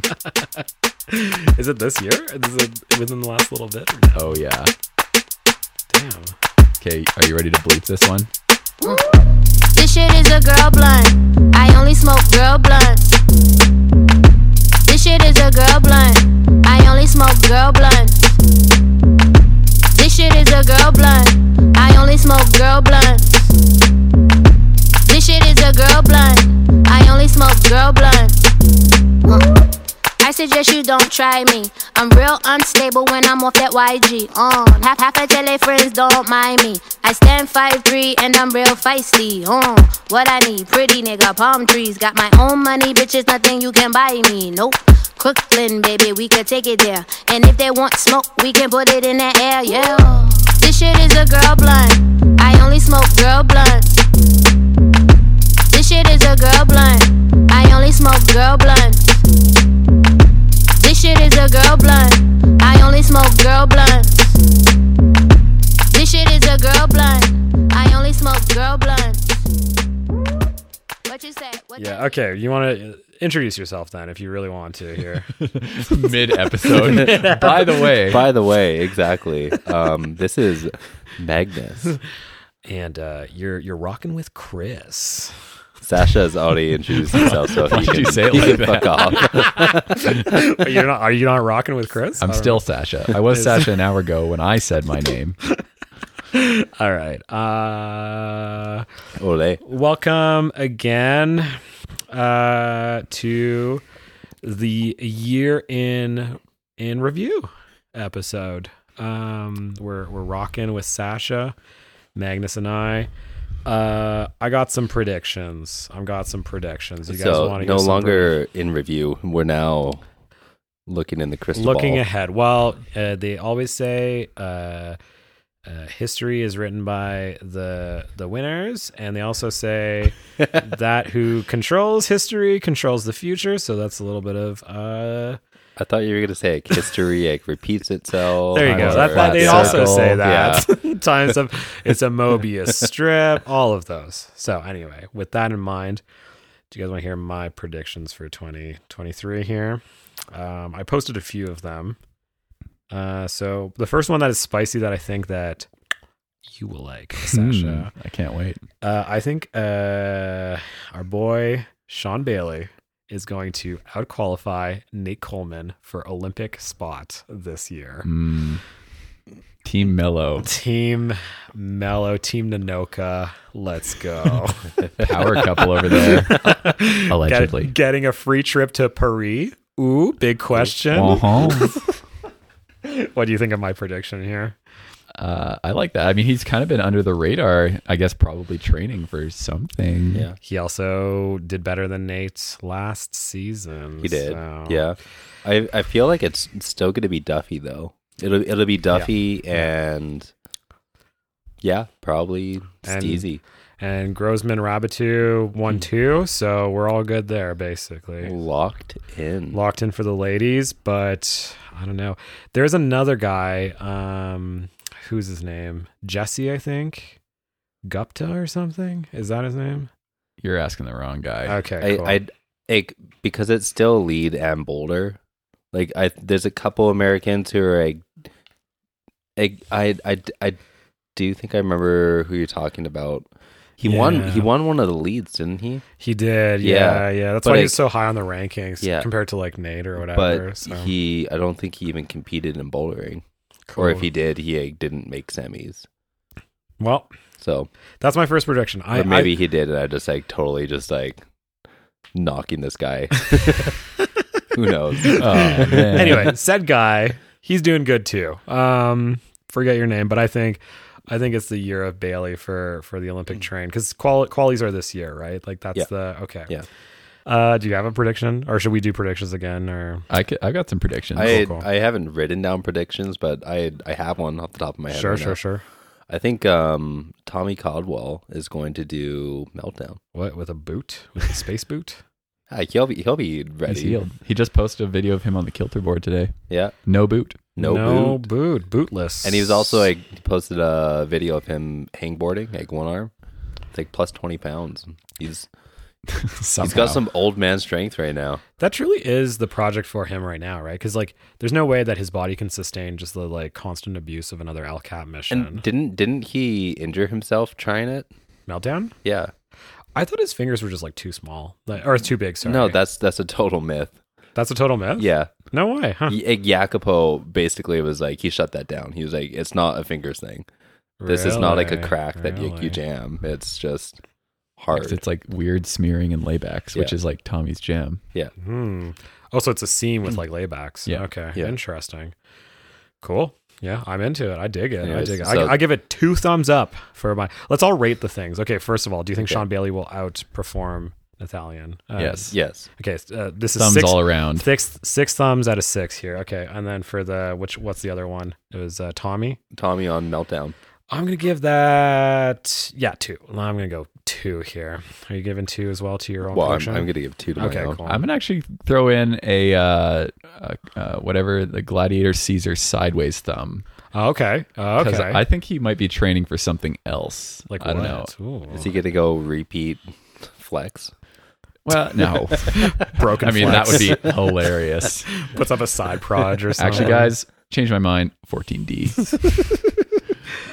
[SPEAKER 3] Is it this year? Is it within the last little bit?
[SPEAKER 2] Oh yeah.
[SPEAKER 3] Damn.
[SPEAKER 2] Okay, are you ready to bleep this one?
[SPEAKER 5] This shit is a girl blunt. I only smoke girl blunts. This shit is a girl blunt. I only smoke girl blunts. This shit is a girl blunt. I only smoke girl blunts. This shit is a girl blunt. I only smoke girl blunts. I suggest you don't try me. I'm real unstable when I'm off that YG. On half half I tell their friends don't mind me. I stand 5'3 and I'm real feisty. On what I need, pretty nigga, palm trees. Got my own money, bitches, nothing you can buy me. Nope. Crooklyn, baby, we could take it there. And if they want smoke, we can put it in the air, yeah. This shit is a girl blunt. I only smoke girl blunts. This shit is a girl blunt. I only smoke girl blunts. This shit is a girl blunt. I only smoke girl blunts. This shit is a girl blunt. I only smoke girl blunts. What you say? What
[SPEAKER 3] Yeah. Okay. You want to introduce yourself then, if you really want to here.
[SPEAKER 2] Mid episode. By the way,
[SPEAKER 1] By the way, exactly. Um, this is Magnus.
[SPEAKER 3] and uh, you're you're rocking with Chris.
[SPEAKER 1] Sasha has already introduced himself, so he
[SPEAKER 2] did
[SPEAKER 1] can,
[SPEAKER 2] you say it
[SPEAKER 1] he
[SPEAKER 2] like
[SPEAKER 1] can fuck off.
[SPEAKER 3] But you're not. Are you not rocking with Chris?
[SPEAKER 2] I'm
[SPEAKER 3] All
[SPEAKER 2] still Sasha. I was Sasha an hour ago when I said my name.
[SPEAKER 3] right. All right. Uh,
[SPEAKER 1] Ole.
[SPEAKER 3] welcome again uh, to the year in in review episode. Um, we're we're rocking with Sasha, Magnus, and I. Uh, I got some predictions. I've got some predictions. You guys
[SPEAKER 1] So
[SPEAKER 3] want to
[SPEAKER 1] no longer in review. We're now looking in the crystal
[SPEAKER 3] looking
[SPEAKER 1] ball.
[SPEAKER 3] ahead well uh, they always say uh, uh, history is written by the the winners and they also say that who controls history controls the future so that's a little bit of uh
[SPEAKER 1] I thought you were going to say like, history like repeats itself.
[SPEAKER 3] there you go
[SPEAKER 1] or
[SPEAKER 3] that, that- they
[SPEAKER 1] flat
[SPEAKER 3] also
[SPEAKER 1] circle.
[SPEAKER 3] say that
[SPEAKER 1] Yeah.
[SPEAKER 3] times of it's a mobius strip all of those so anyway with that in mind do you guys want to hear my predictions for 2023 here um, i posted a few of them uh, so the first one that is spicy that i think that you will like sasha
[SPEAKER 2] Hmm, I can't wait.
[SPEAKER 3] uh, i think uh, our boy sean bailey is going to outqualify nate coleman for olympic spot this year
[SPEAKER 2] Hmm. Team Mellow.
[SPEAKER 3] Team Mellow, Team Nanoka. Let's go.
[SPEAKER 2] Power couple over there. Allegedly.
[SPEAKER 3] Get- getting a free trip to Paris. Ooh, big question.
[SPEAKER 2] Uh-huh.
[SPEAKER 3] What do you think of my prediction here?
[SPEAKER 2] Uh, I like that. I mean, he's kind of been under the radar, I guess, probably training for something.
[SPEAKER 1] Yeah.
[SPEAKER 3] He also did better than Nate last season.
[SPEAKER 1] He did.
[SPEAKER 3] so-
[SPEAKER 1] Yeah. I I feel like it's still going to be Duffy though. It'll it'll be Duffy and yeah, probably
[SPEAKER 3] And-
[SPEAKER 1] Steezy.
[SPEAKER 3] And Grossman Rabitu won two, so we're all good there, basically.
[SPEAKER 1] Locked in.
[SPEAKER 3] locked in for the ladies, but I don't know. There's another guy, um, who's his name? Jesse, I think. Gupta or something? Is that his name?
[SPEAKER 2] You're asking the wrong guy.
[SPEAKER 3] Okay,
[SPEAKER 1] I
[SPEAKER 3] cool.
[SPEAKER 1] I like because it's still lead and Boulder. Like I there's a couple Americans who are like, like I I I do think I remember who you're talking about. He won
[SPEAKER 3] Yeah.
[SPEAKER 1] he won one of the leads, didn't he?
[SPEAKER 3] he did.
[SPEAKER 1] Yeah,
[SPEAKER 3] Yeah, yeah. That's
[SPEAKER 1] but
[SPEAKER 3] why
[SPEAKER 1] I-
[SPEAKER 3] he's so high on the rankings
[SPEAKER 1] Yeah.
[SPEAKER 3] compared to like Nate or whatever.
[SPEAKER 1] but
[SPEAKER 3] so.
[SPEAKER 1] he I don't think he even competed in bouldering.
[SPEAKER 3] Cool.
[SPEAKER 1] Or if he did, he like, didn't make semis.
[SPEAKER 3] well,
[SPEAKER 1] So
[SPEAKER 3] that's my first prediction. I
[SPEAKER 1] or
[SPEAKER 3] I-
[SPEAKER 1] maybe he did, and I just like totally just like knocking this guy. Who knows?
[SPEAKER 2] Oh, man.
[SPEAKER 3] anyway, said guy, he's doing good too. Um, forget your name, but I think, I think it's the year of Bailey for for the Olympic train because quali- qualies are this year, right? Like that's
[SPEAKER 1] Mm. Yeah.
[SPEAKER 3] the okay.
[SPEAKER 1] Yeah.
[SPEAKER 3] Uh, do you have a prediction, or should we do predictions again? Or
[SPEAKER 2] I could, I've got some predictions.
[SPEAKER 1] I
[SPEAKER 3] cool.
[SPEAKER 1] I haven't written down predictions, but I I have one off the top of my head.
[SPEAKER 3] sure,
[SPEAKER 1] right
[SPEAKER 3] sure,
[SPEAKER 1] now.
[SPEAKER 3] sure.
[SPEAKER 1] I think um, Tommy Caldwell is going to do meltdown.
[SPEAKER 3] What with a boot? With a space boot?
[SPEAKER 1] Ah, he'll be he'll be
[SPEAKER 2] He's
[SPEAKER 1] ready.
[SPEAKER 2] healed. He just posted a video of him on the kilter board today.
[SPEAKER 1] Yeah,
[SPEAKER 2] No boot.
[SPEAKER 1] no,
[SPEAKER 3] no
[SPEAKER 1] boot.
[SPEAKER 3] boot, bootless.
[SPEAKER 1] And he was also like he posted a video of him hangboarding, like one arm. It's like plus twenty pounds. He's he's
[SPEAKER 2] Somehow.
[SPEAKER 1] got some old man strength right now.
[SPEAKER 3] That truly is the project for him right now, right? Because like, there's no way that his body can sustain just the like constant abuse of another LCAP mission.
[SPEAKER 1] And didn't didn't he injure himself trying it?
[SPEAKER 3] Meltdown?
[SPEAKER 1] Yeah.
[SPEAKER 3] I thought his fingers were just like too small, like, or too big. Sorry,
[SPEAKER 1] No, that's that's a total myth.
[SPEAKER 3] that's a total myth.
[SPEAKER 1] Yeah.
[SPEAKER 3] no way. Huh?
[SPEAKER 1] Y- like, eh, Jacopo basically was like he shut that down. He was like, it's not a fingers thing. This is not like a
[SPEAKER 3] Really?
[SPEAKER 1] crack that you,
[SPEAKER 3] Really?
[SPEAKER 1] you jam. It's just
[SPEAKER 2] 'Cause
[SPEAKER 1] hard.
[SPEAKER 2] It's like weird smearing and laybacks, which
[SPEAKER 1] Yeah.
[SPEAKER 2] is like Tommy's jam.
[SPEAKER 3] Hmm. Oh, so it's a seam with like laybacks.
[SPEAKER 2] Yeah.
[SPEAKER 3] Okay.
[SPEAKER 1] Yeah.
[SPEAKER 3] Interesting. Cool. Yeah, I'm into it. I dig it.
[SPEAKER 1] Anyways,
[SPEAKER 3] I dig it.
[SPEAKER 1] so-
[SPEAKER 3] I, I give it two thumbs up for my. Let's all rate the things. Okay. First of all, do you think Sean Bailey will outperform Nathalian? Uh,
[SPEAKER 2] Yes.
[SPEAKER 1] yes.
[SPEAKER 3] Okay. Uh, this is
[SPEAKER 2] Thumbs
[SPEAKER 3] six,
[SPEAKER 2] all around.
[SPEAKER 3] six six thumbs out of six here. Okay. And then for the which what's the other one? It was uh, Tommy.
[SPEAKER 1] Tommy on meltdown.
[SPEAKER 3] I'm gonna give that yeah two. I'm gonna go two here. Are you giving two as well to your own
[SPEAKER 1] Well, I'm,
[SPEAKER 3] prediction?
[SPEAKER 1] I'm going to give two to my
[SPEAKER 3] okay,
[SPEAKER 1] own.
[SPEAKER 3] cool.
[SPEAKER 2] I'm gonna actually throw in a uh, uh, uh, whatever the Gladiator Caesar sideways thumb
[SPEAKER 3] Oh, okay, Oh,
[SPEAKER 2] because
[SPEAKER 3] okay.
[SPEAKER 2] I think he might be training for something else. Like I don't know.
[SPEAKER 3] know.
[SPEAKER 1] Is he going to go repeat flex?
[SPEAKER 2] Well, no.
[SPEAKER 3] broken?
[SPEAKER 2] I mean, that would
[SPEAKER 3] flex.
[SPEAKER 2] be hilarious.
[SPEAKER 3] puts up a side proj or something.
[SPEAKER 2] actually, guys, change my mind. 14D.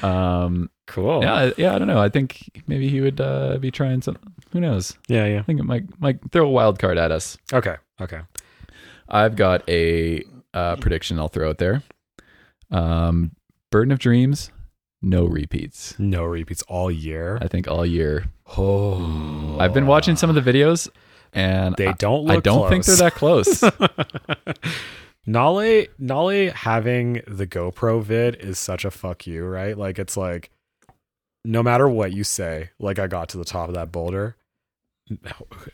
[SPEAKER 2] um.
[SPEAKER 3] cool.
[SPEAKER 2] Yeah. Yeah. I don't know. I think maybe he would uh, be trying some. Who knows?
[SPEAKER 3] yeah, yeah.
[SPEAKER 2] I think it might might throw a wild card at us.
[SPEAKER 3] Okay, okay.
[SPEAKER 2] I've got a uh, prediction I'll throw out there. Um, Burden of Dreams, no repeats.
[SPEAKER 3] No repeats all year.
[SPEAKER 2] I think all year.
[SPEAKER 3] Oh,
[SPEAKER 2] I've been watching some of the videos, and
[SPEAKER 3] They
[SPEAKER 2] I-
[SPEAKER 3] don't
[SPEAKER 2] I
[SPEAKER 3] look
[SPEAKER 2] don't think they're
[SPEAKER 3] close.
[SPEAKER 2] that close.
[SPEAKER 3] Nolly Nolly having the GoPro vid is such a fuck you, right? Like it's like no matter what you say, like I got to the top of that boulder.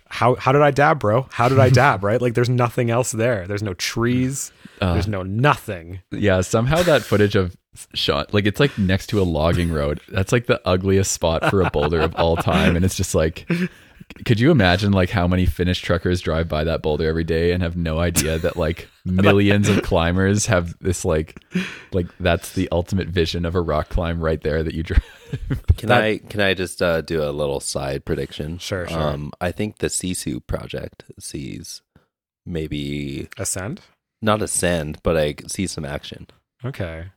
[SPEAKER 3] How how did I dab, bro? How did I dab, right? Like there's nothing else there. There's no trees.
[SPEAKER 2] Uh,
[SPEAKER 3] There's no nothing.
[SPEAKER 2] yeah, somehow that footage of shot like it's like next to a logging road. That's like the ugliest spot for a boulder of all time, and it's just like. Could you imagine like how many Finnish truckers drive by that boulder every day and have no idea that like millions of climbers have this like like that's the ultimate vision of a rock climb right there that you drive.
[SPEAKER 1] Can I can I just uh, do a little side prediction?
[SPEAKER 3] Sure, sure.
[SPEAKER 1] Um, I think the Sisu project sees maybe
[SPEAKER 3] Ascend?
[SPEAKER 1] not ascend, but like see some action.
[SPEAKER 3] Okay.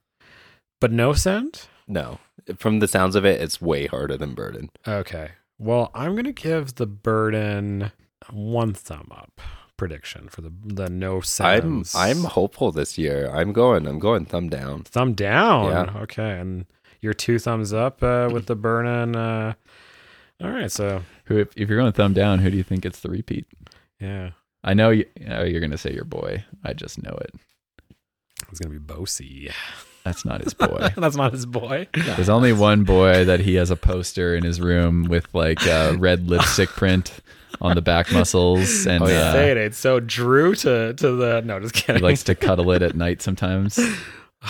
[SPEAKER 3] But no send?
[SPEAKER 1] No, from the sounds of it, it's way harder than burden.
[SPEAKER 3] Okay. Well, I'm gonna give the burden one thumb up prediction for the the no
[SPEAKER 1] I'm
[SPEAKER 3] sends.
[SPEAKER 1] I'm hopeful this year. I'm going. I'm going thumb down.
[SPEAKER 3] thumb down.
[SPEAKER 1] Yeah.
[SPEAKER 3] Okay, and your two thumbs up uh, with the burning. Uh, all right, so
[SPEAKER 2] Who if, if you're going thumb down, who do you think gets the repeat?
[SPEAKER 3] yeah,
[SPEAKER 2] I know you, oh, you're going to say your boy. I just know it.
[SPEAKER 3] it's gonna be Bosey.
[SPEAKER 2] That's not his boy.
[SPEAKER 3] That's not his boy.
[SPEAKER 2] There's only one boy that he has a poster in his room with like a red lipstick print on the back muscles, and uh,
[SPEAKER 3] Oh, Say it ain't so. Drew to to the no, just
[SPEAKER 2] he
[SPEAKER 3] kidding.
[SPEAKER 2] likes to cuddle it at night sometimes.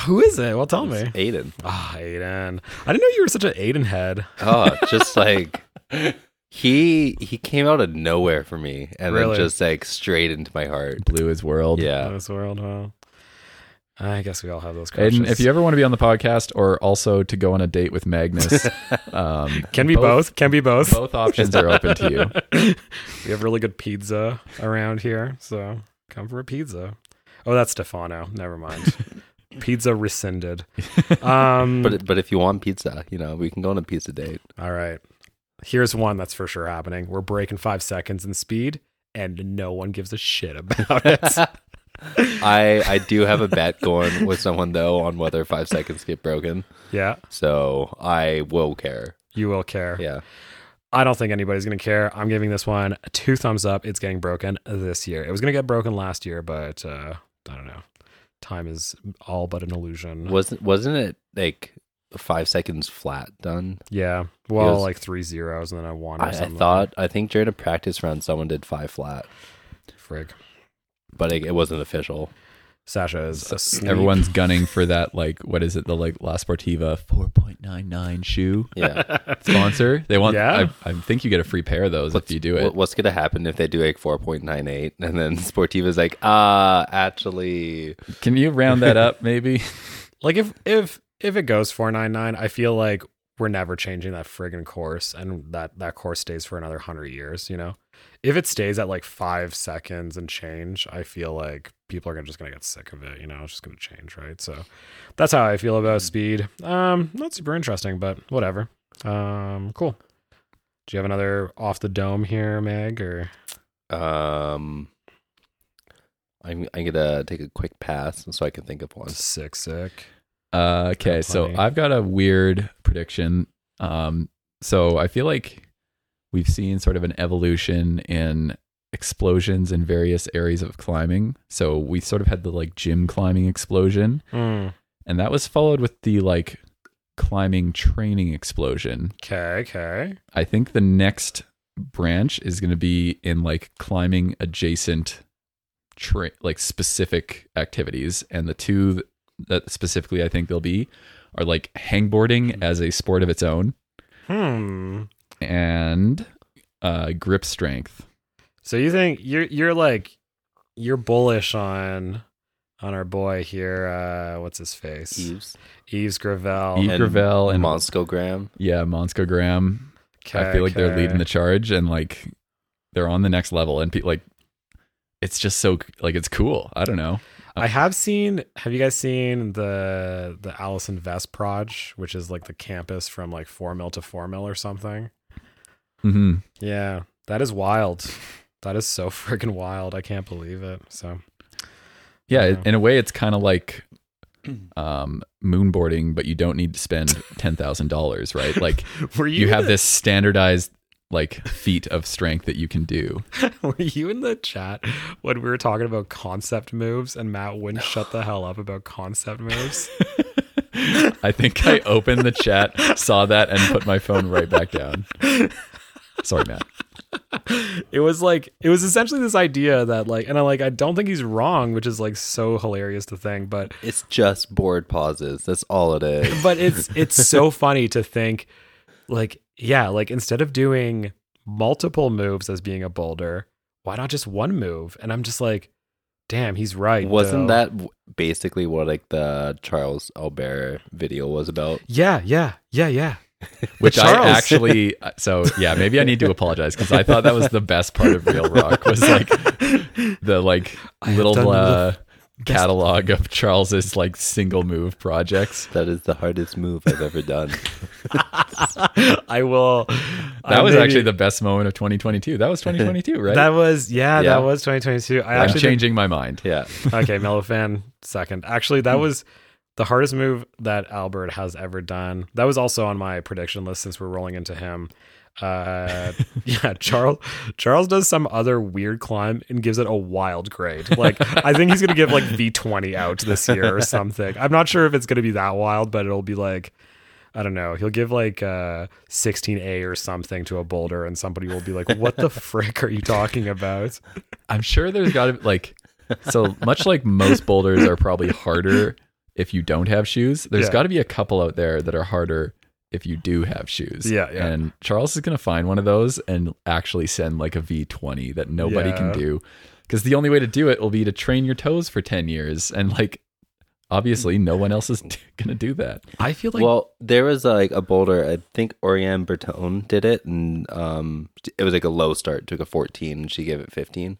[SPEAKER 3] Who is it? Well, tell me.
[SPEAKER 1] Aiden.
[SPEAKER 3] Ah, Aiden. I didn't know you were such an Aiden head.
[SPEAKER 1] Oh, just like he he came out of nowhere for me and
[SPEAKER 3] Really? Uh,
[SPEAKER 1] then just like straight into my heart.
[SPEAKER 2] Blew his world.
[SPEAKER 3] in
[SPEAKER 1] Yeah.
[SPEAKER 3] this world. Wow. I guess we all have those crushes.
[SPEAKER 2] Aiden, if you ever want to be on the podcast or also to go on a date with Magnus, um,
[SPEAKER 3] can be both, can be both.
[SPEAKER 2] Both options are open to you.
[SPEAKER 3] We have really good pizza around here, so come for a pizza. Oh, that's Stefano. Never mind. pizza rescinded. Um,
[SPEAKER 1] But but if you want pizza, you know, we can go on a pizza date.
[SPEAKER 3] all right. Here's one that's for sure happening. We're breaking five seconds in speed, and no one gives a shit about it.
[SPEAKER 1] I I do have a bet going with someone though on whether five seconds get broken.
[SPEAKER 3] yeah,
[SPEAKER 1] So I will care.
[SPEAKER 3] you will care.
[SPEAKER 1] Yeah.
[SPEAKER 3] I don't think anybody's going to care. I'm giving this one two thumbs up. It's getting broken this year. It was going to get broken last year, but uh, I don't know. Time is all but an illusion.
[SPEAKER 1] Wasn't wasn't it like five seconds flat done?
[SPEAKER 3] Yeah. Well,
[SPEAKER 1] was-
[SPEAKER 3] like three zeros and then a one or
[SPEAKER 1] I, I
[SPEAKER 3] something.
[SPEAKER 1] thought I think during a practice round someone did five flat,
[SPEAKER 3] Frig.
[SPEAKER 1] but it, it wasn't official.
[SPEAKER 3] Sasha is asleep.
[SPEAKER 2] Everyone's gunning for that, like, what is it? The like La Sportiva 4.99 shoe
[SPEAKER 1] Yeah.
[SPEAKER 2] sponsor. They want,
[SPEAKER 3] Yeah.
[SPEAKER 2] I, I think you get a free pair of those if you do it.
[SPEAKER 1] What- what's gonna happen if they do like four point nine eight and then Sportiva's like, ah, actually
[SPEAKER 2] Can you round that up maybe?
[SPEAKER 3] Like if if if it goes 499, I feel like we're never changing that friggin' course and that that course stays for another 100 years, you know. If it stays at like 5 seconds and change, I feel like people are gonna, just going to get sick of it, you know. It's just going to change, right? So that's how I feel about speed. Um not super interesting, but whatever. Um cool. Do you have another off the dome here, Meg, or
[SPEAKER 1] um I'm I'm gonna take a quick pass so I can think of one.
[SPEAKER 3] sick sick?
[SPEAKER 2] Uh, okay, so
[SPEAKER 3] funny.
[SPEAKER 2] I've got a weird prediction. Um, so I feel like we've seen sort of an evolution in explosions in various areas of climbing. So we sort of had the like gym climbing explosion,
[SPEAKER 3] Hmm.
[SPEAKER 2] and that was followed with the like climbing training explosion.
[SPEAKER 3] Okay, okay.
[SPEAKER 2] I think the next branch is going to be in like climbing adjacent tra- like specific activities and the two th- that specifically I think they'll be are like hangboarding as a sport of its own
[SPEAKER 3] Hmm.
[SPEAKER 2] and uh grip strength.
[SPEAKER 3] So you think you're you're like you're bullish on on our boy here, uh what's his face?
[SPEAKER 1] Eves.
[SPEAKER 3] Eves Gravel.
[SPEAKER 2] Eve- Gravel and-
[SPEAKER 1] Moscogram.
[SPEAKER 2] Yeah, Monsko Graham. I
[SPEAKER 3] Okay,
[SPEAKER 2] feel like they're
[SPEAKER 3] okay.
[SPEAKER 2] leading the charge and like they're on the next level and pe- like it's just so c- like it's cool. I don't know.
[SPEAKER 3] I have seen have you guys seen the the Allison Vest Proj, which is like the campus from like four mil to four mil or something?
[SPEAKER 2] hmm
[SPEAKER 3] Yeah. That is wild. That is so freaking wild. I can't believe it. So
[SPEAKER 2] Yeah,
[SPEAKER 3] Yeah.
[SPEAKER 2] in a way, it's kind of like um, moonboarding, but you don't need to spend ten thousand dollars, right? Like
[SPEAKER 3] were
[SPEAKER 2] you have this standardized like feat of strength that you can do.
[SPEAKER 3] Were you in the chat when we were talking about concept moves and Matt wouldn't shut the hell up about concept moves?
[SPEAKER 2] I think I opened the chat, saw that, and put my phone right back down. Sorry, Matt.
[SPEAKER 3] it was like it was essentially this idea that like and I like I don't think he's wrong, which is like so hilarious to think, but
[SPEAKER 1] It's just board pauses. That's all it is.
[SPEAKER 3] but it's it's so funny to think like yeah, like instead of doing multiple moves as being a boulder, why not just one move? And I'm just like, damn, he's right.
[SPEAKER 1] Wasn't
[SPEAKER 3] though.
[SPEAKER 1] that w- basically what like the Charles Albert video was about?
[SPEAKER 3] Yeah, yeah, yeah, yeah.
[SPEAKER 2] Which
[SPEAKER 3] Charles.
[SPEAKER 2] I actually, uh, so yeah, maybe I need to apologize because I thought that was the best part of Real Rock was like the like
[SPEAKER 3] have
[SPEAKER 2] little
[SPEAKER 3] done the
[SPEAKER 2] uh, catalog of Charles's like single move projects.
[SPEAKER 1] That is the hardest move I've ever done.
[SPEAKER 3] I will.
[SPEAKER 2] That was actually the best moment of 2022. That was 2022, right?
[SPEAKER 3] Uh, That was yeah,
[SPEAKER 1] Yeah.
[SPEAKER 3] That was 2022. I
[SPEAKER 2] I'm
[SPEAKER 3] actually
[SPEAKER 2] changing my mind.
[SPEAKER 1] Yeah.
[SPEAKER 3] okay, mellow fan second. Actually, that was the hardest move that Albert has ever done. That was also on my prediction list since we're rolling into him. Uh, yeah, Charles Charles does some other weird climb and gives it a wild grade. Like I think he's gonna give like V twenty out this year or something. I'm not sure if it's gonna be that wild, but it'll be like I don't know. He'll give like uh 16A or something to a boulder, and somebody will be like, "What the frick are you talking about?"
[SPEAKER 2] I'm sure there's got to like so much like most boulders are probably harder if you don't have shoes. There's
[SPEAKER 3] Yeah.
[SPEAKER 2] got to be a couple out there that are harder if you do have shoes.
[SPEAKER 3] Yeah, yeah.
[SPEAKER 2] And Charles is going to find one of those and actually send like a V20 that nobody can
[SPEAKER 3] Yeah.
[SPEAKER 2] do because the only way to do it will be to train your toes for 10 years and like obviously no one else is going to do that.
[SPEAKER 3] I feel like
[SPEAKER 1] well, there was like a boulder. I think Oriane Bertone did it, and um, it was like a low start. Took a fourteen, and she gave it fifteen.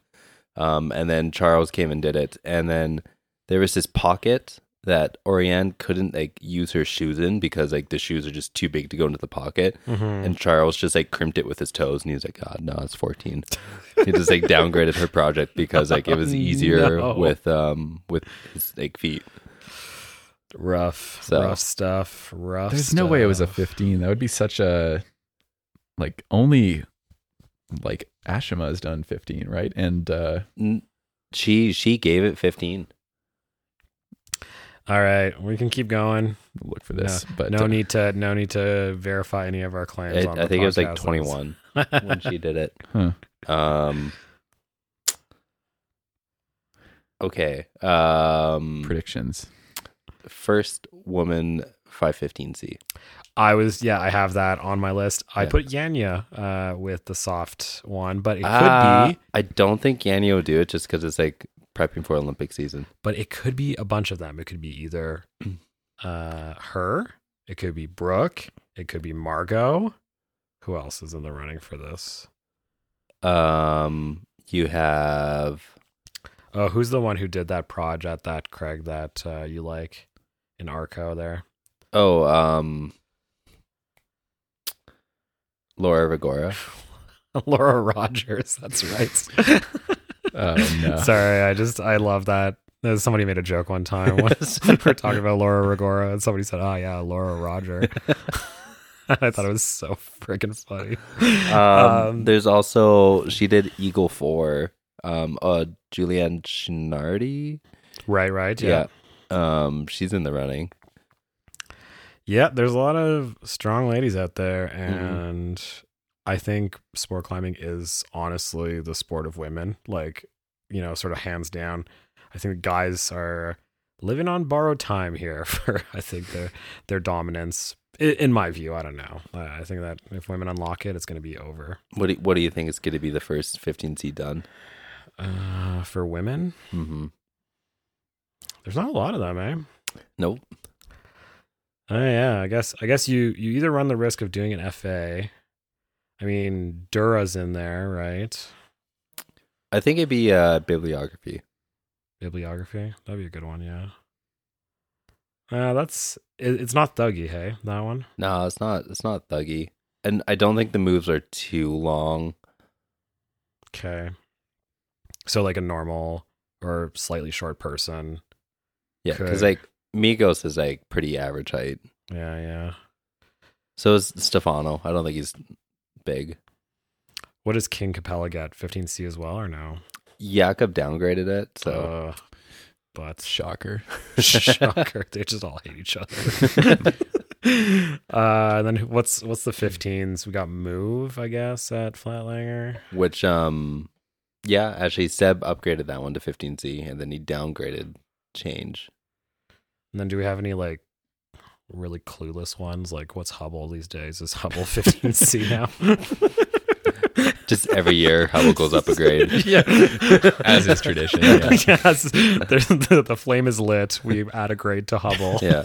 [SPEAKER 1] Um, and then Charles came and did it, and then there was this pocket that Oriane couldn't like use her shoes in because like the shoes are just too big to go into the pocket.
[SPEAKER 3] Hmm.
[SPEAKER 1] And Charles just like crimped it with his toes, and he's like, "God, no, it's 14. he just like downgraded her project because like it was easier
[SPEAKER 3] No.
[SPEAKER 1] with um with his like feet.
[SPEAKER 3] rough,
[SPEAKER 1] So-
[SPEAKER 3] rough stuff. Rough.
[SPEAKER 2] There's no way it was a
[SPEAKER 3] stuff.
[SPEAKER 2] 15. That would be such a like only like Ashima has done 15, right? And uh
[SPEAKER 1] N- She she gave it 15.
[SPEAKER 3] All right, we can keep going.
[SPEAKER 2] look for this, but
[SPEAKER 3] no
[SPEAKER 2] uh,
[SPEAKER 3] need to no need to verify any of our claims.
[SPEAKER 1] I,
[SPEAKER 3] on
[SPEAKER 1] I
[SPEAKER 3] the
[SPEAKER 1] think it was like
[SPEAKER 3] podcast.
[SPEAKER 1] 21 when she did it.
[SPEAKER 2] Huh.
[SPEAKER 1] Um, okay. Um,
[SPEAKER 2] predictions.
[SPEAKER 1] first woman 515C.
[SPEAKER 3] I was yeah, I have that on my list. I
[SPEAKER 1] Yeah.
[SPEAKER 3] put Yanya uh, with the soft one, but it could
[SPEAKER 1] Uh,
[SPEAKER 3] be
[SPEAKER 1] I don't think Yanni will do it just because it's like prepping for Olympic season.
[SPEAKER 3] but it could be a bunch of them. It could be either uh, her, it could be Brooke, it could be Margot. Who else is in the running for this?
[SPEAKER 1] Um, you have
[SPEAKER 3] Oh, who's the one who did that project that Craig that uh, you like in Arco there?
[SPEAKER 1] oh um, Laura Rigora.
[SPEAKER 3] Laura Rogers, that's right.
[SPEAKER 2] Oh no.
[SPEAKER 3] Sorry, I just I love that. Uh, Somebody made a joke one time when we were talking about Laura Rigora, and somebody said, "Oh yeah, Laura Roger." I thought it was so freaking funny.
[SPEAKER 1] Um, there's also she did Eagle Four. Um, uh, Julianne Chinardi.
[SPEAKER 3] Right, right, yeah.
[SPEAKER 1] Yeah.
[SPEAKER 3] yeah,
[SPEAKER 1] Um, she's in the running.
[SPEAKER 3] There's a lot of strong ladies out there,
[SPEAKER 1] Mhm.
[SPEAKER 3] and I think sport climbing is honestly the sport of women. Like, you know, sort of hands down. I think the guys are living on borrowed time here for I think their their dominance. I- In my view, I don't know. Uh, I think that if women unlock it, it's going to be over
[SPEAKER 1] What do, what do you think is going to be the first 15 seed done?
[SPEAKER 3] uh, for women.
[SPEAKER 1] Mm-hmm.
[SPEAKER 3] There's not a lot of them, eh?
[SPEAKER 1] Nope.
[SPEAKER 3] Oh yeah, I guess I guess you you either run the risk of doing an FA. I mean, Dura's in there, right?
[SPEAKER 1] I think it'd be uh, bibliography.
[SPEAKER 3] Bibliography that'd be a good one, yeah. Uh, that's it, it's not Thuggy, hey, that one.
[SPEAKER 1] No, it's not. It's not thuggy, and I don't think the moves are too long.
[SPEAKER 3] Okay, so like a normal or slightly short person.
[SPEAKER 1] Yeah, because
[SPEAKER 3] Okay.
[SPEAKER 1] like Migos is like pretty average height.
[SPEAKER 3] Yeah, yeah.
[SPEAKER 1] So is Stefano. I don't think he's big.
[SPEAKER 3] What does King Capella get? 15C as well, or no?
[SPEAKER 1] Jakob downgraded it, so
[SPEAKER 3] uh, but
[SPEAKER 2] Shocker.
[SPEAKER 3] Shocker. They just all hate each other. uh, and then who- what's what's the 15s? We got move, I guess, at Flatlanger.
[SPEAKER 1] which um, yeah, actually Seb upgraded that one to 15C, and then he downgraded change.
[SPEAKER 3] And then do we have any like really clueless ones? Like what's Hubble these days? Is Hubble 15C now?
[SPEAKER 1] Just every year, Hubble goes up a grade.
[SPEAKER 3] yeah.
[SPEAKER 2] As is tradition, yeah.
[SPEAKER 3] Yes. There's the, the flame is lit. We add a grade to Hubble.
[SPEAKER 1] Yeah.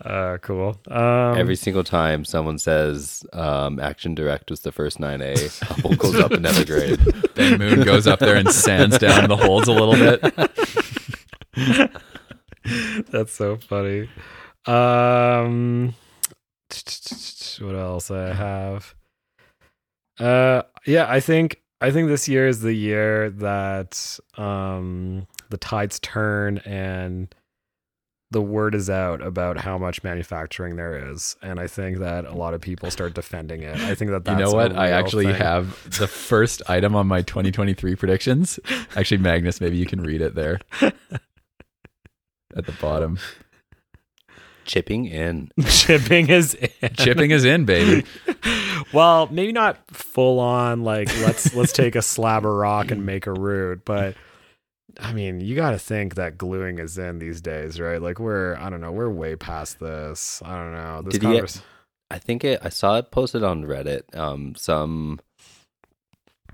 [SPEAKER 3] Uh, cool. Um,
[SPEAKER 1] Every single time someone says um, Action Direct was the first 9A, Hubble goes up another grade.
[SPEAKER 2] Ben Moon goes up there and sands down the holds a little bit.
[SPEAKER 3] That's so funny. Um, what else I have? Uh, yeah, I think I think this year is the year that um the tides turn and the word is out about how much manufacturing there is, and I think that a lot of people start defending it. I think that
[SPEAKER 2] You
[SPEAKER 3] that's
[SPEAKER 2] know
[SPEAKER 3] a
[SPEAKER 2] what? I
[SPEAKER 3] real
[SPEAKER 2] actually
[SPEAKER 3] thing.
[SPEAKER 2] have the first item on my 2023 predictions. Actually, Magnus, maybe you can read it there at the bottom.
[SPEAKER 1] Chipping in.
[SPEAKER 3] shipping is in.
[SPEAKER 2] Chipping is in, baby.
[SPEAKER 3] well, maybe not full on like let's let's take a slab of rock and make a root, but I mean, you got to think that gluing is in these days, right? Like we're I don't know, we're way past this. I don't know. This
[SPEAKER 1] Did you get-
[SPEAKER 3] convers-
[SPEAKER 1] I think it, I saw it posted on Reddit. Um, some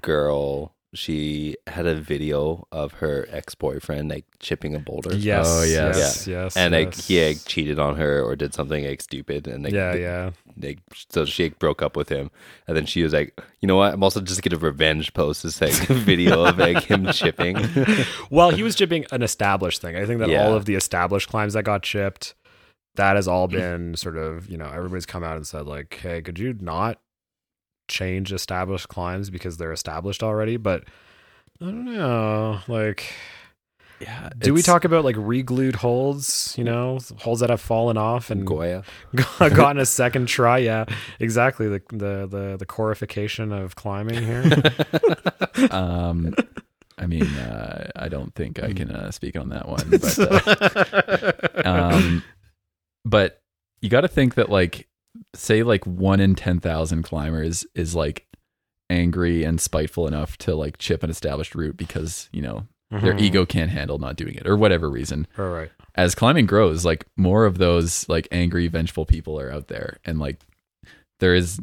[SPEAKER 1] girl she had a video of her ex boyfriend like chipping a boulder.
[SPEAKER 3] yes,
[SPEAKER 2] Oh, yes.
[SPEAKER 3] yes, yes, yes.
[SPEAKER 1] And like he like, cheated on her or did something like stupid, and like,
[SPEAKER 3] yeah,
[SPEAKER 1] th-
[SPEAKER 3] yeah.
[SPEAKER 1] like so she like, broke up with him, and then she was like, you know what? I'm also just gonna revenge post this like video of like him chipping.
[SPEAKER 3] Well, he was chipping an established thing. I think that
[SPEAKER 1] Yeah.
[SPEAKER 3] all of the established climbs that got chipped, that has
[SPEAKER 2] Mm-hmm.
[SPEAKER 3] all been sort of, you know, everybody's come out and said, like, hey, could you not change established climbs because they're established already? But I don't know. Like,
[SPEAKER 1] yeah.
[SPEAKER 3] do we talk about like re-glued holds,
[SPEAKER 2] Mm.
[SPEAKER 3] you know, holds that have fallen off and
[SPEAKER 1] Goya?
[SPEAKER 3] gotten a second try? Yeah, exactly. The, the, the, the corification of climbing here.
[SPEAKER 2] Um, I mean, uh, I don't think I can uh, speak on that one. But, uh, um, but you got to think that, like, say, like one in ten thousand climbers is like angry and spiteful enough to like chip an established route because you know their
[SPEAKER 3] Mhm.
[SPEAKER 2] ego can't handle not doing it or whatever reason.
[SPEAKER 3] All right.
[SPEAKER 2] As climbing grows, like more of those like angry, vengeful people are out there, and like there is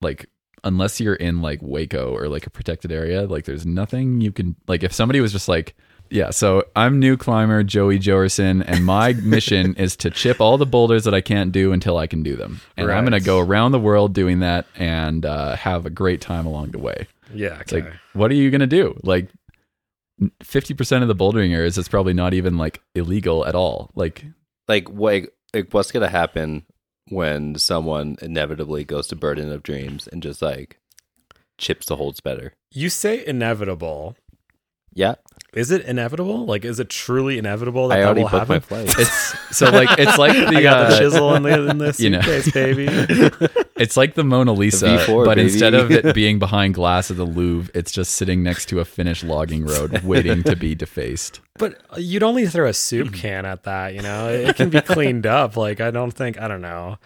[SPEAKER 2] like unless you're in like Waco or like a protected area, like there's nothing you can like if somebody was just like. Yeah, so I'm new climber Joey Jorison, and my mission is to chip all the boulders that I can't do until I can do them, and I'm
[SPEAKER 3] Right.
[SPEAKER 2] gonna go around the world doing that and uh, have a great time along the way.
[SPEAKER 3] Yeah.
[SPEAKER 2] It's
[SPEAKER 3] Okay.
[SPEAKER 2] like, what are you gonna do? Like, fifty percent of the bouldering areas, it's probably not even like illegal at all. Like,
[SPEAKER 1] like what like what's gonna happen when someone inevitably goes to burden of dreams and just like chips the holds better
[SPEAKER 3] you say inevitable.
[SPEAKER 1] yeah
[SPEAKER 3] Is it inevitable? Like, is it truly inevitable that
[SPEAKER 1] i
[SPEAKER 3] that
[SPEAKER 1] already
[SPEAKER 3] will
[SPEAKER 1] booked
[SPEAKER 3] happen?
[SPEAKER 1] my flight
[SPEAKER 2] it's so like it's like the,
[SPEAKER 3] I got the
[SPEAKER 2] uh,
[SPEAKER 3] chisel in the, in the
[SPEAKER 2] you know.
[SPEAKER 3] suitcase, baby.
[SPEAKER 2] it's like the Mona Lisa,
[SPEAKER 1] V4,
[SPEAKER 2] but
[SPEAKER 1] baby.
[SPEAKER 2] instead of it being behind glass at the Louvre, it's just sitting next to a finished logging road, waiting to be defaced.
[SPEAKER 3] But you'd only throw a soup
[SPEAKER 2] Mm.
[SPEAKER 3] can at that, you know. It can be cleaned up. Like, I don't think. I don't know.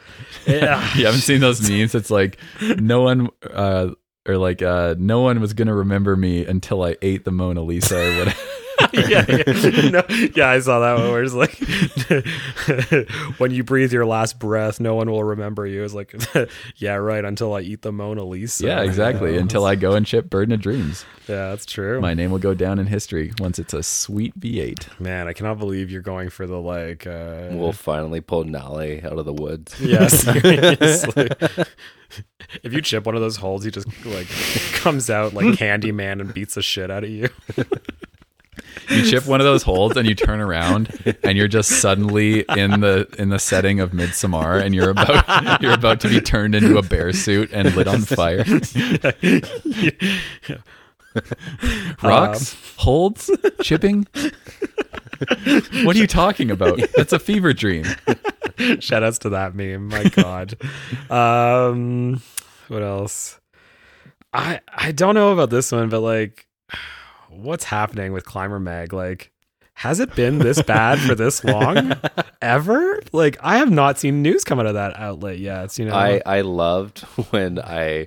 [SPEAKER 3] Yeah.
[SPEAKER 2] You haven't seen those memes? It's like no one. Uh, or like uh, no one was gonna remember me until I ate the Mona Lisa or whatever.
[SPEAKER 3] yeah, yeah. No, yeah, I saw that one where it's like, when you breathe your last breath, no one will remember you. It's like, yeah, right, until I eat the Mona Lisa.
[SPEAKER 2] yeah, exactly. Until I go and chip Burden of Dreams.
[SPEAKER 3] Yeah, that's true.
[SPEAKER 2] My name will go down in history once it's a sweet V8.
[SPEAKER 3] Man, I cannot believe you're going for the, like, uh,
[SPEAKER 1] we'll finally pull nally out of the woods
[SPEAKER 3] Yeah, seriously. if you chip one of those holes, he just like comes out like Candyman and beats the shit out of you.
[SPEAKER 2] You chip one of those holes and you turn around and you're just suddenly in the in the setting of Midsommar and you're about you're about to be turned into a bear suit and lit on fire. Rocks, holds, chipping. What are you talking about? That's a fever dream.
[SPEAKER 3] Shout outs to that meme. My God. Um, what else? I I don't know about this one, but like, what's happening with Climber Mag? Like, has it been this bad for this long ever? Like, I have not seen news come out of that outlet yet. It's, you know,
[SPEAKER 1] i i loved when i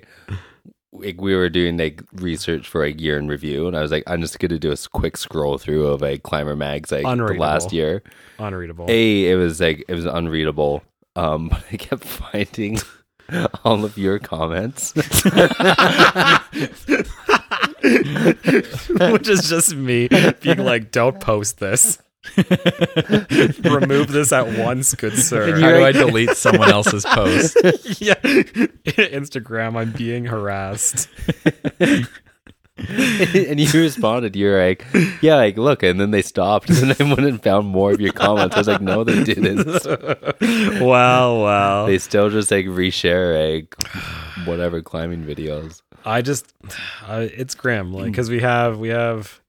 [SPEAKER 1] like we were doing like research for a year in review and i was like i'm just gonna do a s- quick scroll through of like climber mags like the
[SPEAKER 3] Unreadable.
[SPEAKER 1] last year
[SPEAKER 3] unreadable.
[SPEAKER 1] a it was like it was unreadable um but i kept finding all of your comments
[SPEAKER 3] which is just me being like, "Don't post this. Remove this at once, good sir."
[SPEAKER 2] How do I delete someone else's post?
[SPEAKER 3] yeah, Instagram, I'm being harassed.
[SPEAKER 1] and you responded, you're like, yeah, like look, and then they stopped, and then I went and found more of your comments. I was like, no, they didn't.
[SPEAKER 3] Wow, wow.
[SPEAKER 1] They still just like reshare like whatever climbing videos.
[SPEAKER 3] Mm. I just, I it's grim, like because we have we have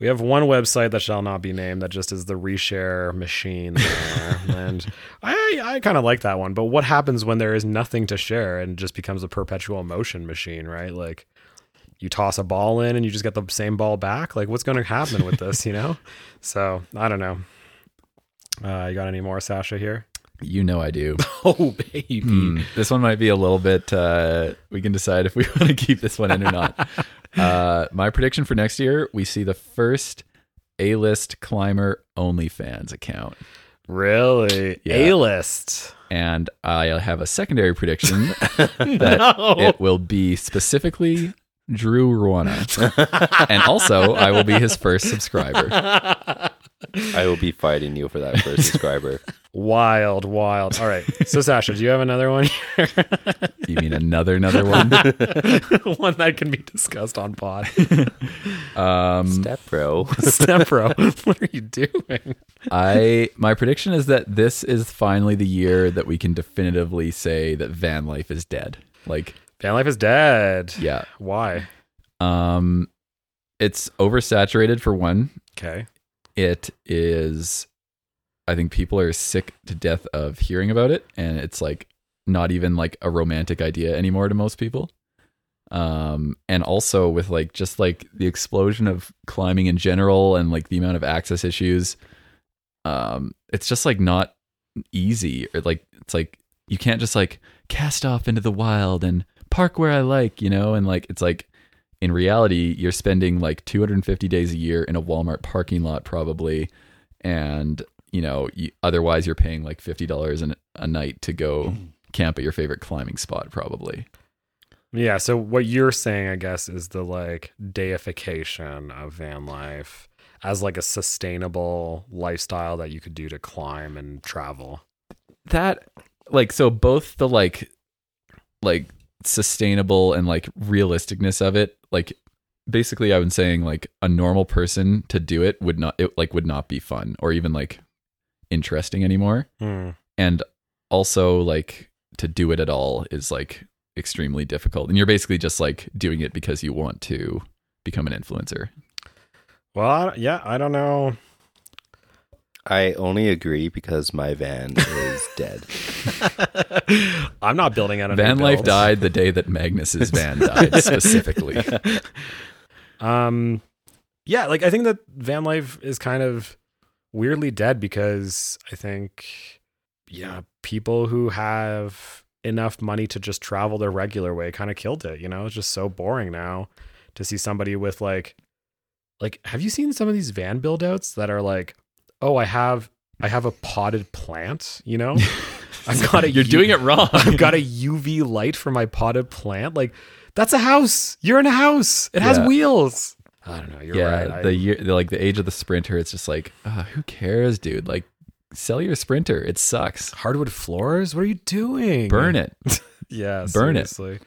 [SPEAKER 3] We have one website that shall not be named that just is the reshare machine. there. and I, I kind of like that one. But what happens when there is nothing to share and just becomes a perpetual motion machine, right? Like you toss a ball in and you just get the same ball back. Like what's going to happen with this, you know? So I don't know. Uh, you got any more Sasha here?
[SPEAKER 2] You know I do.
[SPEAKER 3] Oh, baby.
[SPEAKER 2] Hmm, this one might be a little bit. Uh, we can decide if we want to keep this one in or not. Uh, my prediction for next year: we see the first A-list climber OnlyFans account,
[SPEAKER 3] Really?
[SPEAKER 2] Yeah.
[SPEAKER 3] A-list.
[SPEAKER 2] and I have a secondary prediction that it will be specifically Drew Ruana, and also I will be his first subscriber.
[SPEAKER 1] I will be fighting you for that first subscriber.
[SPEAKER 3] Wild, wild. All right. So, Sasha, do you have another one here?
[SPEAKER 2] You mean another another one?
[SPEAKER 3] one that can be discussed on pod?
[SPEAKER 2] Um,
[SPEAKER 1] Step bro.
[SPEAKER 3] Step bro, what are you doing?
[SPEAKER 2] I my prediction is that this is finally the year that we can definitively say that van life is dead. Like,
[SPEAKER 3] Van life is dead.
[SPEAKER 2] yeah,
[SPEAKER 3] Why?
[SPEAKER 2] um, it's oversaturated for one.
[SPEAKER 3] Okay.
[SPEAKER 2] It is, I think people are sick to death of hearing about it, and it's like not even like a romantic idea anymore to most people. Um, and also with like just like the explosion of climbing in general and like the amount of access issues, um, it's just like not easy or like it's like you can't just like cast off into the wild and park where I like, you know, and like it's like in reality you're spending like 250 days a year in a Walmart parking lot probably and you know you, otherwise you're paying like $50 an, a night to go camp at your favorite climbing spot probably.
[SPEAKER 3] Yeah. So, what you're saying, I guess, is the like deification of van life as like a sustainable lifestyle that you could do to climb and travel.
[SPEAKER 2] that like so both the like like sustainable and like realisticness of it like basically i was saying like a normal person to do it would not it like would not be fun or even like interesting anymore
[SPEAKER 3] Hmm.
[SPEAKER 2] and also like to do it at all is like extremely difficult and you're basically just like doing it because you want to become an influencer
[SPEAKER 3] Well, I, yeah, I don't know.
[SPEAKER 1] I only agree because my van is dead.
[SPEAKER 3] I'm not building out a new
[SPEAKER 2] van life
[SPEAKER 3] build.
[SPEAKER 2] died the day that magnus's van died specifically
[SPEAKER 3] Um, yeah, like I think that van life is kind of weirdly dead because I think, yeah, people who have enough money to just travel their regular way kind of killed it. You know, it's just so boring now to see somebody with like, like, have you seen some of these van build outs that are like, oh, I have, I have a potted plant, you know? I've got a
[SPEAKER 2] you're
[SPEAKER 3] u-
[SPEAKER 2] doing it wrong
[SPEAKER 3] I've got a UV light for my potted plant. Like, that's a house. You're in a house. It has
[SPEAKER 2] Yeah.
[SPEAKER 3] wheels. I don't know. You're
[SPEAKER 2] yeah,
[SPEAKER 3] right. I-
[SPEAKER 2] the year, the, like the age of the sprinter, it's just like, uh, who cares, dude? Like, sell your sprinter. It sucks.
[SPEAKER 3] hardwood floors. What are you doing?
[SPEAKER 2] Burn it.
[SPEAKER 3] Yeah,
[SPEAKER 2] Burn it.
[SPEAKER 3] seriously.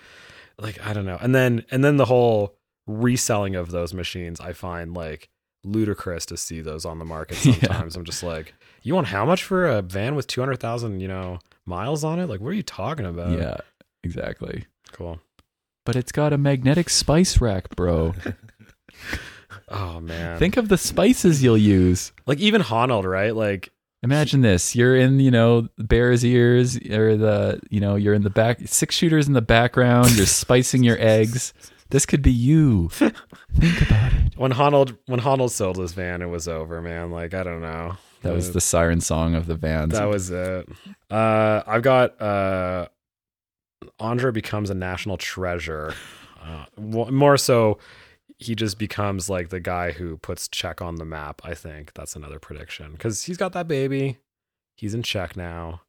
[SPEAKER 3] Like I don't know. And then and then the whole reselling of those machines, I find like ludicrous to see those on the market
[SPEAKER 2] Yeah.
[SPEAKER 3] sometimes. I'm just like, you want how much for a van with 200,000, you know, miles on it? Like what are you talking about?
[SPEAKER 2] yeah, exactly.
[SPEAKER 3] Cool.
[SPEAKER 2] But it's got a magnetic spice rack, bro.
[SPEAKER 3] Oh man.
[SPEAKER 2] Think of the spices you'll use.
[SPEAKER 3] like even Honnold, right? Like
[SPEAKER 2] Imagine this: you're in, you know, bear's ears, or the, you know, you're in the back, six shooters in the background. You're spicing your eggs. This could be you.
[SPEAKER 3] when Honnold when Honnold sold his van, it was over, man. Like I don't know.
[SPEAKER 2] That was the siren song of the vans.
[SPEAKER 3] That was it. Uh, I've got uh, Andre becomes a national treasure. Uh, well, more so, he just becomes like the guy who puts check on the map. I think that's another prediction because he's got that baby. He's in check now.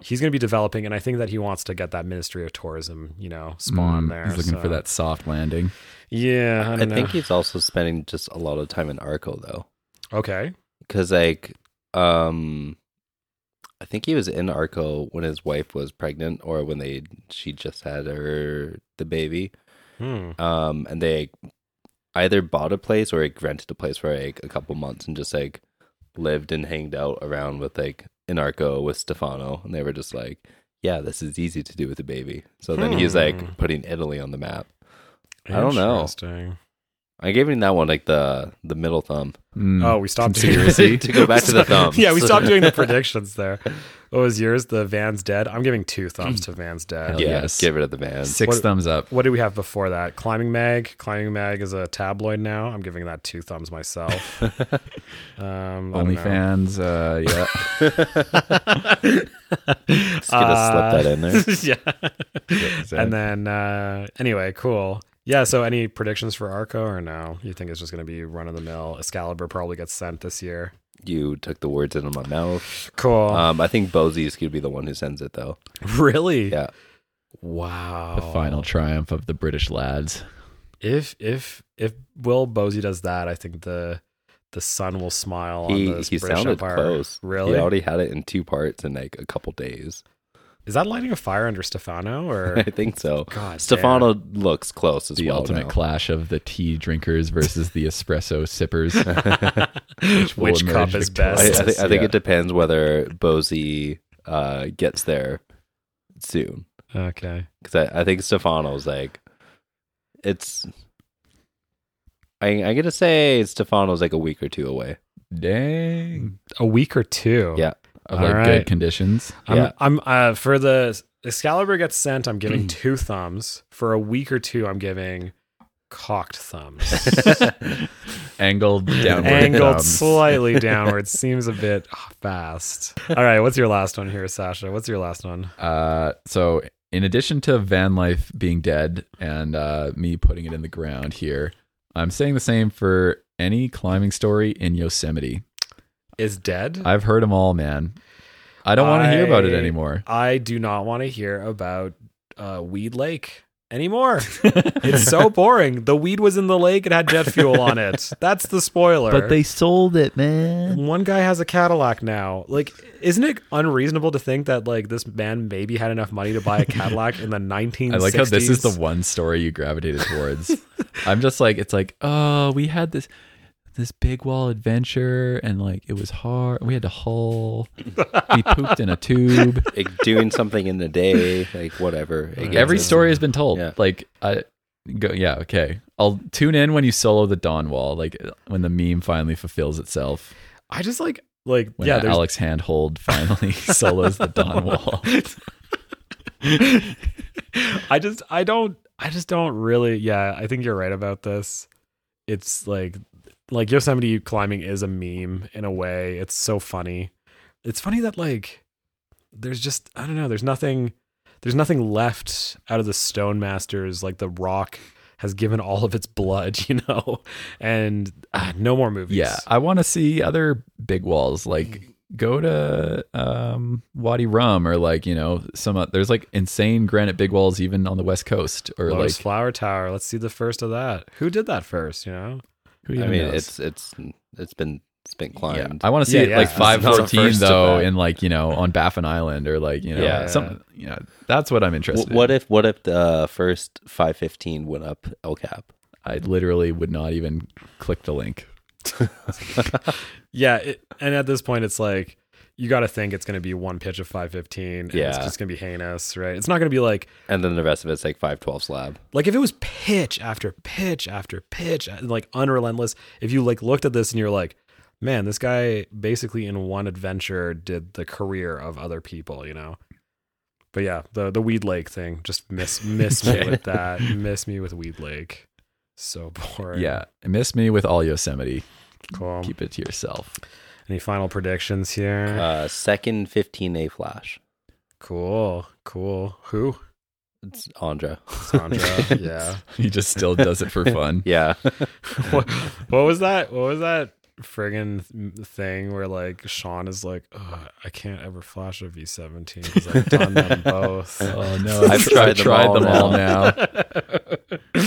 [SPEAKER 3] He's going to be developing, and I think that he wants to get that Ministry of Tourism, you know, spawn
[SPEAKER 2] Mm,
[SPEAKER 3] there.
[SPEAKER 2] He's looking
[SPEAKER 3] so-
[SPEAKER 2] for that soft landing.
[SPEAKER 3] Yeah, I,
[SPEAKER 1] I,
[SPEAKER 3] don't
[SPEAKER 1] think
[SPEAKER 3] know.
[SPEAKER 1] he's also spending just a lot of time in Arco though,
[SPEAKER 3] okay.
[SPEAKER 1] because like, um, I think he was in Arco when his wife was pregnant, or when they she just had her the baby,
[SPEAKER 3] Hmm.
[SPEAKER 1] um, and they either bought a place or like, rented a place for like a couple months and just like lived and hanged out around with like in Arco with Stefano, and they were just like, yeah, this is easy to do with a baby. So then he's
[SPEAKER 3] Hmm.
[SPEAKER 1] like putting Italy on the map. I don't know.
[SPEAKER 3] Interesting.
[SPEAKER 1] I gave him that one like the the middle thumb.
[SPEAKER 2] Mm.
[SPEAKER 3] Oh, we stopped
[SPEAKER 1] Conspiracy. To go back to the thumbs.
[SPEAKER 3] yeah, we stopped doing the predictions there. What was yours? The Van's dead. I'm giving two thumbs to Van's dead.
[SPEAKER 2] Hell
[SPEAKER 1] Yeah,
[SPEAKER 2] yes.
[SPEAKER 1] give it to the man.
[SPEAKER 2] Six
[SPEAKER 3] What-
[SPEAKER 2] thumbs up.
[SPEAKER 3] What do we have before that? Climbing Mag. Climbing Mag is a tabloid now. I'm giving that two thumbs myself. um, I don't know.
[SPEAKER 2] OnlyFans. Uh, yeah.
[SPEAKER 1] Just gonna
[SPEAKER 3] Uh,
[SPEAKER 1] slip that in there.
[SPEAKER 3] yeah. And then uh, anyway, cool. Yeah. So any predictions for Arco or no? You think it's just going to be run of the mill? Excalibur probably gets sent this year.
[SPEAKER 1] You took the words out of my mouth.
[SPEAKER 3] Cool.
[SPEAKER 1] Um, I think Bozy is gonna be the one who sends it though.
[SPEAKER 3] really?
[SPEAKER 1] Yeah,
[SPEAKER 3] Wow.
[SPEAKER 2] the final triumph of the British lads.
[SPEAKER 3] If if if Will Bosey does that, I think the the sun will smile
[SPEAKER 1] he
[SPEAKER 3] on this
[SPEAKER 1] he
[SPEAKER 3] British
[SPEAKER 1] sounded
[SPEAKER 3] Empire.
[SPEAKER 1] close.
[SPEAKER 3] Really?
[SPEAKER 1] he already had it in two parts in like a couple days.
[SPEAKER 3] Is that lighting a fire under Stefano
[SPEAKER 1] I
[SPEAKER 3] or
[SPEAKER 1] think so.
[SPEAKER 3] God? damn.
[SPEAKER 1] Stefano looks close as
[SPEAKER 2] The
[SPEAKER 1] well.
[SPEAKER 2] ultimate
[SPEAKER 1] now.
[SPEAKER 2] clash of the tea drinkers versus the espresso sippers. which will
[SPEAKER 3] Which cup
[SPEAKER 2] emerge
[SPEAKER 3] is
[SPEAKER 1] I, I,
[SPEAKER 2] victorious.
[SPEAKER 3] best?
[SPEAKER 1] think, I think
[SPEAKER 2] Yeah.
[SPEAKER 1] it depends whether Bozy uh, gets there soon.
[SPEAKER 3] Okay.
[SPEAKER 1] because I, I think Stefano's like it's. I I'm gonna say Stefano's like a week or two away.
[SPEAKER 2] Dang.
[SPEAKER 3] A week or two.
[SPEAKER 1] Yeah,
[SPEAKER 2] Of
[SPEAKER 3] All
[SPEAKER 2] like
[SPEAKER 3] right.
[SPEAKER 2] good conditions.
[SPEAKER 3] I'm,
[SPEAKER 1] Yeah. Hmm.
[SPEAKER 3] I'm uh for the Excalibur gets sent, I'm giving two thumbs. For a week or two, I'm giving cocked thumbs.
[SPEAKER 2] Angled downward.
[SPEAKER 3] Angled
[SPEAKER 2] thumbs.
[SPEAKER 3] slightly downward. Seems a bit fast. All right, what's your last one here, Sasha? What's your last one?
[SPEAKER 2] Uh, so in addition to van life being dead and uh, me putting it in the ground here i'm saying the same for any climbing story in yosemite
[SPEAKER 3] Is dead?
[SPEAKER 2] i've heard them all man i don't want to hear about it
[SPEAKER 3] I-
[SPEAKER 2] anymore
[SPEAKER 3] I do not want to hear about uh, Weed Lake anymore. it's so boring. The weed was in the lake. It had jet fuel on it. That's the spoiler.
[SPEAKER 2] sold it man
[SPEAKER 3] one guy has a Cadillac now. Like, isn't it unreasonable to think that like this man maybe had enough money to buy a Cadillac in the 1960s?
[SPEAKER 2] i like how this is the one story you gravitated towards i'm just like it's like oh we had this this big wall adventure and like it was hard we had to haul we pooped in a tube
[SPEAKER 1] like doing something in the day, like whatever. I guess
[SPEAKER 2] Every
[SPEAKER 1] it's-
[SPEAKER 2] story has been told.
[SPEAKER 1] Yeah.
[SPEAKER 2] Like I go yeah, okay. I'll tune in when you solo the Dawn Wall, like when the meme finally fulfills itself.
[SPEAKER 3] I just like like
[SPEAKER 2] When
[SPEAKER 3] yeah.
[SPEAKER 2] that
[SPEAKER 3] There's,
[SPEAKER 2] Alex Handhold finally solos the Dawn Wall.
[SPEAKER 3] I just I don't I just don't really yeah. I think you're right about this. It's like like Yosemite climbing is a meme in a way. It's so funny. It's funny that like there's just I don't know. There's nothing there's nothing left out of the Stone Masters. Like the rock has given all of its blood, you know, and ah, no more movies.
[SPEAKER 2] yeah. I wanna see other big walls like
[SPEAKER 1] Mm.
[SPEAKER 2] go to um Wadi Rum or like, you know, some o- there's like insane granite big walls even on the west coast or
[SPEAKER 3] Lotus
[SPEAKER 2] like
[SPEAKER 3] Flower Tower. Let's see the first of that. Who did that first? You know.
[SPEAKER 2] who
[SPEAKER 1] I
[SPEAKER 2] even
[SPEAKER 1] mean,
[SPEAKER 2] knows?
[SPEAKER 1] it's it's it's been it's been
[SPEAKER 2] Yeah.
[SPEAKER 1] climbed.
[SPEAKER 2] I want to see
[SPEAKER 3] Yeah,
[SPEAKER 2] it
[SPEAKER 3] yeah.
[SPEAKER 2] like
[SPEAKER 3] It's not
[SPEAKER 1] the
[SPEAKER 2] 514
[SPEAKER 1] first of
[SPEAKER 2] though,
[SPEAKER 1] that.
[SPEAKER 2] in like you know on Baffin Island or like you know
[SPEAKER 1] Yeah.
[SPEAKER 2] some you know that's what I'm
[SPEAKER 1] W-
[SPEAKER 2] interested. in.
[SPEAKER 1] what if what if the uh, first 515 went up El Cap?
[SPEAKER 2] I literally would not even click the link?
[SPEAKER 3] Yeah, it, and at this point, it's like you got to think it's going to be one pitch of five fifteen. Yeah, it's
[SPEAKER 1] Yeah.
[SPEAKER 3] just going to be heinous, right? It's not going to be like
[SPEAKER 1] And then the rest of it's like 512 slab.
[SPEAKER 3] like if it was pitch after pitch after pitch, and like unrelentless. If you like looked at this and you're like, man, this guy basically in one adventure did the career of other people, you know. But yeah, the the weed lake thing just miss miss me with that. Miss me with weed lake. So boring.
[SPEAKER 2] Yeah, miss me with all Yosemite.
[SPEAKER 3] cool.
[SPEAKER 2] Keep it to yourself.
[SPEAKER 3] Any final predictions here?
[SPEAKER 1] Uh, second 15A flash.
[SPEAKER 3] cool, cool. Who?
[SPEAKER 1] It's Andra.
[SPEAKER 3] Sandra. yeah.
[SPEAKER 2] He just still does it for fun.
[SPEAKER 1] Yeah.
[SPEAKER 3] what, what was that? What was that friggin' thing where like Sean is like, "Ugh, I can't ever flash a V17 because I've done them both.
[SPEAKER 2] Oh no, I've
[SPEAKER 1] I've
[SPEAKER 2] tried,
[SPEAKER 1] tried them
[SPEAKER 2] tried
[SPEAKER 1] all
[SPEAKER 2] them all now.
[SPEAKER 3] uh,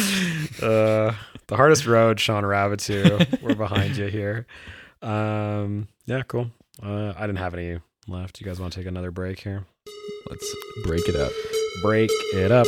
[SPEAKER 3] the hardest road, Sean Ravitu. We're behind you here. Um, yeah, cool. Uh, I didn't have any left. You guys want to take another break here?
[SPEAKER 2] Let's break it up.
[SPEAKER 3] Break it up.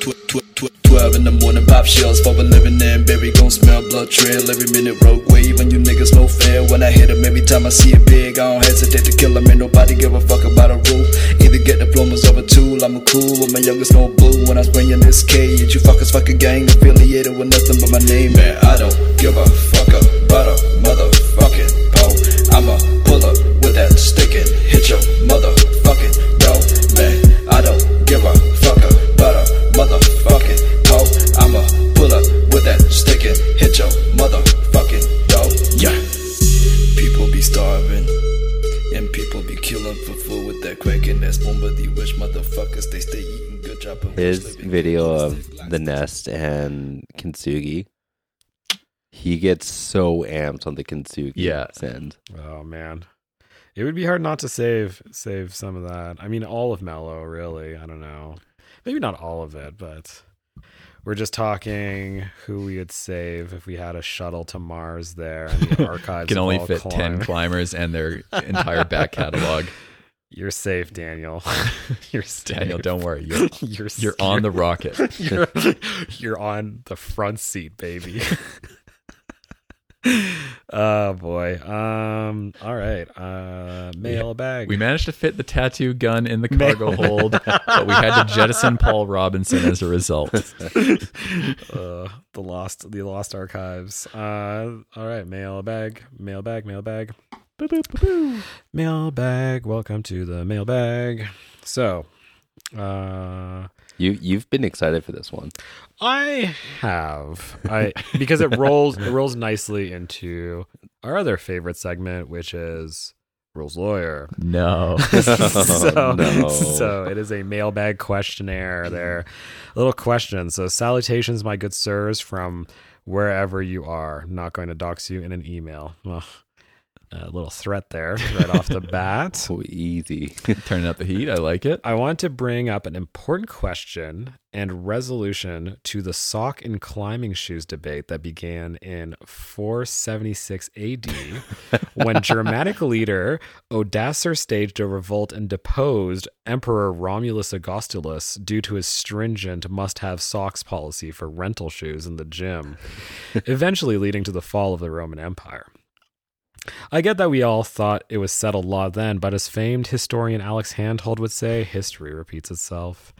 [SPEAKER 6] Tw- tw- tw- 12 in the morning, pop shells for a living in Lemon berry gon' smell blood trail every minute road wave and you niggas no fair when I hit 'em every time I see it big I don't hesitate to kill 'em. ain't nobody give a fuck about a rule either get diplomas or a tool I'm a cool with my youngest no blue when I'm spraying this K and you fuckers fuck a gang affiliated with nothing but my name man I don't give a fuck about a motherfucking pole I'ma pull up with that stick and hit your motherfucking dog man I don't give a fuck about a motherfucking pole I'ma pull up with that stick and hit your motherfucking dog yeah people be starving and people be killing for food with that crack and that spoon, but the rich motherfuckers they stay eating good job. of
[SPEAKER 1] His
[SPEAKER 6] sleeping.
[SPEAKER 1] video of the nest and kintsugi, he gets so amped on the kintsugi
[SPEAKER 2] Yeah.
[SPEAKER 1] send.
[SPEAKER 3] Oh man, it would be hard not to save save some of that. I mean, all of Mellow, really. I don't know, maybe not all of it, but we're just talking who we would save if we had a shuttle to Mars there and the archives
[SPEAKER 2] Can
[SPEAKER 3] of
[SPEAKER 2] only
[SPEAKER 3] all
[SPEAKER 2] fit ten
[SPEAKER 3] climb.
[SPEAKER 2] climbers and their entire back catalog.
[SPEAKER 3] You're safe, Daniel. You're safe.
[SPEAKER 2] Daniel, don't worry. You're,
[SPEAKER 3] You're
[SPEAKER 2] you're on the rocket.
[SPEAKER 3] you're, you're on the front seat, baby. oh boy. Um. All right. Uh. Mail a bag.
[SPEAKER 2] We managed to fit the tattoo gun in the cargo hold, but we had to jettison Paul Robinson as a result.
[SPEAKER 3] uh, the lost the lost archives. Uh, all right, mailbag, mailbag, mailbag, Boop, boop, boop, boop. mailbag. Welcome to the mailbag. So, uh,
[SPEAKER 1] You you've been excited for this one.
[SPEAKER 3] I have I because it rolls it rolls nicely into our other favorite segment, which is rules lawyer.
[SPEAKER 2] No.
[SPEAKER 3] so,
[SPEAKER 1] no.
[SPEAKER 3] so it is a mailbag questionnaire there. A little question. So salutations, my good sirs, from wherever you are. Not going to dox you in an email. Well, a little threat there right off the bat.
[SPEAKER 1] So easy.
[SPEAKER 2] Turning up the heat. I like it.
[SPEAKER 3] I want to bring up an important question and resolution to the sock and climbing shoes debate that began in 476 AD when Germanic leader Odoacer staged a revolt and deposed Emperor Romulus Augustulus due to his stringent must have socks policy for rental shoes in the gym, eventually leading to the fall of the Roman Empire. I get that we all thought it was settled law then, but as famed historian Alex Handhold would say, history repeats itself.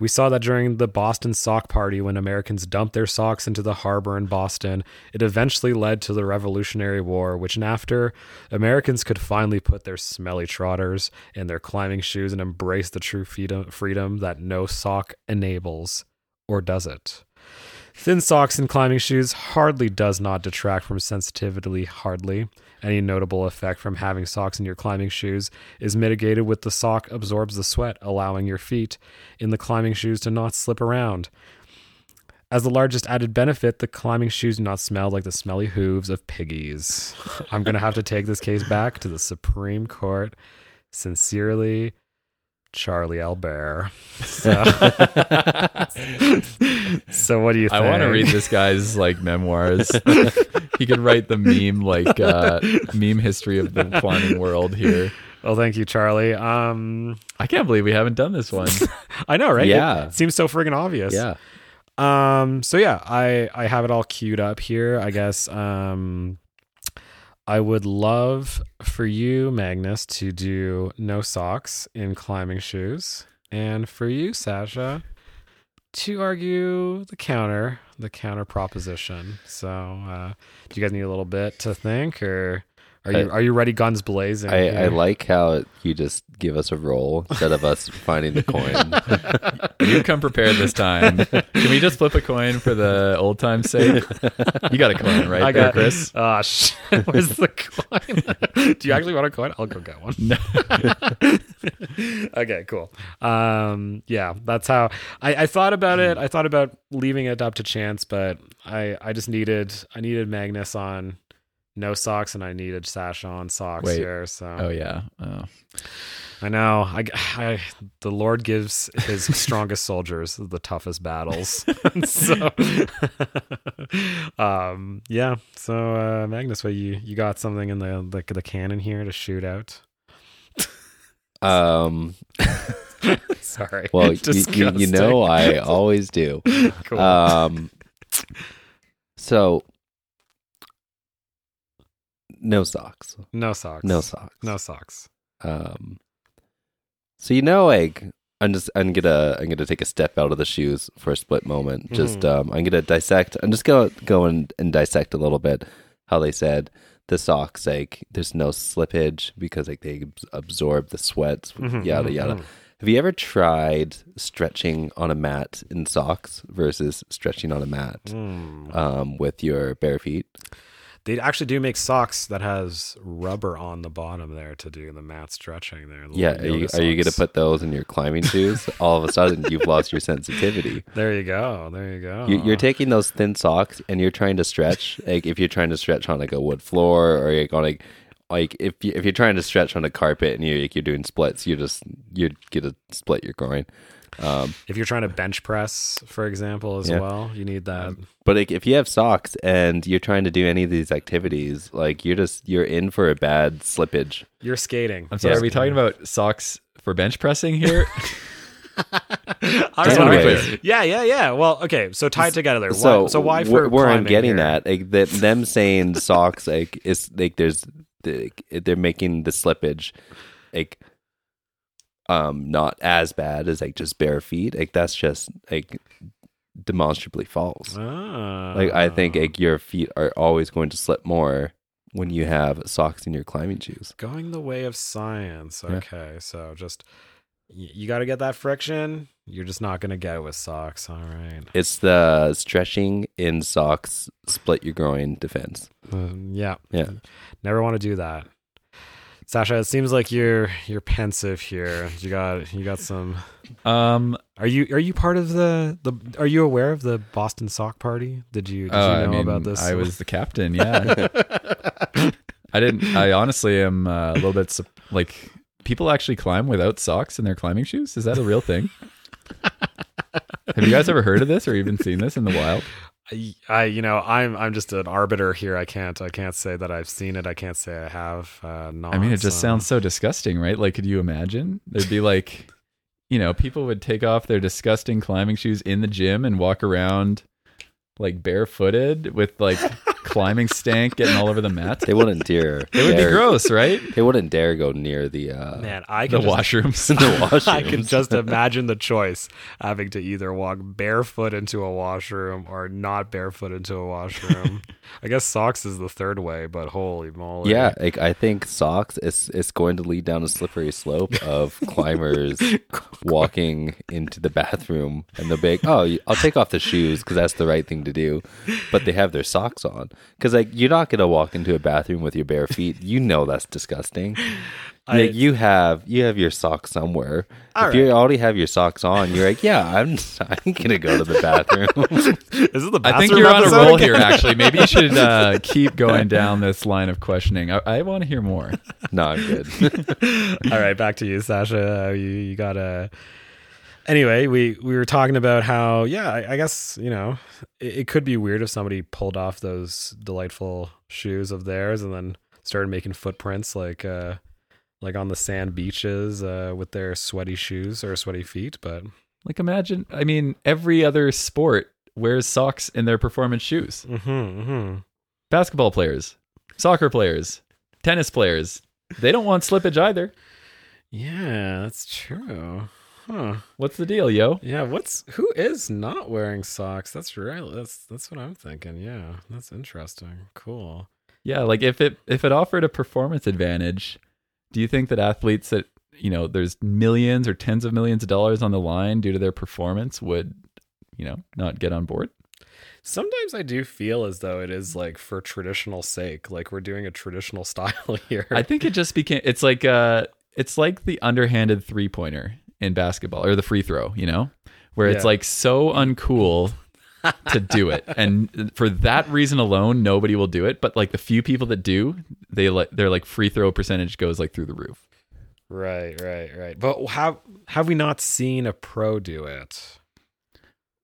[SPEAKER 3] We saw that during the Boston Sock Party when Americans dumped their socks into the harbor in Boston. It eventually led to the Revolutionary War, which and after, Americans could finally put their smelly trotters in their climbing shoes and embrace the true freedom, freedom that no sock enables, or does it? Thin socks and climbing shoes hardly does not detract from sensitivity, hardly. Any notable effect from having socks in your climbing shoes is mitigated with the sock absorbs the sweat, allowing your feet in the climbing shoes to not slip around. As the largest added benefit, the climbing shoes do not smell like the smelly hooves of piggies. I'm going to have to take this case back to the Supreme Court. Sincerely, Charlie Albert. So, so what do you
[SPEAKER 2] I
[SPEAKER 3] think?
[SPEAKER 2] want to read this guy's like memoirs. he could write the meme like uh, meme history of the climbing world here.
[SPEAKER 3] Well, thank you, Charlie. Um,
[SPEAKER 2] I can't believe we haven't done this one.
[SPEAKER 3] I know, right? It
[SPEAKER 1] Yeah.
[SPEAKER 3] seems so friggin' obvious.
[SPEAKER 1] Yeah.
[SPEAKER 3] Um. So yeah, I I have it all queued up here. I guess. Um. I would love for you, Magnus, to do no socks in climbing shoes, and for you, Sasha, to argue the counter, the counter proposition. So, uh, do you guys need a little bit to think, or are you
[SPEAKER 1] I-
[SPEAKER 3] are you ready, guns blazing?
[SPEAKER 1] I, I
[SPEAKER 3] here?
[SPEAKER 1] like how you just give us a roll instead of us finding the coin.
[SPEAKER 2] You come prepared this time. Can we just flip a coin for the old time's sake? You got a coin right
[SPEAKER 3] I
[SPEAKER 2] there,
[SPEAKER 3] got
[SPEAKER 2] Chris.
[SPEAKER 3] Ah, sh- where's the coin? Do you actually want a coin? I'll go get one. okay, cool. Um, yeah, that's how I, I thought about it. I thought about leaving it up to chance, but I, I just needed I needed Magnus on no socks, and I needed Sash on socks
[SPEAKER 2] Wait.
[SPEAKER 3] here. So
[SPEAKER 2] Oh yeah. Oh.
[SPEAKER 3] I know. I, I- the Lord gives his strongest soldiers the toughest battles. so, um, yeah. So, uh, Magnus, what you you got something in the the, the cannon here to shoot out?
[SPEAKER 1] Um,
[SPEAKER 3] Sorry.
[SPEAKER 1] well, you, uh, you,
[SPEAKER 3] Disgusting.
[SPEAKER 1] you know, I always do.
[SPEAKER 3] Cool.
[SPEAKER 1] Um, So, no socks.
[SPEAKER 3] No socks.
[SPEAKER 1] No socks.
[SPEAKER 3] No socks.
[SPEAKER 1] Um, so you know, like I'm just I'm gonna I'm gonna take a step out of the shoes for a split moment. Just um, I'm gonna dissect. I'm just gonna go and, and dissect a little bit how they said the socks like there's no slippage because like they abs- absorb the sweats
[SPEAKER 3] Mm-hmm,
[SPEAKER 1] yada yada. Have you ever tried stretching on a mat in socks versus stretching on a mat um, with your bare feet?
[SPEAKER 3] mm-hmm. Uh, They actually do make socks that has rubber on the bottom there to do the mat stretching there. the
[SPEAKER 1] Yeah, are
[SPEAKER 3] little
[SPEAKER 1] you,
[SPEAKER 3] yoga
[SPEAKER 1] are you gonna
[SPEAKER 3] socks.
[SPEAKER 1] put those in your climbing shoes? All of a sudden, you've lost your sensitivity.
[SPEAKER 3] There you go. There you go.
[SPEAKER 1] You, you're taking those thin socks and you're trying to stretch. Like if you're trying to stretch on like a wood floor or like on like like if you, if you're trying to stretch on a carpet and you're like, you're doing splits, you just you're gonna split your groin.
[SPEAKER 3] if you're trying to bench press, for example, as
[SPEAKER 1] Yeah.
[SPEAKER 3] well, you need that.
[SPEAKER 1] But like if you have socks and you're trying to do any of these activities, like you're just you're in for a bad slippage.
[SPEAKER 3] You're skating.
[SPEAKER 2] I'm sorry.
[SPEAKER 1] Yeah.
[SPEAKER 2] Are we talking about socks for bench pressing here?
[SPEAKER 3] I
[SPEAKER 1] Just wanna be clear.
[SPEAKER 3] Yeah, yeah, yeah. Well, okay. So tied together. Why,
[SPEAKER 1] So
[SPEAKER 3] so, why
[SPEAKER 1] wh-
[SPEAKER 3] for
[SPEAKER 1] where I'm
[SPEAKER 3] climbing
[SPEAKER 1] getting
[SPEAKER 3] here?
[SPEAKER 1] at like that them saying socks like it's like there's like, they're making the slippage like um not as bad as like just bare feet like that's just like demonstrably false.
[SPEAKER 3] Ah.
[SPEAKER 1] Like I think like your feet are always going to slip more when you have socks in your climbing shoes.
[SPEAKER 3] going the way of science. Okay, so just y- you got to get that friction. You're just not gonna get it with socks. All right.
[SPEAKER 1] It's the stretching in socks split your groin defense.
[SPEAKER 3] Um, yeah.
[SPEAKER 1] Yeah.
[SPEAKER 3] Never want to do that. Sasha, it seems like you're you're pensive here. You got you got some.
[SPEAKER 2] um,
[SPEAKER 3] Are you are you part of the the? Are you aware of the Boston sock party? Did you did you
[SPEAKER 2] uh,
[SPEAKER 3] know
[SPEAKER 2] I mean,
[SPEAKER 3] about this?
[SPEAKER 2] I was the captain. Yeah. I didn't. I honestly am uh, a little bit sup- like people actually climb without socks in their climbing shoes. Is that a real thing? Have you guys ever heard of this or even seen this in the wild?
[SPEAKER 3] I, I you know I'm I'm just an arbiter here. I can't I can't say that I've seen it. I can't say I have. Uh, not.
[SPEAKER 2] I mean, it just
[SPEAKER 3] so-
[SPEAKER 2] sounds so disgusting, right? Like, could you imagine? There'd be like, you know, people would take off their disgusting climbing shoes in the gym and walk around like barefooted with like climbing stank getting all over the mat.
[SPEAKER 1] They wouldn't dare.
[SPEAKER 2] It would be
[SPEAKER 1] dare-
[SPEAKER 2] gross, right?
[SPEAKER 1] They wouldn't dare go near the uh
[SPEAKER 3] Man, I
[SPEAKER 2] The
[SPEAKER 3] can just,
[SPEAKER 2] washrooms.
[SPEAKER 1] the washrooms.
[SPEAKER 3] I can just imagine the choice having to either walk barefoot into a washroom or not barefoot into a washroom. I guess socks is the third way, but holy moly!
[SPEAKER 1] Yeah, like I think socks is it's going to lead down a slippery slope of climbers walking into the bathroom and they'll be like, "Oh, I'll take off the shoes because that's the right thing to do," but they have their socks on because like you're not gonna walk into a bathroom with your bare feet. You know that's disgusting.
[SPEAKER 3] I-
[SPEAKER 1] like you have you have your socks somewhere. if you already have your socks on, you're like, "Yeah, I'm I'm gonna go to the bathroll."
[SPEAKER 3] This is the
[SPEAKER 2] I think
[SPEAKER 3] bathroom
[SPEAKER 2] you're on a
[SPEAKER 3] episode
[SPEAKER 2] roll
[SPEAKER 3] again?
[SPEAKER 2] here, actually. Maybe you should uh, keep going down this line of questioning. I, I want to hear more.
[SPEAKER 1] no, I'm good.
[SPEAKER 3] All right, back to you, Sasha. Uh, You you gotta. Anyway, we we were talking about how yeah, I, I guess you know it, it could be weird if somebody pulled off those delightful shoes of theirs and then started making footprints like uh like on the sand beaches uh with their sweaty shoes or sweaty feet, but
[SPEAKER 2] Like, imagine, I mean, every other sport wears socks in their performance shoes.
[SPEAKER 3] mm-hmm,
[SPEAKER 2] basketball players, soccer players, tennis players. They don't want slippage either.
[SPEAKER 3] yeah, that's true. Huh.
[SPEAKER 2] What's the deal, yo?
[SPEAKER 3] Yeah, what's who is not wearing socks? That's real. That's that's what I'm thinking. Yeah, that's interesting. Cool.
[SPEAKER 2] Yeah, like if it if it offered a performance advantage, do you think that athletes that you know there's millions or tens of millions of dollars on the line due to their performance would you know not get on board?
[SPEAKER 3] Sometimes I do feel as though it is like for traditional sake, like we're doing a traditional style here.
[SPEAKER 2] I think it just became it's like uh it's like the underhanded three pointer in basketball or the free throw, you know? Where it's
[SPEAKER 3] Yeah.
[SPEAKER 2] like so uncool to do it. And for that reason alone, nobody will do it. But like the few people that do, they like their like free throw percentage goes like through the roof.
[SPEAKER 3] right, right, right. But have have we not seen a pro do it?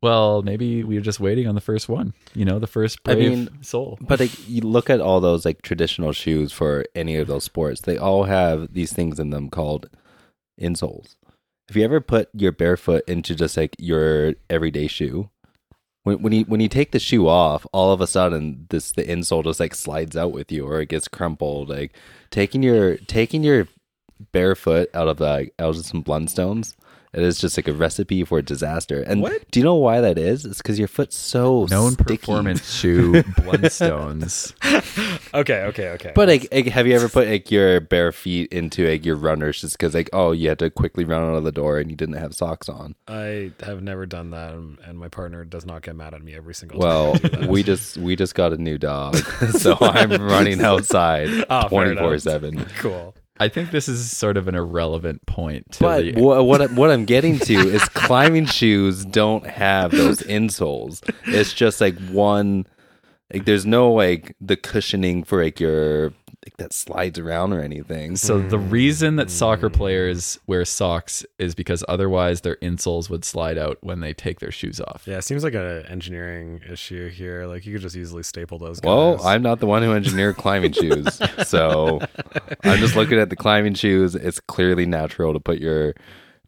[SPEAKER 2] Well, maybe we are just waiting on the first one, you know, the first
[SPEAKER 1] I
[SPEAKER 2] brave
[SPEAKER 1] mean,
[SPEAKER 2] soul.
[SPEAKER 1] But like, you look at all those like traditional shoes for any of those sports, they all have these things in them called insoles. If you ever put your bare foot into just like your everyday shoe, when when you when you take the shoe off, all of a sudden this the insole just like slides out with you, or it gets crumpled. Like taking your taking your bare foot out of like out of some blundstones. It is just like a recipe for disaster. And
[SPEAKER 3] What?
[SPEAKER 1] do you know why that is? It's because your foot's so
[SPEAKER 2] Known
[SPEAKER 1] sticky.
[SPEAKER 2] performance shoe Blundstones.
[SPEAKER 3] Okay, okay, okay.
[SPEAKER 1] But like, like, have you ever put like your bare feet into like your runners just because like oh you had to quickly run out of the door and you didn't have socks on?
[SPEAKER 3] I have never done that, and and my partner does not get mad at me every single
[SPEAKER 1] Well,
[SPEAKER 3] time. I do that.
[SPEAKER 1] we just we just got a new dog, so I'm running outside
[SPEAKER 3] Ah, fair
[SPEAKER 1] twenty
[SPEAKER 3] enough.
[SPEAKER 1] four seven.
[SPEAKER 3] cool.
[SPEAKER 2] I think this is sort of an irrelevant point. To
[SPEAKER 1] But
[SPEAKER 2] the-
[SPEAKER 1] what what, I- what I'm getting to is climbing shoes don't have those insoles. It's just like one. Like there's no like the cushioning for like your like that slides around or anything.
[SPEAKER 2] so the reason that soccer players wear socks is because otherwise their insoles would slide out when they take their shoes off.
[SPEAKER 3] Yeah, it seems like an engineering issue here. Like you could just easily staple those.
[SPEAKER 1] Well,
[SPEAKER 3] guys.
[SPEAKER 1] I'm not the one who engineered climbing shoes, so I'm just looking at the climbing shoes. It's clearly natural to put your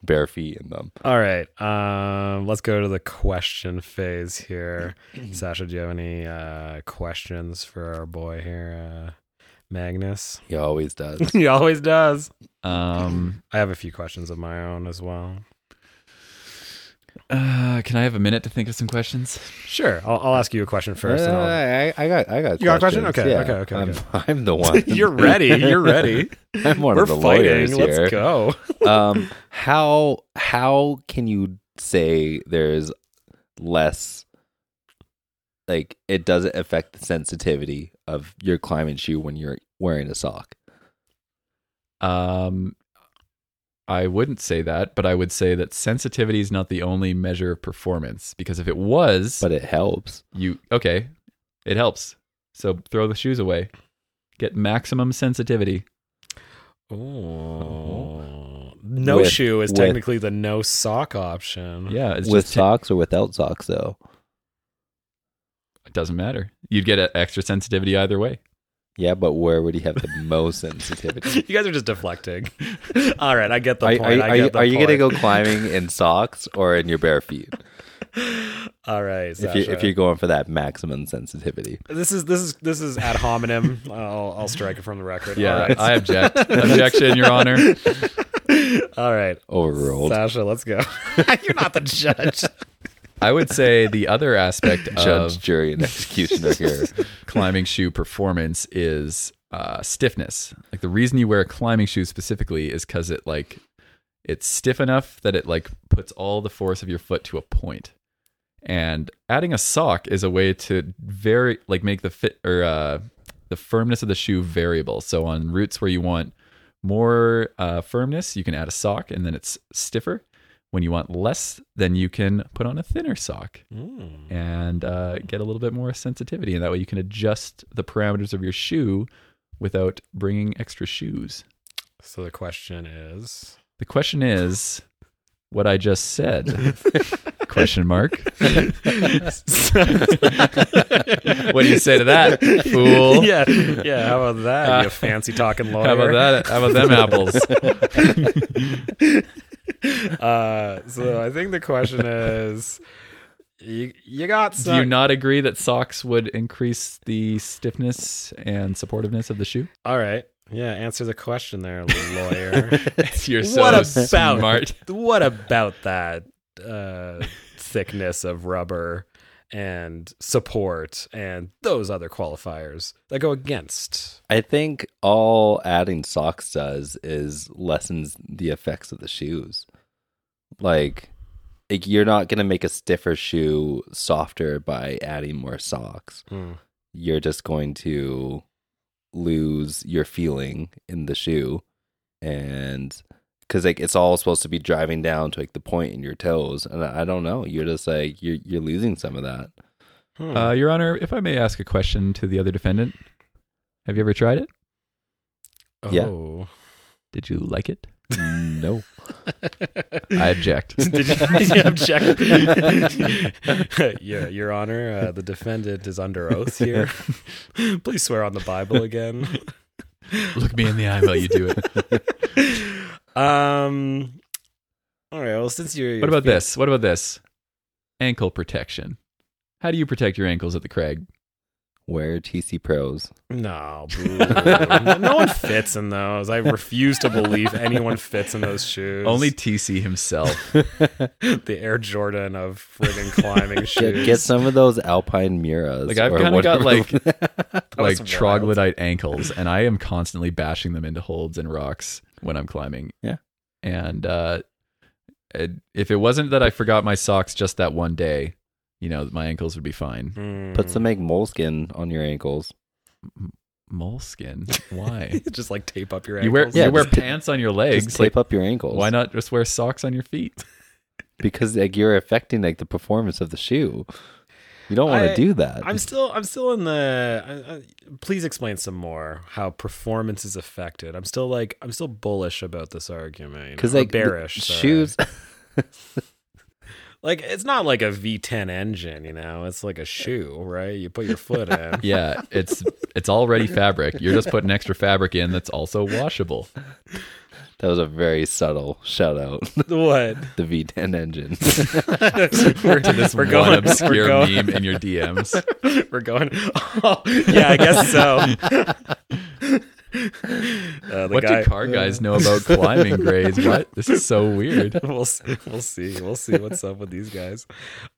[SPEAKER 1] bare feet in them.
[SPEAKER 3] all right. Um, let's go to the question phase here. Sasha, do you have any uh, questions for our boy here, uh, Magnus?
[SPEAKER 1] He always does.
[SPEAKER 3] he always does.
[SPEAKER 2] Um,
[SPEAKER 3] I have a few questions of my own as well.
[SPEAKER 2] uh, can I have a minute to think of some questions?
[SPEAKER 3] Sure, I'll, I'll ask you a question first. and
[SPEAKER 1] No, no,
[SPEAKER 3] I'll-
[SPEAKER 1] no, Uh, I, I got, I got.
[SPEAKER 3] You got a question? Okay, okay, okay,
[SPEAKER 1] I'm,
[SPEAKER 3] okay.
[SPEAKER 1] I'm the one.
[SPEAKER 3] You're ready. You're ready.
[SPEAKER 1] I'm one
[SPEAKER 3] We're
[SPEAKER 1] of the
[SPEAKER 3] fighting.
[SPEAKER 1] lawyers
[SPEAKER 3] Let's
[SPEAKER 1] here.
[SPEAKER 3] go.
[SPEAKER 1] um, how how can you say there's less? Like it doesn't affect the sensitivity of your climbing shoe when you're wearing a sock.
[SPEAKER 2] Um, I wouldn't say that, but I would say that sensitivity is not the only measure of performance because if it was,
[SPEAKER 1] But it helps.
[SPEAKER 2] you okay, it helps. So throw the shoes away, get maximum sensitivity.
[SPEAKER 3] Oh. No
[SPEAKER 1] With-
[SPEAKER 3] shoe is
[SPEAKER 1] with-
[SPEAKER 3] technically the no sock option.
[SPEAKER 2] Yeah, it's
[SPEAKER 1] with
[SPEAKER 2] just
[SPEAKER 1] socks or without socks though.
[SPEAKER 2] it doesn't matter. You'd get a- extra sensitivity either way.
[SPEAKER 1] Yeah, but where would you have the most sensitivity?
[SPEAKER 3] You guys are just deflecting. All right, I get the
[SPEAKER 1] Are,
[SPEAKER 3] point.
[SPEAKER 1] are, you-
[SPEAKER 3] I
[SPEAKER 1] are
[SPEAKER 3] get
[SPEAKER 1] you,
[SPEAKER 3] the
[SPEAKER 1] are you gonna
[SPEAKER 3] point.
[SPEAKER 1] go climbing in socks or in your bare feet?
[SPEAKER 3] All right,
[SPEAKER 1] If you if
[SPEAKER 3] Sasha.
[SPEAKER 1] you're going for that maximum sensitivity,
[SPEAKER 3] this is this is this is ad hominem. I'll, I'll strike it from the record. All
[SPEAKER 2] Yeah,
[SPEAKER 3] right.
[SPEAKER 2] I object. Objection, Your Honor.
[SPEAKER 3] All right.
[SPEAKER 1] overruled.
[SPEAKER 3] Sasha, let's go. You're not the judge.
[SPEAKER 2] I would say the other aspect
[SPEAKER 1] Judge,
[SPEAKER 2] of
[SPEAKER 1] jury, and executioner here.
[SPEAKER 2] climbing shoe performance is uh, stiffness. Like the reason you wear a climbing shoe specifically is because it like it's stiff enough that it like puts all the force of your foot to a point. And adding a sock is a way to vary, like make the fit or uh, the firmness of the shoe variable. So on routes where you want more uh, firmness, you can add a sock, and then it's stiffer. When you want less, then you can put on a thinner sock
[SPEAKER 3] Hmm.
[SPEAKER 2] and uh, get a little bit more sensitivity. And that way you can adjust the parameters of your shoe without bringing extra shoes.
[SPEAKER 3] So the question is.
[SPEAKER 2] The question is what I just said? question mark. What do you say to that, fool? Uh,
[SPEAKER 3] yeah, yeah. How about that? You fancy talking lawyer.
[SPEAKER 2] How about that? How about them apples?
[SPEAKER 3] Uh, so I think the question is, you, you got
[SPEAKER 2] Do you
[SPEAKER 3] some.
[SPEAKER 2] not agree that socks would increase the stiffness and supportiveness of the shoe?
[SPEAKER 3] All right. Yeah, answer the question there, lawyer.
[SPEAKER 2] You're
[SPEAKER 3] what about
[SPEAKER 2] smart.
[SPEAKER 3] what about that uh, thickness of rubber and support and those other qualifiers that go against?
[SPEAKER 1] I think all adding socks does is lessens the effects of the shoes. Like, like you're not gonna make a stiffer shoe softer by adding more socks.
[SPEAKER 3] Mm.
[SPEAKER 1] You're just going to lose your feeling in the shoe, and because like it's all supposed to be driving down to like the point in your toes, and I, I don't know. You're just like you're you're losing some of that.
[SPEAKER 3] Hmm.
[SPEAKER 2] Uh, Your Honor, if I may ask a question to the other defendant, have you ever tried it?
[SPEAKER 1] yeah.
[SPEAKER 3] Oh.
[SPEAKER 2] Did you like it?
[SPEAKER 1] no.
[SPEAKER 2] I object.
[SPEAKER 3] Did you, did you object? Your, Your Honor, uh, the defendant is under oath here. Please swear on the Bible again.
[SPEAKER 2] Look me in the eye while you do it.
[SPEAKER 3] Um. All right. Well, since you're,
[SPEAKER 2] What about this? What about this? Ankle protection. How do you protect your ankles at the crag?
[SPEAKER 1] Wear TC Pros.
[SPEAKER 3] No, boo. no one fits in those. I refuse to believe anyone fits in those shoes.
[SPEAKER 2] Only TC himself.
[SPEAKER 3] the Air Jordan of friggin' climbing
[SPEAKER 1] Get,
[SPEAKER 3] shoes.
[SPEAKER 1] get some of those Alpine Miras.
[SPEAKER 2] Like I've
[SPEAKER 1] or
[SPEAKER 2] kind of got
[SPEAKER 1] whatever.
[SPEAKER 2] like
[SPEAKER 3] was
[SPEAKER 2] like
[SPEAKER 3] wild.
[SPEAKER 2] troglodyte ankles, and I am constantly bashing them into holds and rocks when I'm climbing.
[SPEAKER 1] Yeah.
[SPEAKER 2] and uh, it, if it wasn't that I forgot my socks just that one day, you know, my ankles would be fine.
[SPEAKER 3] Mm.
[SPEAKER 1] put some like moleskin on your ankles.
[SPEAKER 2] Moleskin, why?
[SPEAKER 3] just like tape up your ankles.
[SPEAKER 2] you wear
[SPEAKER 1] Yeah,
[SPEAKER 2] you wear
[SPEAKER 1] just ta-
[SPEAKER 2] pants on your legs.
[SPEAKER 1] Just
[SPEAKER 2] like,
[SPEAKER 1] tape up your ankles.
[SPEAKER 2] why not just wear socks on your feet?
[SPEAKER 1] Because like you're affecting like the performance of the shoe. You don't want
[SPEAKER 3] I-
[SPEAKER 1] to do that.
[SPEAKER 3] I'm still, I'm still in the. I, I, please explain some more how performance is affected. I'm still like, I'm still bullish about this argument.
[SPEAKER 1] because
[SPEAKER 3] Because
[SPEAKER 1] like the
[SPEAKER 3] bearish sorry.
[SPEAKER 1] shoes.
[SPEAKER 3] Like it's not like a V10 engine, you know. It's like a shoe, right? You put your foot in.
[SPEAKER 2] Yeah, it's it's already fabric. You're just putting extra fabric in that's also washable.
[SPEAKER 1] That was a very subtle shout out.
[SPEAKER 3] what?
[SPEAKER 1] the V10 engine.
[SPEAKER 3] we're,
[SPEAKER 2] This
[SPEAKER 3] we're
[SPEAKER 2] one
[SPEAKER 3] going
[SPEAKER 2] obscure
[SPEAKER 3] we're going,
[SPEAKER 2] meme in your DMs.
[SPEAKER 3] We're going. Oh, yeah, I guess so. Uh, the
[SPEAKER 2] What
[SPEAKER 3] guy-
[SPEAKER 2] do car guys know about climbing grades? What? This is so weird.
[SPEAKER 3] we'll s- we'll see. We'll see what's up with these guys.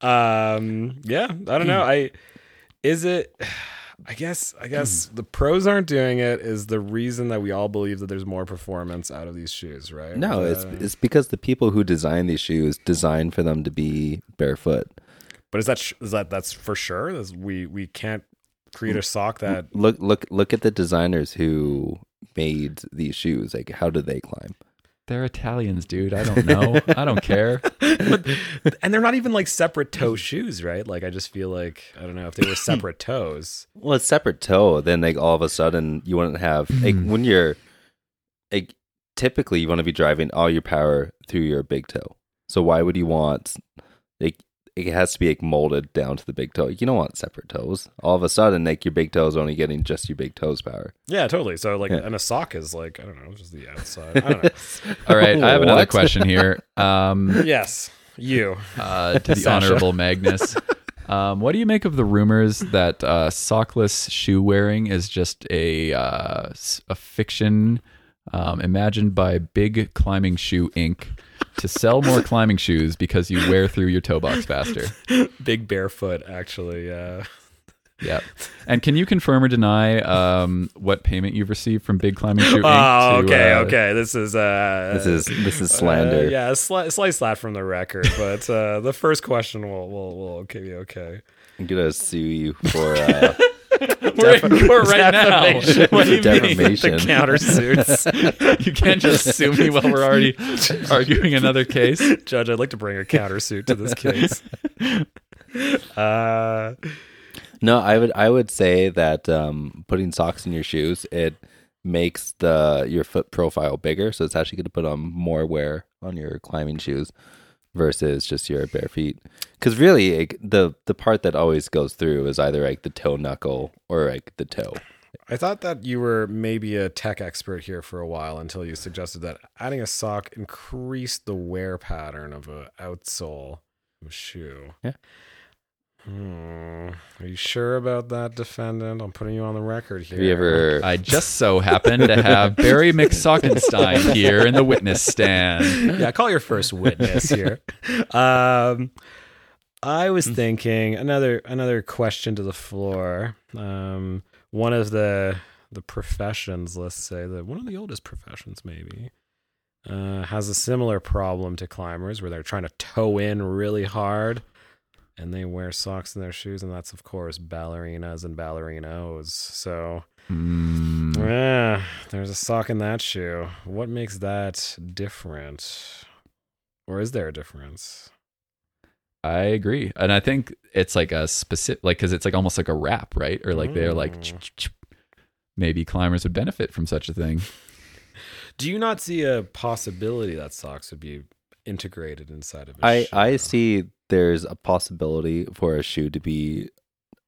[SPEAKER 3] Um, yeah, I don't know. I is it. I guess I guess
[SPEAKER 2] Mm.
[SPEAKER 3] the pros aren't doing it is the reason that we all believe that there's more performance out of these shoes, right?
[SPEAKER 1] no, it's
[SPEAKER 3] Uh,
[SPEAKER 1] it's because the people who design these shoes designed for them to be barefoot.
[SPEAKER 3] but is that sh- is that that's for sure? That's, we we can't create
[SPEAKER 2] Mm.
[SPEAKER 3] a sock that
[SPEAKER 1] Look look look at the designers who made these shoes. Like how do they climb?
[SPEAKER 2] They're Italians, dude. I don't know. I don't care.
[SPEAKER 3] and they're not even like separate
[SPEAKER 2] Mm.
[SPEAKER 3] toe shoes, right? Like I just feel like I don't know if they were separate toes.
[SPEAKER 1] Well, it's separate toe. Then like all of a sudden you wouldn't have like
[SPEAKER 3] Mm-hmm.
[SPEAKER 1] when you're like typically you want to be driving all your power through your big toe. So why would you want like it has to be like molded down to the big toe. You don't want separate toes. All of a sudden, like your big toe is only getting just your big toes power.
[SPEAKER 3] Yeah, totally. So like,
[SPEAKER 1] Yeah.
[SPEAKER 3] and a sock is like I don't know, just the outside. I don't know.
[SPEAKER 2] All right, I have another
[SPEAKER 1] What?
[SPEAKER 2] question here. Um,
[SPEAKER 3] yes, you.
[SPEAKER 2] uh, to the
[SPEAKER 3] Sasha.
[SPEAKER 2] honorable Magnus. Um, what do you make of the rumors that uh, sockless shoe wearing is just a uh, s- a fiction um, imagined by Big Climbing Shoe Inc. to sell more climbing shoes because you wear through your toe box faster?
[SPEAKER 3] Big barefoot, actually. Uh,
[SPEAKER 2] Yeah. And can you confirm or deny um, what payment you've received from Big Climbing Shoe Inc.
[SPEAKER 3] oh,
[SPEAKER 2] to,
[SPEAKER 3] okay,
[SPEAKER 2] uh,
[SPEAKER 3] okay. This is uh,
[SPEAKER 1] This is this is
[SPEAKER 3] uh,
[SPEAKER 1] slander.
[SPEAKER 3] yeah, sli- slice that from the record. But uh, the first question will will will give you okay.
[SPEAKER 1] I'm gonna sue you for uh,
[SPEAKER 2] We're, we're right now.
[SPEAKER 3] Defamation.
[SPEAKER 2] What do you mean?
[SPEAKER 1] defamation.
[SPEAKER 3] countersuits,
[SPEAKER 2] You can't just sue me while we're already arguing another case.
[SPEAKER 3] Judge. I'd like to bring a countersuit to this case. Uh,
[SPEAKER 1] No, I would I would say that um, putting socks in your shoes it makes the your foot profile bigger, so it's actually going to put on more wear on your climbing shoes versus just your bare feet. Because really, like, the the part that always goes through is either like the toe knuckle or like the toe.
[SPEAKER 3] I thought that you were maybe a tech expert here for a while until you suggested that adding a sock increased the wear pattern of a outsole of a shoe.
[SPEAKER 1] Yeah.
[SPEAKER 3] Hmm. Are you sure about that, defendant? I'm putting you on the record here.
[SPEAKER 1] Have you ever?
[SPEAKER 2] I just so happen to have Barry McSockenstein here in the witness stand.
[SPEAKER 3] yeah, call your first witness here. Mm. um, I was thinking another another question to the floor. Um, one of the the professions, let's say the one of the oldest professions, maybe, uh, has a similar problem to climbers, where they're trying to toe in really hard, and they wear socks in their shoes, and that's of course ballerinas and ballerinos. So.
[SPEAKER 2] Hmm,
[SPEAKER 1] Mm.
[SPEAKER 3] Yeah, there's a sock in that shoe. What makes that different? Or is there a difference?
[SPEAKER 2] I agree, and I think it's like a specific, like because it's like almost like a rap, right? Or like they're like,
[SPEAKER 3] Mm.
[SPEAKER 2] "Ch- ch- ch." maybe climbers would benefit from such a thing.
[SPEAKER 3] Do you not see a possibility that socks would be integrated inside of a
[SPEAKER 1] I
[SPEAKER 3] shoe?
[SPEAKER 1] I see there's a possibility for a shoe to be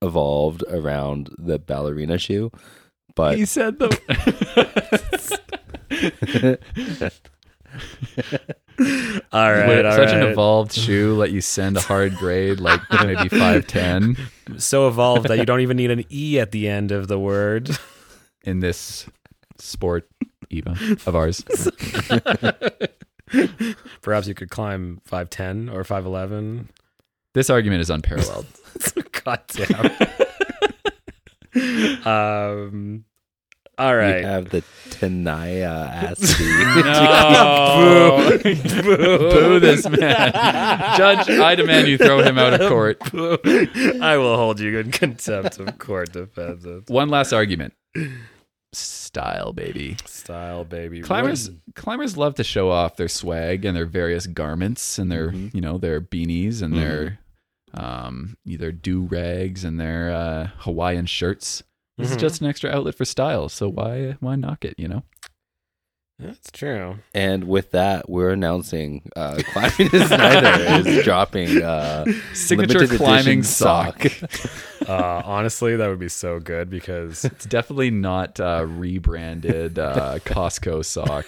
[SPEAKER 1] evolved around the ballerina shoe, but
[SPEAKER 2] He said the.
[SPEAKER 3] All right,
[SPEAKER 2] Would
[SPEAKER 3] all
[SPEAKER 2] such an
[SPEAKER 3] right.
[SPEAKER 2] evolved shoe let you send a hard grade like maybe five ten
[SPEAKER 3] so evolved that you don't even need an e at the end of the word.
[SPEAKER 2] in this sport, Eva of ours.
[SPEAKER 3] Perhaps you could climb five ten or five eleven.
[SPEAKER 2] This argument is unparalleled.
[SPEAKER 3] God damn. um. All
[SPEAKER 1] You
[SPEAKER 3] right.
[SPEAKER 1] have the Tenaya Asti.
[SPEAKER 3] Oh.
[SPEAKER 2] No, boo. boo this man, Judge. I demand you throw him out of court.
[SPEAKER 3] I will hold you in contempt of court defendant.
[SPEAKER 2] One last argument. Style, baby.
[SPEAKER 3] Style, baby.
[SPEAKER 2] climbers climbers love to show off their swag and their various garments and their you know their beanies and their um either do rags and their uh, Hawaiian shirts. This is
[SPEAKER 3] Mhm.
[SPEAKER 2] just an extra outlet for style, so why why knock it? You know,
[SPEAKER 3] That's true.
[SPEAKER 1] and with that, we're announcing uh, Climbing is Neither is dropping uh,
[SPEAKER 2] signature
[SPEAKER 1] limited edition
[SPEAKER 2] climbing sock.
[SPEAKER 3] Uh, honestly, that would be so good because
[SPEAKER 2] it's definitely not uh, rebranded uh, Costco sock.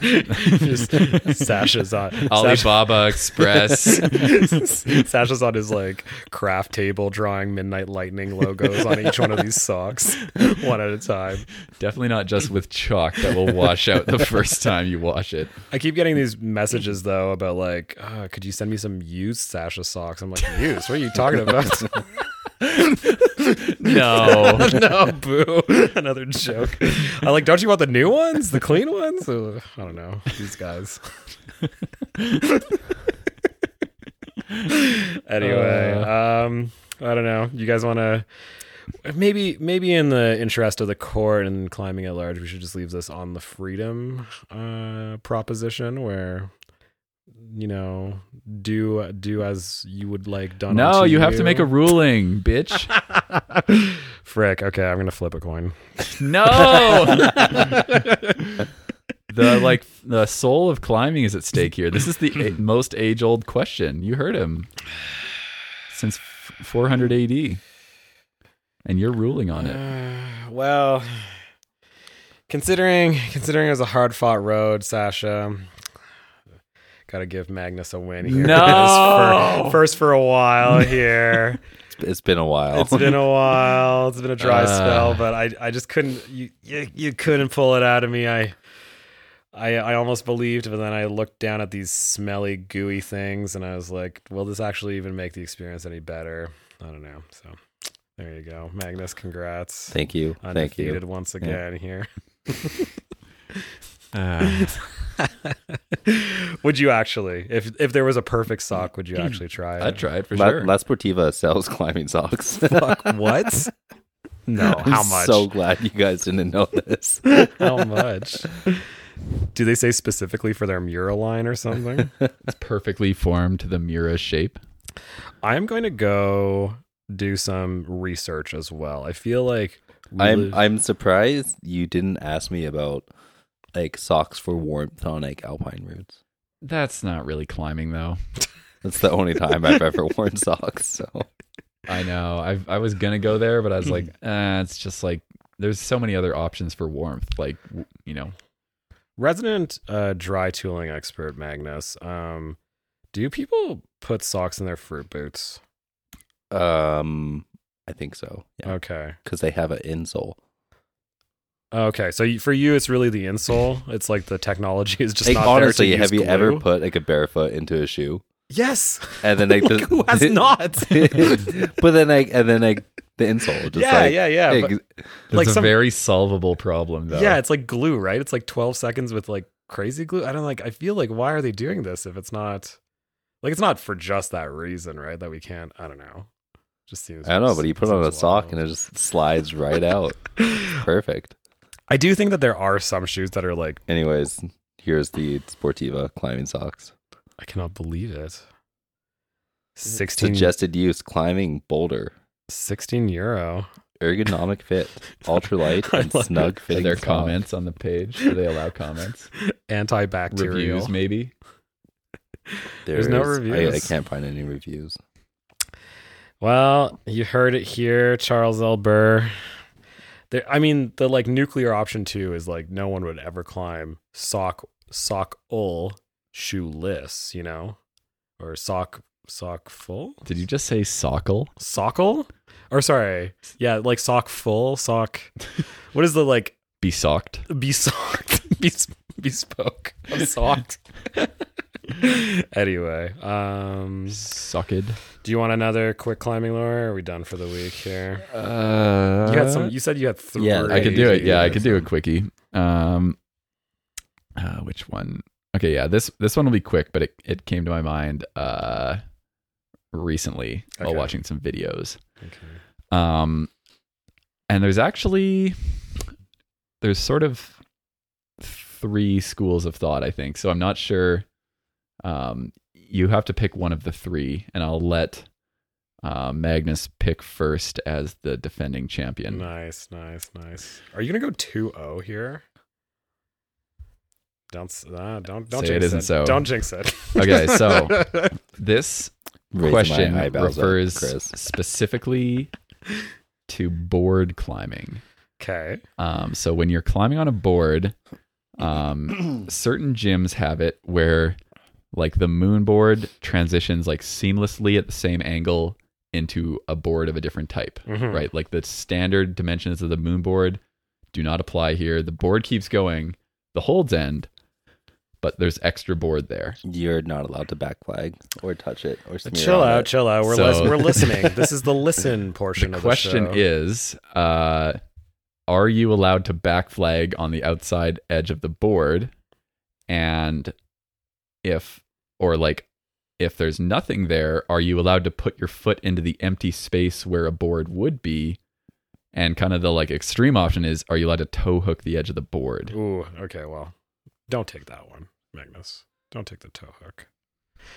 [SPEAKER 3] just Sasha's on Sasha,
[SPEAKER 2] Alibaba Express.
[SPEAKER 3] Sasha's on his like craft table drawing midnight lightning logos on each one of these socks, one at a time.
[SPEAKER 2] definitely not just with chalk that will wash out the first time you wash it.
[SPEAKER 3] I keep getting these messages though about like, uh, could you send me some used Sasha socks? I'm like, used? What are you talking about?
[SPEAKER 2] No.
[SPEAKER 3] no, boo. Another joke. I like, don't you want the new ones, the clean ones? Uh, I don't know. These guys. anyway,
[SPEAKER 2] Uh.
[SPEAKER 3] um, I don't know. You guys want to maybe maybe in the interest of the court and climbing at large, we should just leave this on the freedom uh, proposition where you know do do as you would like done.
[SPEAKER 2] No,
[SPEAKER 3] unto
[SPEAKER 2] you have to make a ruling, bitch.
[SPEAKER 3] frick. Okay, I'm gonna flip a coin.
[SPEAKER 2] No. the like the soul of climbing is at stake here. This is the a- most age-old question. You heard him since f- 400 AD. And you're ruling on it.
[SPEAKER 3] Uh, Well, considering considering it was a hard fought road, Sasha, gotta give Magnus a win here.
[SPEAKER 2] No!
[SPEAKER 3] first, for, first for a while here.
[SPEAKER 1] It's been a while.
[SPEAKER 3] it's been a while. It's been a dry
[SPEAKER 2] Uh.
[SPEAKER 3] spell, but I I just couldn't you, you you couldn't pull it out of me. I. I, I almost believed, but then I looked down at these smelly, gooey things, and I was like, "Will this actually even make the experience any better?" I don't know. So, there you go, Magnus. Congrats
[SPEAKER 1] Thank you. Thank
[SPEAKER 3] undefeated
[SPEAKER 1] you.
[SPEAKER 3] once again here. Uh. would you actually, if if there was a perfect sock, would you actually try it?
[SPEAKER 2] I'd try it for
[SPEAKER 1] La,
[SPEAKER 2] sure.
[SPEAKER 1] La Sportiva sells climbing socks.
[SPEAKER 3] What? No, how
[SPEAKER 1] I'm
[SPEAKER 3] much?
[SPEAKER 1] So glad you guys didn't know this.
[SPEAKER 3] how much? Do they say specifically for their mural line or something?
[SPEAKER 2] it's perfectly formed to the Mira shape.
[SPEAKER 3] I'm going to go do some research as well. I feel like we
[SPEAKER 1] I'm
[SPEAKER 3] live-
[SPEAKER 1] I'm surprised you didn't ask me about like socks for warmth on like alpine routes.
[SPEAKER 2] That's not really climbing though.
[SPEAKER 1] That's the only time I've ever worn socks. So
[SPEAKER 2] I know. I I was gonna go there, but I was like, uh, it's just like there's so many other options for warmth. Like w- you know,
[SPEAKER 3] resident uh, dry tooling expert Magnus. Um, do people put socks in their fruit boots?
[SPEAKER 1] um I think so. Yeah.
[SPEAKER 3] Okay.
[SPEAKER 1] Because they have an insole.
[SPEAKER 3] Okay, so you- for you, it's really the insole. It's like the technology is just
[SPEAKER 1] Like,
[SPEAKER 3] not
[SPEAKER 1] honestly,
[SPEAKER 3] there to
[SPEAKER 1] have
[SPEAKER 3] use
[SPEAKER 1] you ever
[SPEAKER 3] glue.
[SPEAKER 1] put like a barefoot into a shoe?
[SPEAKER 3] Yes,
[SPEAKER 1] And then like the,
[SPEAKER 3] who has not?
[SPEAKER 1] but then like and then like the insole just
[SPEAKER 3] yeah,
[SPEAKER 1] like
[SPEAKER 3] yeah, yeah, but-
[SPEAKER 1] ex-
[SPEAKER 2] it's
[SPEAKER 3] Like
[SPEAKER 2] a
[SPEAKER 3] some-
[SPEAKER 2] very solvable problem though.
[SPEAKER 3] yeah. It's like glue, right? It's like twelve seconds with like crazy glue. I don't like. I feel like why are they doing this if it's not like it's not for just that reason, right? That we can't. I don't know. Just seems.
[SPEAKER 1] I don't know, but he put on a
[SPEAKER 3] seems
[SPEAKER 1] sock
[SPEAKER 3] wild.
[SPEAKER 1] and it just slides right out. Perfect.
[SPEAKER 3] I do think that there are some shoes that are like
[SPEAKER 1] Anyways, here's the Sportiva climbing socks.
[SPEAKER 3] I cannot believe it. 16,
[SPEAKER 1] Suggested use climbing boulder.
[SPEAKER 3] 16 euro.
[SPEAKER 1] Ergonomic fit, ultralight,
[SPEAKER 3] I
[SPEAKER 1] and
[SPEAKER 3] love
[SPEAKER 1] snug
[SPEAKER 2] Are
[SPEAKER 1] fitting.
[SPEAKER 2] there
[SPEAKER 1] sock.
[SPEAKER 2] comments on the page? Do they allow comments?
[SPEAKER 3] Antibacterial.
[SPEAKER 2] Reviews maybe?
[SPEAKER 3] There's no
[SPEAKER 1] There's- I- I,
[SPEAKER 3] reviews.
[SPEAKER 1] can't find any reviews.
[SPEAKER 3] Well, you heard it here, Charles L. Burr. There, I mean, the like nuclear option too is like no one would ever climb sock sock ul shoeless, you know, or sock sock full
[SPEAKER 2] Did you just say sockle?
[SPEAKER 3] sockle, or sorry, yeah, like sock full sock. What is the like
[SPEAKER 2] Be socked.
[SPEAKER 3] besocked bes- bespoke I'm socked? anyway, um,
[SPEAKER 2] Socked.
[SPEAKER 3] do you want another quick climbing lore? Or are we done for the week here?
[SPEAKER 1] Uh,
[SPEAKER 3] You had some. You said you had three.
[SPEAKER 1] yeah,
[SPEAKER 2] I could do it. Yeah, I could do a
[SPEAKER 3] it.
[SPEAKER 2] quickie. Um, uh, which one? Okay, yeah this this one will be quick, but it it came to my mind uh recently while
[SPEAKER 3] Okay.
[SPEAKER 2] watching some videos.
[SPEAKER 3] Okay.
[SPEAKER 2] Um, and there's actually there's sort of three schools of thought, I think. So I'm not sure. Um, you have to pick one of the three, and I'll let uh, Magnus pick first as the defending champion.
[SPEAKER 3] Nice, nice, nice. Are you gonna go 2-0 here? Don't s- uh, don't don't
[SPEAKER 2] Say it
[SPEAKER 3] jinx
[SPEAKER 2] isn't
[SPEAKER 3] it.
[SPEAKER 2] so.
[SPEAKER 3] Don't jinx it.
[SPEAKER 2] Okay, so this
[SPEAKER 1] raising my
[SPEAKER 2] question
[SPEAKER 1] eyebrows at
[SPEAKER 2] refers
[SPEAKER 1] Chris.
[SPEAKER 2] specifically to board climbing.
[SPEAKER 3] okay.
[SPEAKER 2] Um, so when you're climbing on a board, um, certain gyms have it where like the moon board transitions like seamlessly at the same angle into a board of a different type,
[SPEAKER 1] Mm-hmm.
[SPEAKER 3] Mhm.
[SPEAKER 2] right? Like the standard dimensions of the moon board do not apply here. The board keeps going, the holds end, but there's extra board there.
[SPEAKER 1] You're not allowed to back flag or touch it or smear
[SPEAKER 3] Chill
[SPEAKER 1] on
[SPEAKER 3] out,
[SPEAKER 1] it.
[SPEAKER 3] chill out. We're
[SPEAKER 2] So-
[SPEAKER 3] lis- we're listening. This is the listen portion
[SPEAKER 2] The
[SPEAKER 3] of
[SPEAKER 2] question
[SPEAKER 3] the show.
[SPEAKER 2] is, uh, are you allowed to back flag on the outside edge of the board? And if, or like, if there's nothing there, are you allowed to put your foot into the empty space where a board would be? And kind of the like extreme option is, are you allowed to toe hook the edge of the board?
[SPEAKER 3] Ooh, okay, well. Don't take that one, Magnus. Don't take the toe hook.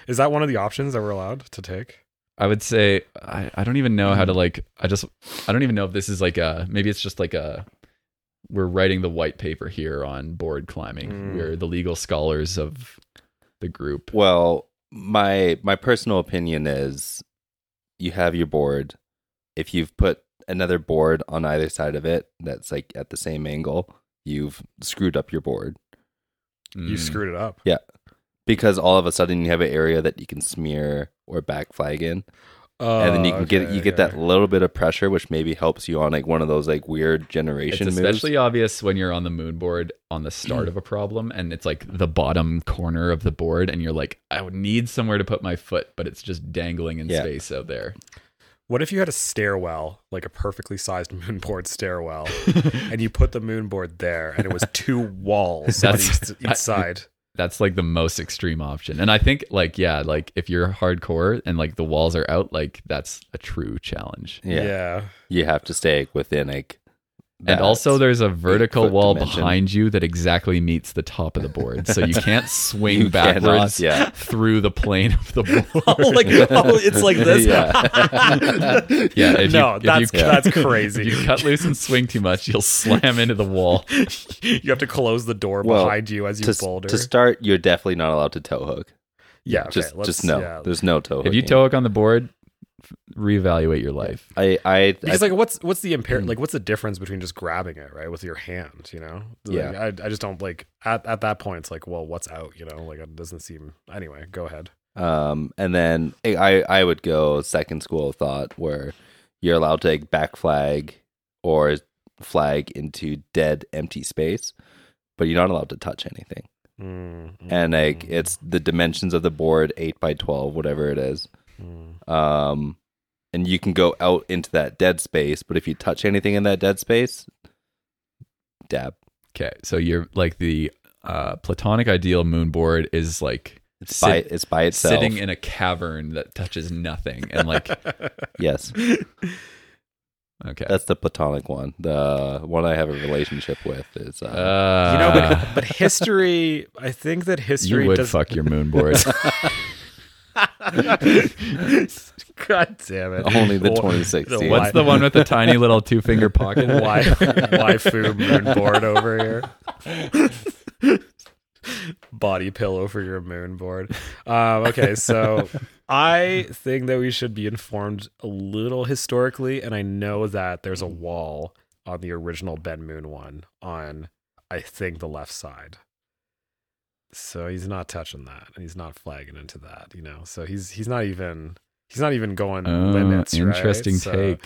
[SPEAKER 3] Is that one of the options that we're allowed to take?
[SPEAKER 2] I would say I, I don't even know how to
[SPEAKER 1] Mm.
[SPEAKER 2] like I just I don't even know if this is like a maybe it's just like a we're writing the white paper here on board climbing.
[SPEAKER 3] Mm.
[SPEAKER 2] We're the legal scholars of the group.
[SPEAKER 1] Well, my my personal opinion is you have your board. If you've put another board on either side of it that's like at the same angle, you've screwed up your board
[SPEAKER 3] You
[SPEAKER 2] Mm.
[SPEAKER 3] screwed it up.
[SPEAKER 1] because all of a sudden you have an area that you can smear or back flag in.
[SPEAKER 3] Uh,
[SPEAKER 1] and then you can
[SPEAKER 2] Oh,
[SPEAKER 1] get you get that little bit of pressure which maybe helps you on like one of those like weird
[SPEAKER 2] It's
[SPEAKER 1] generation moves. Mm.
[SPEAKER 2] especially obvious when you're on the moon board on the start of a problem and it's like the bottom corner of the board and you're like, I would need somewhere to put my foot, but it's just dangling in
[SPEAKER 1] Yeah.
[SPEAKER 2] space out there.
[SPEAKER 3] What if you had a stairwell, like a perfectly sized moonboard stairwell, and you put the moonboard there, and it was two walls on
[SPEAKER 2] That's-
[SPEAKER 3] each, each side?
[SPEAKER 2] that's like the most extreme option. And I think like yeah, like if you're hardcore and like the walls are out, like that's a true challenge.
[SPEAKER 1] yeah. You have to stay within like
[SPEAKER 2] and also there's a vertical
[SPEAKER 1] eight-foot
[SPEAKER 2] wall
[SPEAKER 1] dimension.
[SPEAKER 2] behind you that exactly meets the top of the board. So you can't swing
[SPEAKER 1] You cannot,
[SPEAKER 2] backwards
[SPEAKER 1] yeah.
[SPEAKER 2] through the plane of the board.
[SPEAKER 3] like oh, it's like this.
[SPEAKER 1] Yeah.
[SPEAKER 2] yeah, if you-
[SPEAKER 3] no,
[SPEAKER 2] if you
[SPEAKER 3] that's
[SPEAKER 2] cut-
[SPEAKER 3] that's
[SPEAKER 2] If
[SPEAKER 3] crazy.
[SPEAKER 2] you
[SPEAKER 3] You,
[SPEAKER 2] cut loose and swing too much, you'll slam into the wall.
[SPEAKER 3] have to close the door
[SPEAKER 1] Well,
[SPEAKER 3] behind you as you
[SPEAKER 1] to,
[SPEAKER 3] boulder.
[SPEAKER 1] to start you're definitely not allowed to toe hook.
[SPEAKER 3] yeah, okay,
[SPEAKER 1] just
[SPEAKER 3] let's-
[SPEAKER 1] just no.
[SPEAKER 3] yeah.
[SPEAKER 1] There's no toe
[SPEAKER 2] If you
[SPEAKER 1] hooking.
[SPEAKER 2] toe hook on the board, f- reevaluate your life.
[SPEAKER 1] I I, I Hmm.
[SPEAKER 3] Because like, what's what's the impair? Like, what's the difference between just grabbing it right with your hand? You know, Like,
[SPEAKER 1] Yeah.
[SPEAKER 3] I, I just don't like at at that point. It's like, well, what's out? You know, like it doesn't seem. Anyway, go ahead.
[SPEAKER 1] Um, and then I I would go second school of thought where you're allowed to like, back flag or flag into dead empty space, but you're not allowed to touch anything.
[SPEAKER 3] Mm,
[SPEAKER 2] Mm-hmm.
[SPEAKER 3] mm,
[SPEAKER 1] And like
[SPEAKER 3] mm,
[SPEAKER 1] it's the dimensions of the board eight by twelve, whatever it is.
[SPEAKER 3] mm.
[SPEAKER 1] Um, and you can go out into that dead space, but if you touch anything in that dead space, dab.
[SPEAKER 2] Okay, so you're like the uh, platonic ideal moon board is like
[SPEAKER 1] It's
[SPEAKER 2] sit-
[SPEAKER 1] by it's by itself.
[SPEAKER 2] sitting in a cavern that touches nothing, and like
[SPEAKER 1] yes,
[SPEAKER 2] okay,
[SPEAKER 1] that's the platonic one. The one I have a relationship with is uh,
[SPEAKER 2] uh,
[SPEAKER 3] you know, but, but history. I think that
[SPEAKER 2] you
[SPEAKER 3] history
[SPEAKER 2] would
[SPEAKER 3] does.
[SPEAKER 2] fuck your moon board.
[SPEAKER 3] God damn it!
[SPEAKER 1] Only the
[SPEAKER 3] Wh-
[SPEAKER 1] 2016.
[SPEAKER 2] What's the one with the tiny little two finger pocket?
[SPEAKER 3] Why, waifu moonboard over here? Body pillow for your moonboard. Um, okay, so I think that we should be informed a little historically, and I know that there's a wall on the original Ben Moon one on, I think, the left side. So he's not touching that, and he's not flagging into that, you know. So he's he's not even he's not even going
[SPEAKER 2] Oh,
[SPEAKER 3] limits. right?
[SPEAKER 2] interesting
[SPEAKER 3] So
[SPEAKER 2] take.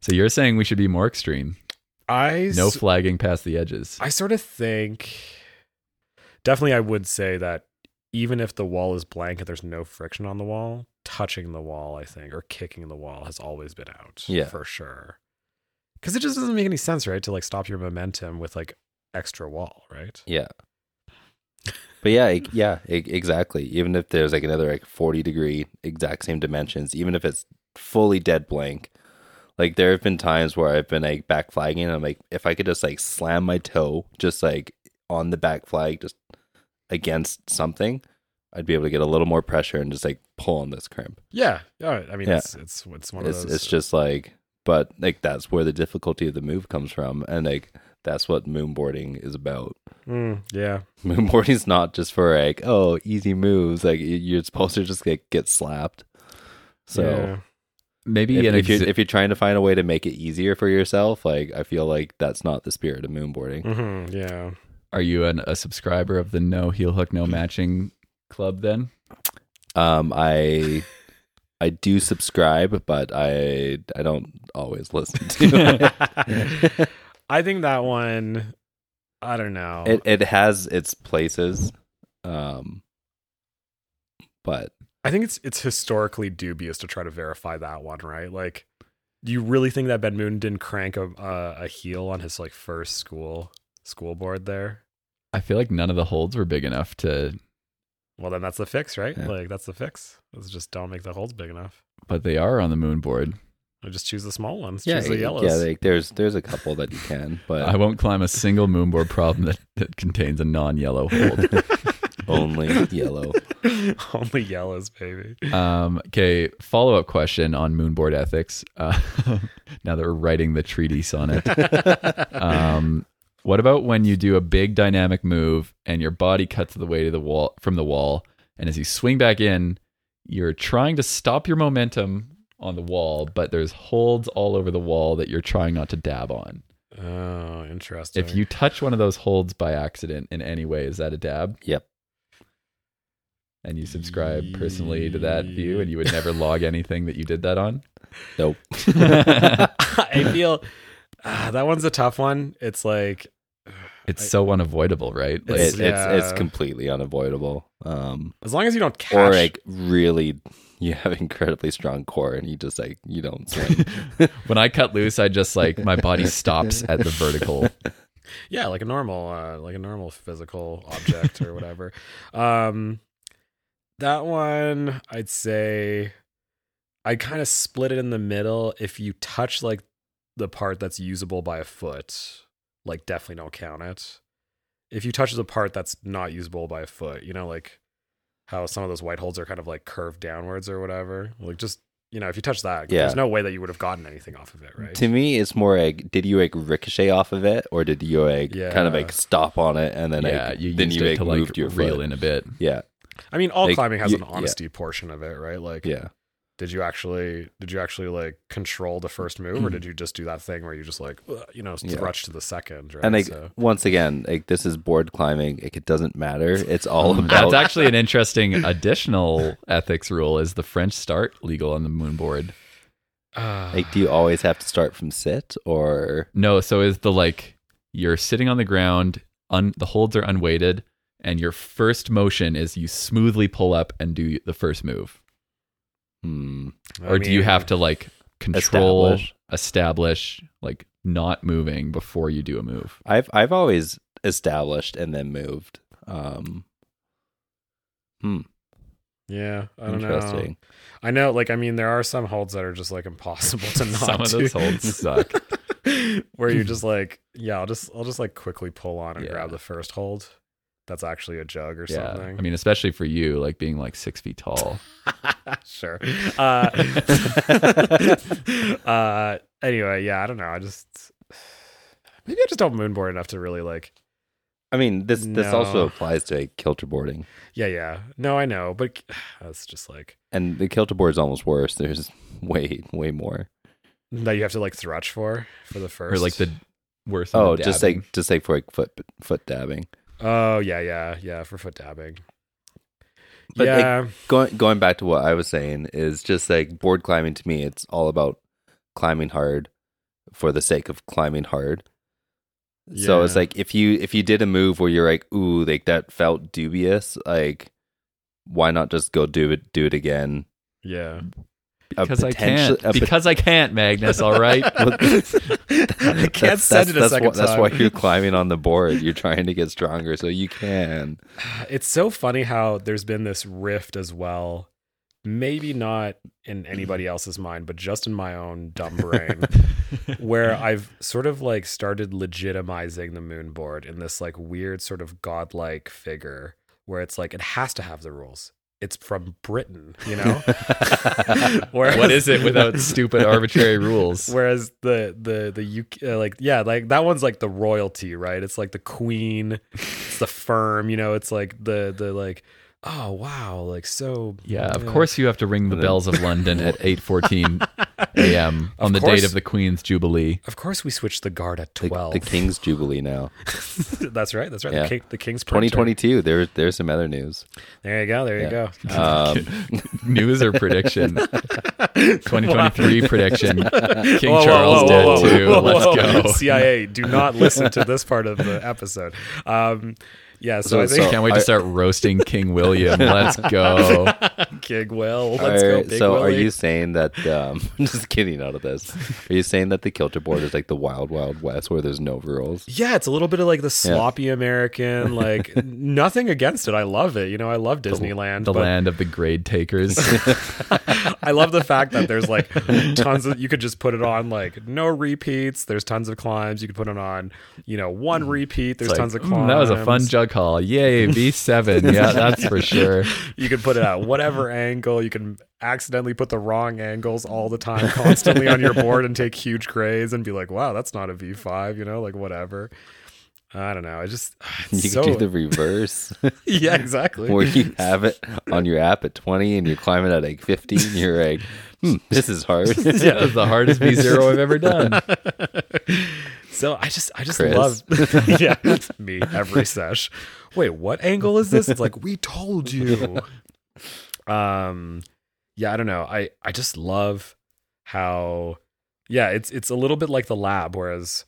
[SPEAKER 2] So you're saying we should be more extreme?
[SPEAKER 3] I
[SPEAKER 2] No
[SPEAKER 3] s-
[SPEAKER 2] flagging past the edges.
[SPEAKER 3] I sort of think definitely I would say that even if the wall is blank and there's no friction on the wall, touching the wall, I think, or kicking the wall has always been out.
[SPEAKER 1] Yeah.
[SPEAKER 3] For sure. Cause it just doesn't make any sense, right? To like stop your momentum with like extra wall, right?
[SPEAKER 1] Yeah. But yeah, e- yeah, e- exactly. Even if there's like another like 40 degree exact same dimensions, even if it's fully dead blank, like there have been times where I've been like back flagging and I'm like, if I could just like slam my toe just like on the back flag, just against something, I'd be able to get a little more pressure and just like pull on this crimp.
[SPEAKER 3] Yeah. Yeah. I mean
[SPEAKER 1] Yeah.
[SPEAKER 3] it's it's it's one of
[SPEAKER 1] It's,
[SPEAKER 3] those
[SPEAKER 1] it's just like, but like that's where the difficulty of the move comes from. And like that's what moonboarding is about.
[SPEAKER 3] Mm, yeah.
[SPEAKER 1] Moonboarding's not just for like oh easy moves. Like y- you're supposed to just get get slapped. So
[SPEAKER 3] Yeah.
[SPEAKER 2] Maybe
[SPEAKER 1] if,
[SPEAKER 2] an
[SPEAKER 1] if
[SPEAKER 2] exi-
[SPEAKER 1] you're if you're trying to find a way to make it easier for yourself, like I feel like that's not the spirit of moonboarding.
[SPEAKER 3] Mhm, yeah.
[SPEAKER 2] are you an, a subscriber of the No Heel Hook No Matching Club? Then
[SPEAKER 1] Um, I I do subscribe, but I I don't always listen to it.
[SPEAKER 3] I think that one I don't know.
[SPEAKER 2] Oh.
[SPEAKER 1] it. It has its places, um, but
[SPEAKER 3] I think it's it's historically dubious to try to verify that one, right? Like, do you really think that Ben Moon didn't crank a a, a heel on his like first school school board there?
[SPEAKER 2] I feel like none of the holds were big enough to,
[SPEAKER 3] Well, then that's the fix, right?
[SPEAKER 1] Yeah.
[SPEAKER 3] Like that's the fix. Let's just don't make the holds big enough.
[SPEAKER 2] but they are on the moon board.
[SPEAKER 3] Or just choose the small ones.
[SPEAKER 1] yeah,
[SPEAKER 3] choose the
[SPEAKER 1] yeah.
[SPEAKER 3] yellows.
[SPEAKER 1] Like there's there's a couple that you can, but
[SPEAKER 2] I won't climb a single moonboard problem that, that contains a non-yellow hold.
[SPEAKER 1] only yellow.
[SPEAKER 3] Only yellows, baby.
[SPEAKER 2] Um, okay, follow-up question on moonboard ethics. Uh, now that we're writing the treatise on it, um, what about when you do a big dynamic move and your body cuts the way to the wall from the wall, and as you swing back in, you're trying to stop your momentum on the wall, but there's holds all over the wall that you're trying not to dab on.
[SPEAKER 3] Oh, interesting.
[SPEAKER 2] If you touch one of those holds by accident in any way, is that a dab?
[SPEAKER 1] Yep.
[SPEAKER 2] And you subscribe personally to that view, and you would never log anything that you did that on.
[SPEAKER 1] Nope.
[SPEAKER 3] I feel ah, that one's a tough one. It's like
[SPEAKER 2] It's so unavoidable, right? Like,
[SPEAKER 1] it, it's it's
[SPEAKER 3] Yeah. completely
[SPEAKER 1] completely unavoidable. Um,
[SPEAKER 3] as long as you don't catch
[SPEAKER 1] or like really, you have incredibly strong core, and you just like you don't swing.
[SPEAKER 2] when I cut loose, I just like my body stops at the vertical.
[SPEAKER 3] yeah like a normal uh like a normal physical object or whatever um that one i'd say i kind of split it in the middle if you touch like the part that's usable by a foot like definitely don't count it if you touch the part that's not usable by a foot you know like how some of those white holes are kind of like curved downwards or whatever like just you know if you touch that
[SPEAKER 1] Yeah.
[SPEAKER 3] there's no way that you would have gotten anything off of it right
[SPEAKER 1] to me, it's more like did you like ricochet off of it, or did you like kind of
[SPEAKER 3] Yeah.
[SPEAKER 1] like stop on it and then
[SPEAKER 2] yeah,
[SPEAKER 1] like,
[SPEAKER 2] you
[SPEAKER 1] then
[SPEAKER 2] used
[SPEAKER 1] you
[SPEAKER 2] it
[SPEAKER 1] like
[SPEAKER 2] to like
[SPEAKER 1] moved your
[SPEAKER 2] reel
[SPEAKER 1] foot.
[SPEAKER 2] in a bit.
[SPEAKER 1] Yeah,
[SPEAKER 3] i mean all
[SPEAKER 1] Like,
[SPEAKER 3] climbing has
[SPEAKER 1] you-
[SPEAKER 3] an
[SPEAKER 1] yeah.
[SPEAKER 3] honesty portion of it right like
[SPEAKER 1] yeah.
[SPEAKER 3] did you actually did you actually like control the first move
[SPEAKER 2] Mm-hmm.
[SPEAKER 3] or did you just do that thing where you just like ugh, you know
[SPEAKER 1] Yeah.
[SPEAKER 3] rush to the second right
[SPEAKER 1] And like
[SPEAKER 3] so,
[SPEAKER 1] once again, like this is board climbing. Like it doesn't matter. It's all
[SPEAKER 2] That's
[SPEAKER 1] about
[SPEAKER 2] actually an interesting additional ethics rule: is the French start legal on the moon board?
[SPEAKER 3] ah,
[SPEAKER 1] like do you always have to start from sit or
[SPEAKER 2] No, so is the like you're sitting on the ground, un, the holds are unweighted, and your first motion is you smoothly pull up and do the first move,
[SPEAKER 1] hmm,
[SPEAKER 3] I
[SPEAKER 2] or do you
[SPEAKER 3] mean,
[SPEAKER 2] have to like control, establish.
[SPEAKER 1] Establish.
[SPEAKER 2] like not moving before you do a move?
[SPEAKER 1] I've I've always established and then moved. Um,
[SPEAKER 3] yeah i don't know
[SPEAKER 1] interesting.
[SPEAKER 3] i know like i mean there are some holds that are just like impossible to not
[SPEAKER 2] Some of
[SPEAKER 3] do.
[SPEAKER 2] those holds suck.
[SPEAKER 3] where you're just like yeah i'll just i'll just like quickly pull on and
[SPEAKER 2] Yeah.
[SPEAKER 3] grab the first hold that's actually a jug or
[SPEAKER 2] yeah,
[SPEAKER 3] something
[SPEAKER 2] I mean, especially for you, like being like six feet tall.
[SPEAKER 3] sure. Uh, uh, anyway, yeah, I don't know. I just maybe I just don't moonboard enough to really like.
[SPEAKER 1] I mean, this this
[SPEAKER 3] No.
[SPEAKER 1] also applies to like, kilter boarding,
[SPEAKER 3] Yeah, yeah. No, I know, but it's just like
[SPEAKER 1] and the kilter board is almost worse. There's way way more.
[SPEAKER 3] that you have to like thrush for for the first
[SPEAKER 2] Or like the worst.
[SPEAKER 1] oh, just
[SPEAKER 2] dabbing.
[SPEAKER 1] like just like for like foot foot dabbing.
[SPEAKER 3] Oh yeah, yeah, yeah. For foot dabbing.
[SPEAKER 1] But, like,
[SPEAKER 3] yeah,
[SPEAKER 1] going going back to what I was saying is just like board climbing to me, it's all about climbing hard for the sake of climbing hard. So it's
[SPEAKER 3] Yeah.
[SPEAKER 1] like if you if you did a move where you're like, ooh, like that felt dubious, like why not just go do it do it again?
[SPEAKER 3] yeah.
[SPEAKER 1] A
[SPEAKER 2] Because I
[SPEAKER 1] potential-
[SPEAKER 2] can't.
[SPEAKER 1] a pot-
[SPEAKER 2] because I can't, Magnus. All right.
[SPEAKER 1] Well,
[SPEAKER 3] I can't
[SPEAKER 1] that's-
[SPEAKER 3] send it a
[SPEAKER 1] that's
[SPEAKER 3] second
[SPEAKER 1] why, That's why
[SPEAKER 3] time.
[SPEAKER 1] you're climbing on the board. You're trying to get stronger, so you can.
[SPEAKER 3] It's so funny how there's been this rift as well. Maybe not in anybody else's mind, but just in my own dumb brain, where I've sort of like started legitimizing the moon board in this like weird sort of godlike figure where it's like it has to have the rules. It's from Britain, you know? Whereas-
[SPEAKER 2] what is it without stupid arbitrary rules?
[SPEAKER 3] Whereas the the the UK, uh, like yeah, like that one's like the royalty, right? It's like the queen, it's the firm, you know. It's like the the like, oh wow, like so.
[SPEAKER 2] Yeah, of course you have to ring the bells of London at 8:14 a.m. on
[SPEAKER 3] Of
[SPEAKER 2] the
[SPEAKER 3] course.
[SPEAKER 2] date of the Queen's Jubilee.
[SPEAKER 3] Of course, we switched the guard at
[SPEAKER 1] The,
[SPEAKER 3] twelve.
[SPEAKER 1] the King's Jubilee now,
[SPEAKER 3] that's right. That's right.
[SPEAKER 1] Yeah.
[SPEAKER 3] The, king, the king's print.
[SPEAKER 1] 2022. There, there's some other news.
[SPEAKER 3] There you go. There you go.
[SPEAKER 1] Um,
[SPEAKER 2] News or prediction? 2023 prediction. King
[SPEAKER 3] Whoa, whoa,
[SPEAKER 2] Charles
[SPEAKER 3] whoa,
[SPEAKER 2] dead
[SPEAKER 3] whoa, whoa,
[SPEAKER 2] too.
[SPEAKER 3] whoa,
[SPEAKER 2] Let's
[SPEAKER 3] whoa.
[SPEAKER 2] go.
[SPEAKER 3] CIA, do not listen to this part of the episode. Um, yeah, so,
[SPEAKER 1] So-
[SPEAKER 3] I think
[SPEAKER 1] so-
[SPEAKER 2] Can't wait to
[SPEAKER 1] I-
[SPEAKER 2] start roasting King William. Let's go.
[SPEAKER 3] King Will. Let's
[SPEAKER 1] Are-
[SPEAKER 3] go. Big
[SPEAKER 1] so are
[SPEAKER 3] Willie.
[SPEAKER 1] you saying that um just kidding out of this are you saying that the kilter board is like the wild wild west where there's no rules
[SPEAKER 3] Yeah, it's a little bit of like the sloppy American, like nothing against it. I love it. You know, I love Disneyland.
[SPEAKER 2] The
[SPEAKER 3] but
[SPEAKER 2] land of the grade takers.
[SPEAKER 3] I love the fact that there's like tons of you could just put it on like no repeats. There's tons of climbs. You could put it on, you know, one repeat. There's
[SPEAKER 2] Mm. Like,
[SPEAKER 3] tons of climbs.
[SPEAKER 2] "Mm, that was a fun jug haul. Yay, V7. Yeah, that's for sure.
[SPEAKER 3] You can put it at whatever angle. You can accidentally put the wrong angles all the time, constantly on your board, and take huge grays and be like, "Wow, that's not a V five, you know, like whatever. I don't know. I just
[SPEAKER 1] you
[SPEAKER 3] it's
[SPEAKER 1] can
[SPEAKER 3] so,
[SPEAKER 1] do the reverse
[SPEAKER 3] yeah, exactly.
[SPEAKER 1] where you have it on your app at 20 and you're climbing at like 15 and you're like hmm, this is hard
[SPEAKER 2] That was the hardest V0 I've ever done.
[SPEAKER 3] So I just I just
[SPEAKER 1] Chris.
[SPEAKER 3] love yeah me every sesh. Wait, what angle is this? It's like we told you. Um, yeah, I don't know. I I just love how yeah it's it's a little bit like the lab, whereas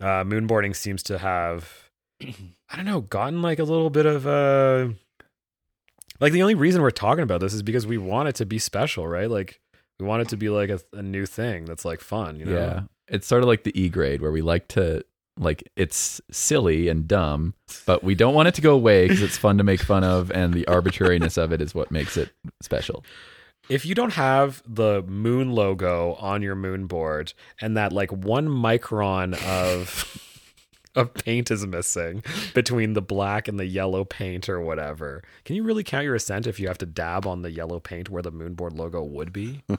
[SPEAKER 3] uh, moonboarding seems to have I don't know gotten like a little bit of uh like the only reason we're talking about this is because we want it to be special, right? Like we want it to be like a, a new thing that's like fun, you know?
[SPEAKER 2] Yeah. It's sort of like the E grade where we like to like it's silly and dumb, but we don't want it to go away because it's fun to make fun of, and the arbitrariness of it is what makes it special.
[SPEAKER 3] if you don't have the moon logo on your moon board and that like one micron of of paint is missing between the black and the yellow paint or whatever can you really count your ascent if you have to dab on the yellow paint where the moon board logo would be
[SPEAKER 2] I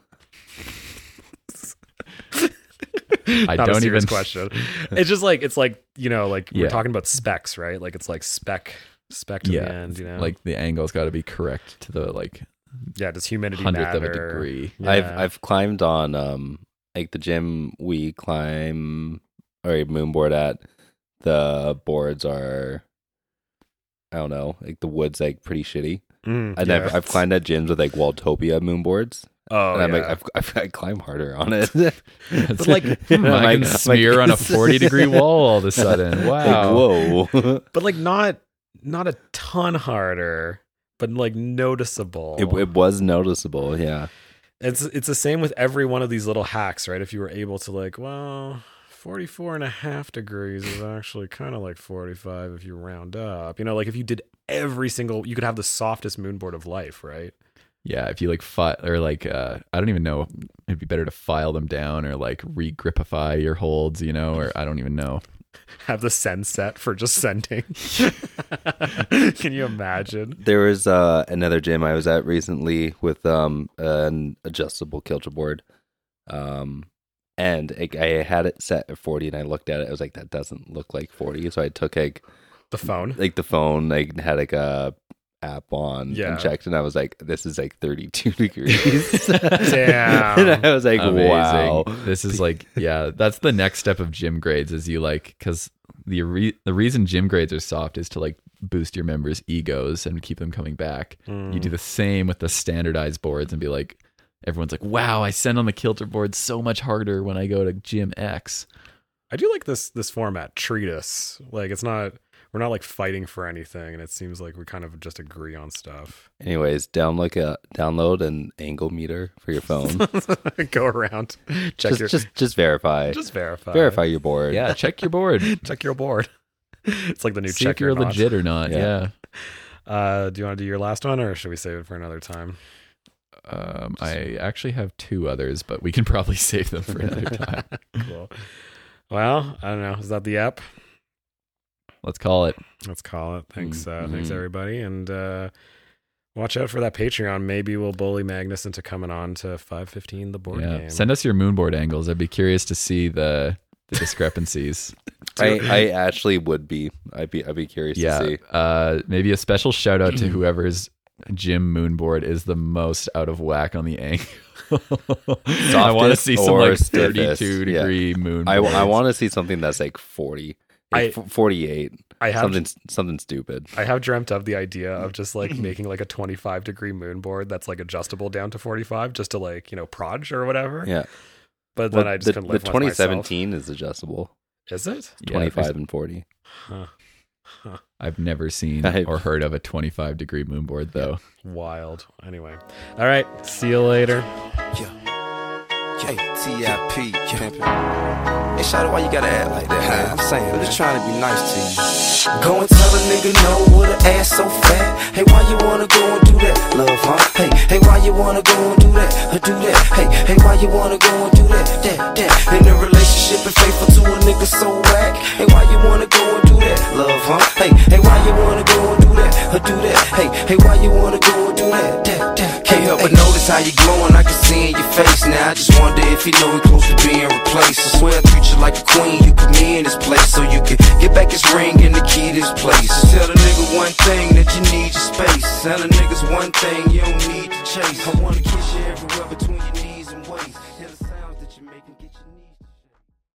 [SPEAKER 3] not a
[SPEAKER 2] don't
[SPEAKER 3] serious
[SPEAKER 2] even
[SPEAKER 3] question it's just like it's like you know like
[SPEAKER 2] Yeah.
[SPEAKER 3] we're talking about specs right like it's like spec spec to
[SPEAKER 2] Yeah,
[SPEAKER 3] the end you know
[SPEAKER 2] like the angle's got to be correct to the like
[SPEAKER 3] yeah does humidity
[SPEAKER 2] hundredth
[SPEAKER 3] matter
[SPEAKER 2] of a degree.
[SPEAKER 1] I've
[SPEAKER 3] Yeah.
[SPEAKER 1] I've climbed on um like the gym we climb or moonboard at. The boards are I don't know, like the woods like pretty shitty.
[SPEAKER 3] Mm,
[SPEAKER 1] And I've
[SPEAKER 3] yeah.
[SPEAKER 1] I've climbed at gyms with like Waldtopia moonboards.
[SPEAKER 3] oh
[SPEAKER 1] and I'm
[SPEAKER 3] yeah.
[SPEAKER 1] like I've, I've I climb harder on it. It's
[SPEAKER 2] It's like hmm,
[SPEAKER 1] I'm
[SPEAKER 2] I
[SPEAKER 1] like-
[SPEAKER 2] can
[SPEAKER 1] I'm
[SPEAKER 2] smear
[SPEAKER 1] like-
[SPEAKER 2] on a forty degree wall all of a sudden. Wow.
[SPEAKER 1] whoa.
[SPEAKER 3] but like not not a ton harder but like noticeable
[SPEAKER 1] it it was noticeable, yeah.
[SPEAKER 3] it's it's the same with every one of these little hacks right if you were able to like well 44 and a half degrees is actually kind of like 45 if you round up you know like if you did every single you could have the softest moonboard of life right
[SPEAKER 2] Yeah, if you like file or like uh I don't even know it'd be better to file them down or like regripify your holds, you know, or I don't even know.
[SPEAKER 3] have the send set for just sending can you imagine
[SPEAKER 1] There was uh, another gym I was at recently with um, an adjustable kilter board, um, and like, I had it set at forty, and I looked at it. I was like, that doesn't look like forty. So I took like
[SPEAKER 3] the phone
[SPEAKER 1] like the phone, like had like a app on
[SPEAKER 3] Yeah.
[SPEAKER 1] and checked, and I was like, "This is like 32 degrees,"
[SPEAKER 3] Damn.
[SPEAKER 1] and I was like,
[SPEAKER 2] Amazing.
[SPEAKER 1] "Wow."
[SPEAKER 2] This is like, yeah, that's the next step of gym grades is you like, because the, re- the reason gym grades are soft is to like boost your members' egos and keep them coming back. You do the same with the standardized boards and be like, everyone's like, wow, I send on the kilter board so much harder when I go to gym X.
[SPEAKER 3] I do like this this format treatise. Like it's not we're not like fighting for anything, and it seems like we kind of just agree on stuff.
[SPEAKER 1] Anyways, download a, download an angle meter for your phone.
[SPEAKER 3] Go around, check
[SPEAKER 1] just,
[SPEAKER 3] your just,
[SPEAKER 1] just just verify,
[SPEAKER 3] verify
[SPEAKER 1] verify your board.
[SPEAKER 2] Yeah, check your board.
[SPEAKER 3] check your board. it's like the new
[SPEAKER 2] See
[SPEAKER 3] check
[SPEAKER 2] if you're
[SPEAKER 3] or not.
[SPEAKER 2] legit or not. Yeah.
[SPEAKER 3] Uh, do you want to do your last one, or should we save it for another time?
[SPEAKER 2] Um, I actually have two others, but we can probably save them for another time.
[SPEAKER 3] Cool. well, I don't know. Is that the app?
[SPEAKER 2] Let's call it.
[SPEAKER 3] Let's call it. Thanks, uh,
[SPEAKER 1] Mhm.
[SPEAKER 3] thanks
[SPEAKER 2] Mm-hmm.
[SPEAKER 3] everybody, and uh, watch out for that Patreon. Maybe we'll bully Magnus into coming on to five fifteen the board
[SPEAKER 2] yeah.
[SPEAKER 3] game.
[SPEAKER 2] Send us your moonboard angles. I'd be curious to see the the discrepancies.
[SPEAKER 1] I, I actually would be. I'd be. I'd be curious
[SPEAKER 2] yeah.
[SPEAKER 1] to see.
[SPEAKER 2] Uh, maybe a special shout out to whoever's gym moonboard is the most out of whack on the angle. I want to
[SPEAKER 1] Softest
[SPEAKER 2] see some
[SPEAKER 1] or
[SPEAKER 2] like
[SPEAKER 1] stiffest,
[SPEAKER 2] 32
[SPEAKER 1] yeah.
[SPEAKER 2] degree moonboard.
[SPEAKER 1] I, I want to see something that's like 40, like
[SPEAKER 3] I-
[SPEAKER 1] f- 48,
[SPEAKER 3] I have
[SPEAKER 1] something something stupid.
[SPEAKER 3] I have dreamt of the idea of just like
[SPEAKER 1] Mm-hmm.
[SPEAKER 3] making like a 25 degree moon board that's like adjustable down to 45 just to like, you know, proj or whatever.
[SPEAKER 1] Yeah.
[SPEAKER 3] But then
[SPEAKER 1] Well,
[SPEAKER 3] I just
[SPEAKER 1] the,
[SPEAKER 3] couldn't
[SPEAKER 1] the
[SPEAKER 3] live with myself.
[SPEAKER 1] 2017 is adjustable.
[SPEAKER 3] Is it?
[SPEAKER 2] Yeah,
[SPEAKER 1] 25 and 40.
[SPEAKER 3] Huh. Huh.
[SPEAKER 2] I've never seen
[SPEAKER 1] I-
[SPEAKER 2] or heard of a 25 degree moonboard though.
[SPEAKER 3] Wild. Anyway. All right. See you later.
[SPEAKER 7] Hey, TIP, camping. Hey, shout out why you gotta act like that, man. I'm saying, I'm just trying to be nice to you. Go and tell a nigga no with an ass so fat. Hey, why you wanna go and do that, love, huh? Hey, hey, why you wanna go and do that, or do that? Hey, hey, why you wanna go and do that, that, that? In a relationship and faithful to a nigga so whack. Hey, why you wanna go and do that, love, huh? Hey, hey, why you wanna go and do that, or do that? Hey, hey, why you wanna go and do that, that, that? Can't help but notice how you glowing, I can see in your face now. I just wonder if you know we close to being replaced. I swear I treat you like a queen, you put me in this place so you can get back his ring and the key to this place. Just tell the nigga one thing that you need your space. Tell the niggas one thing you don't need to chase. I wanna keep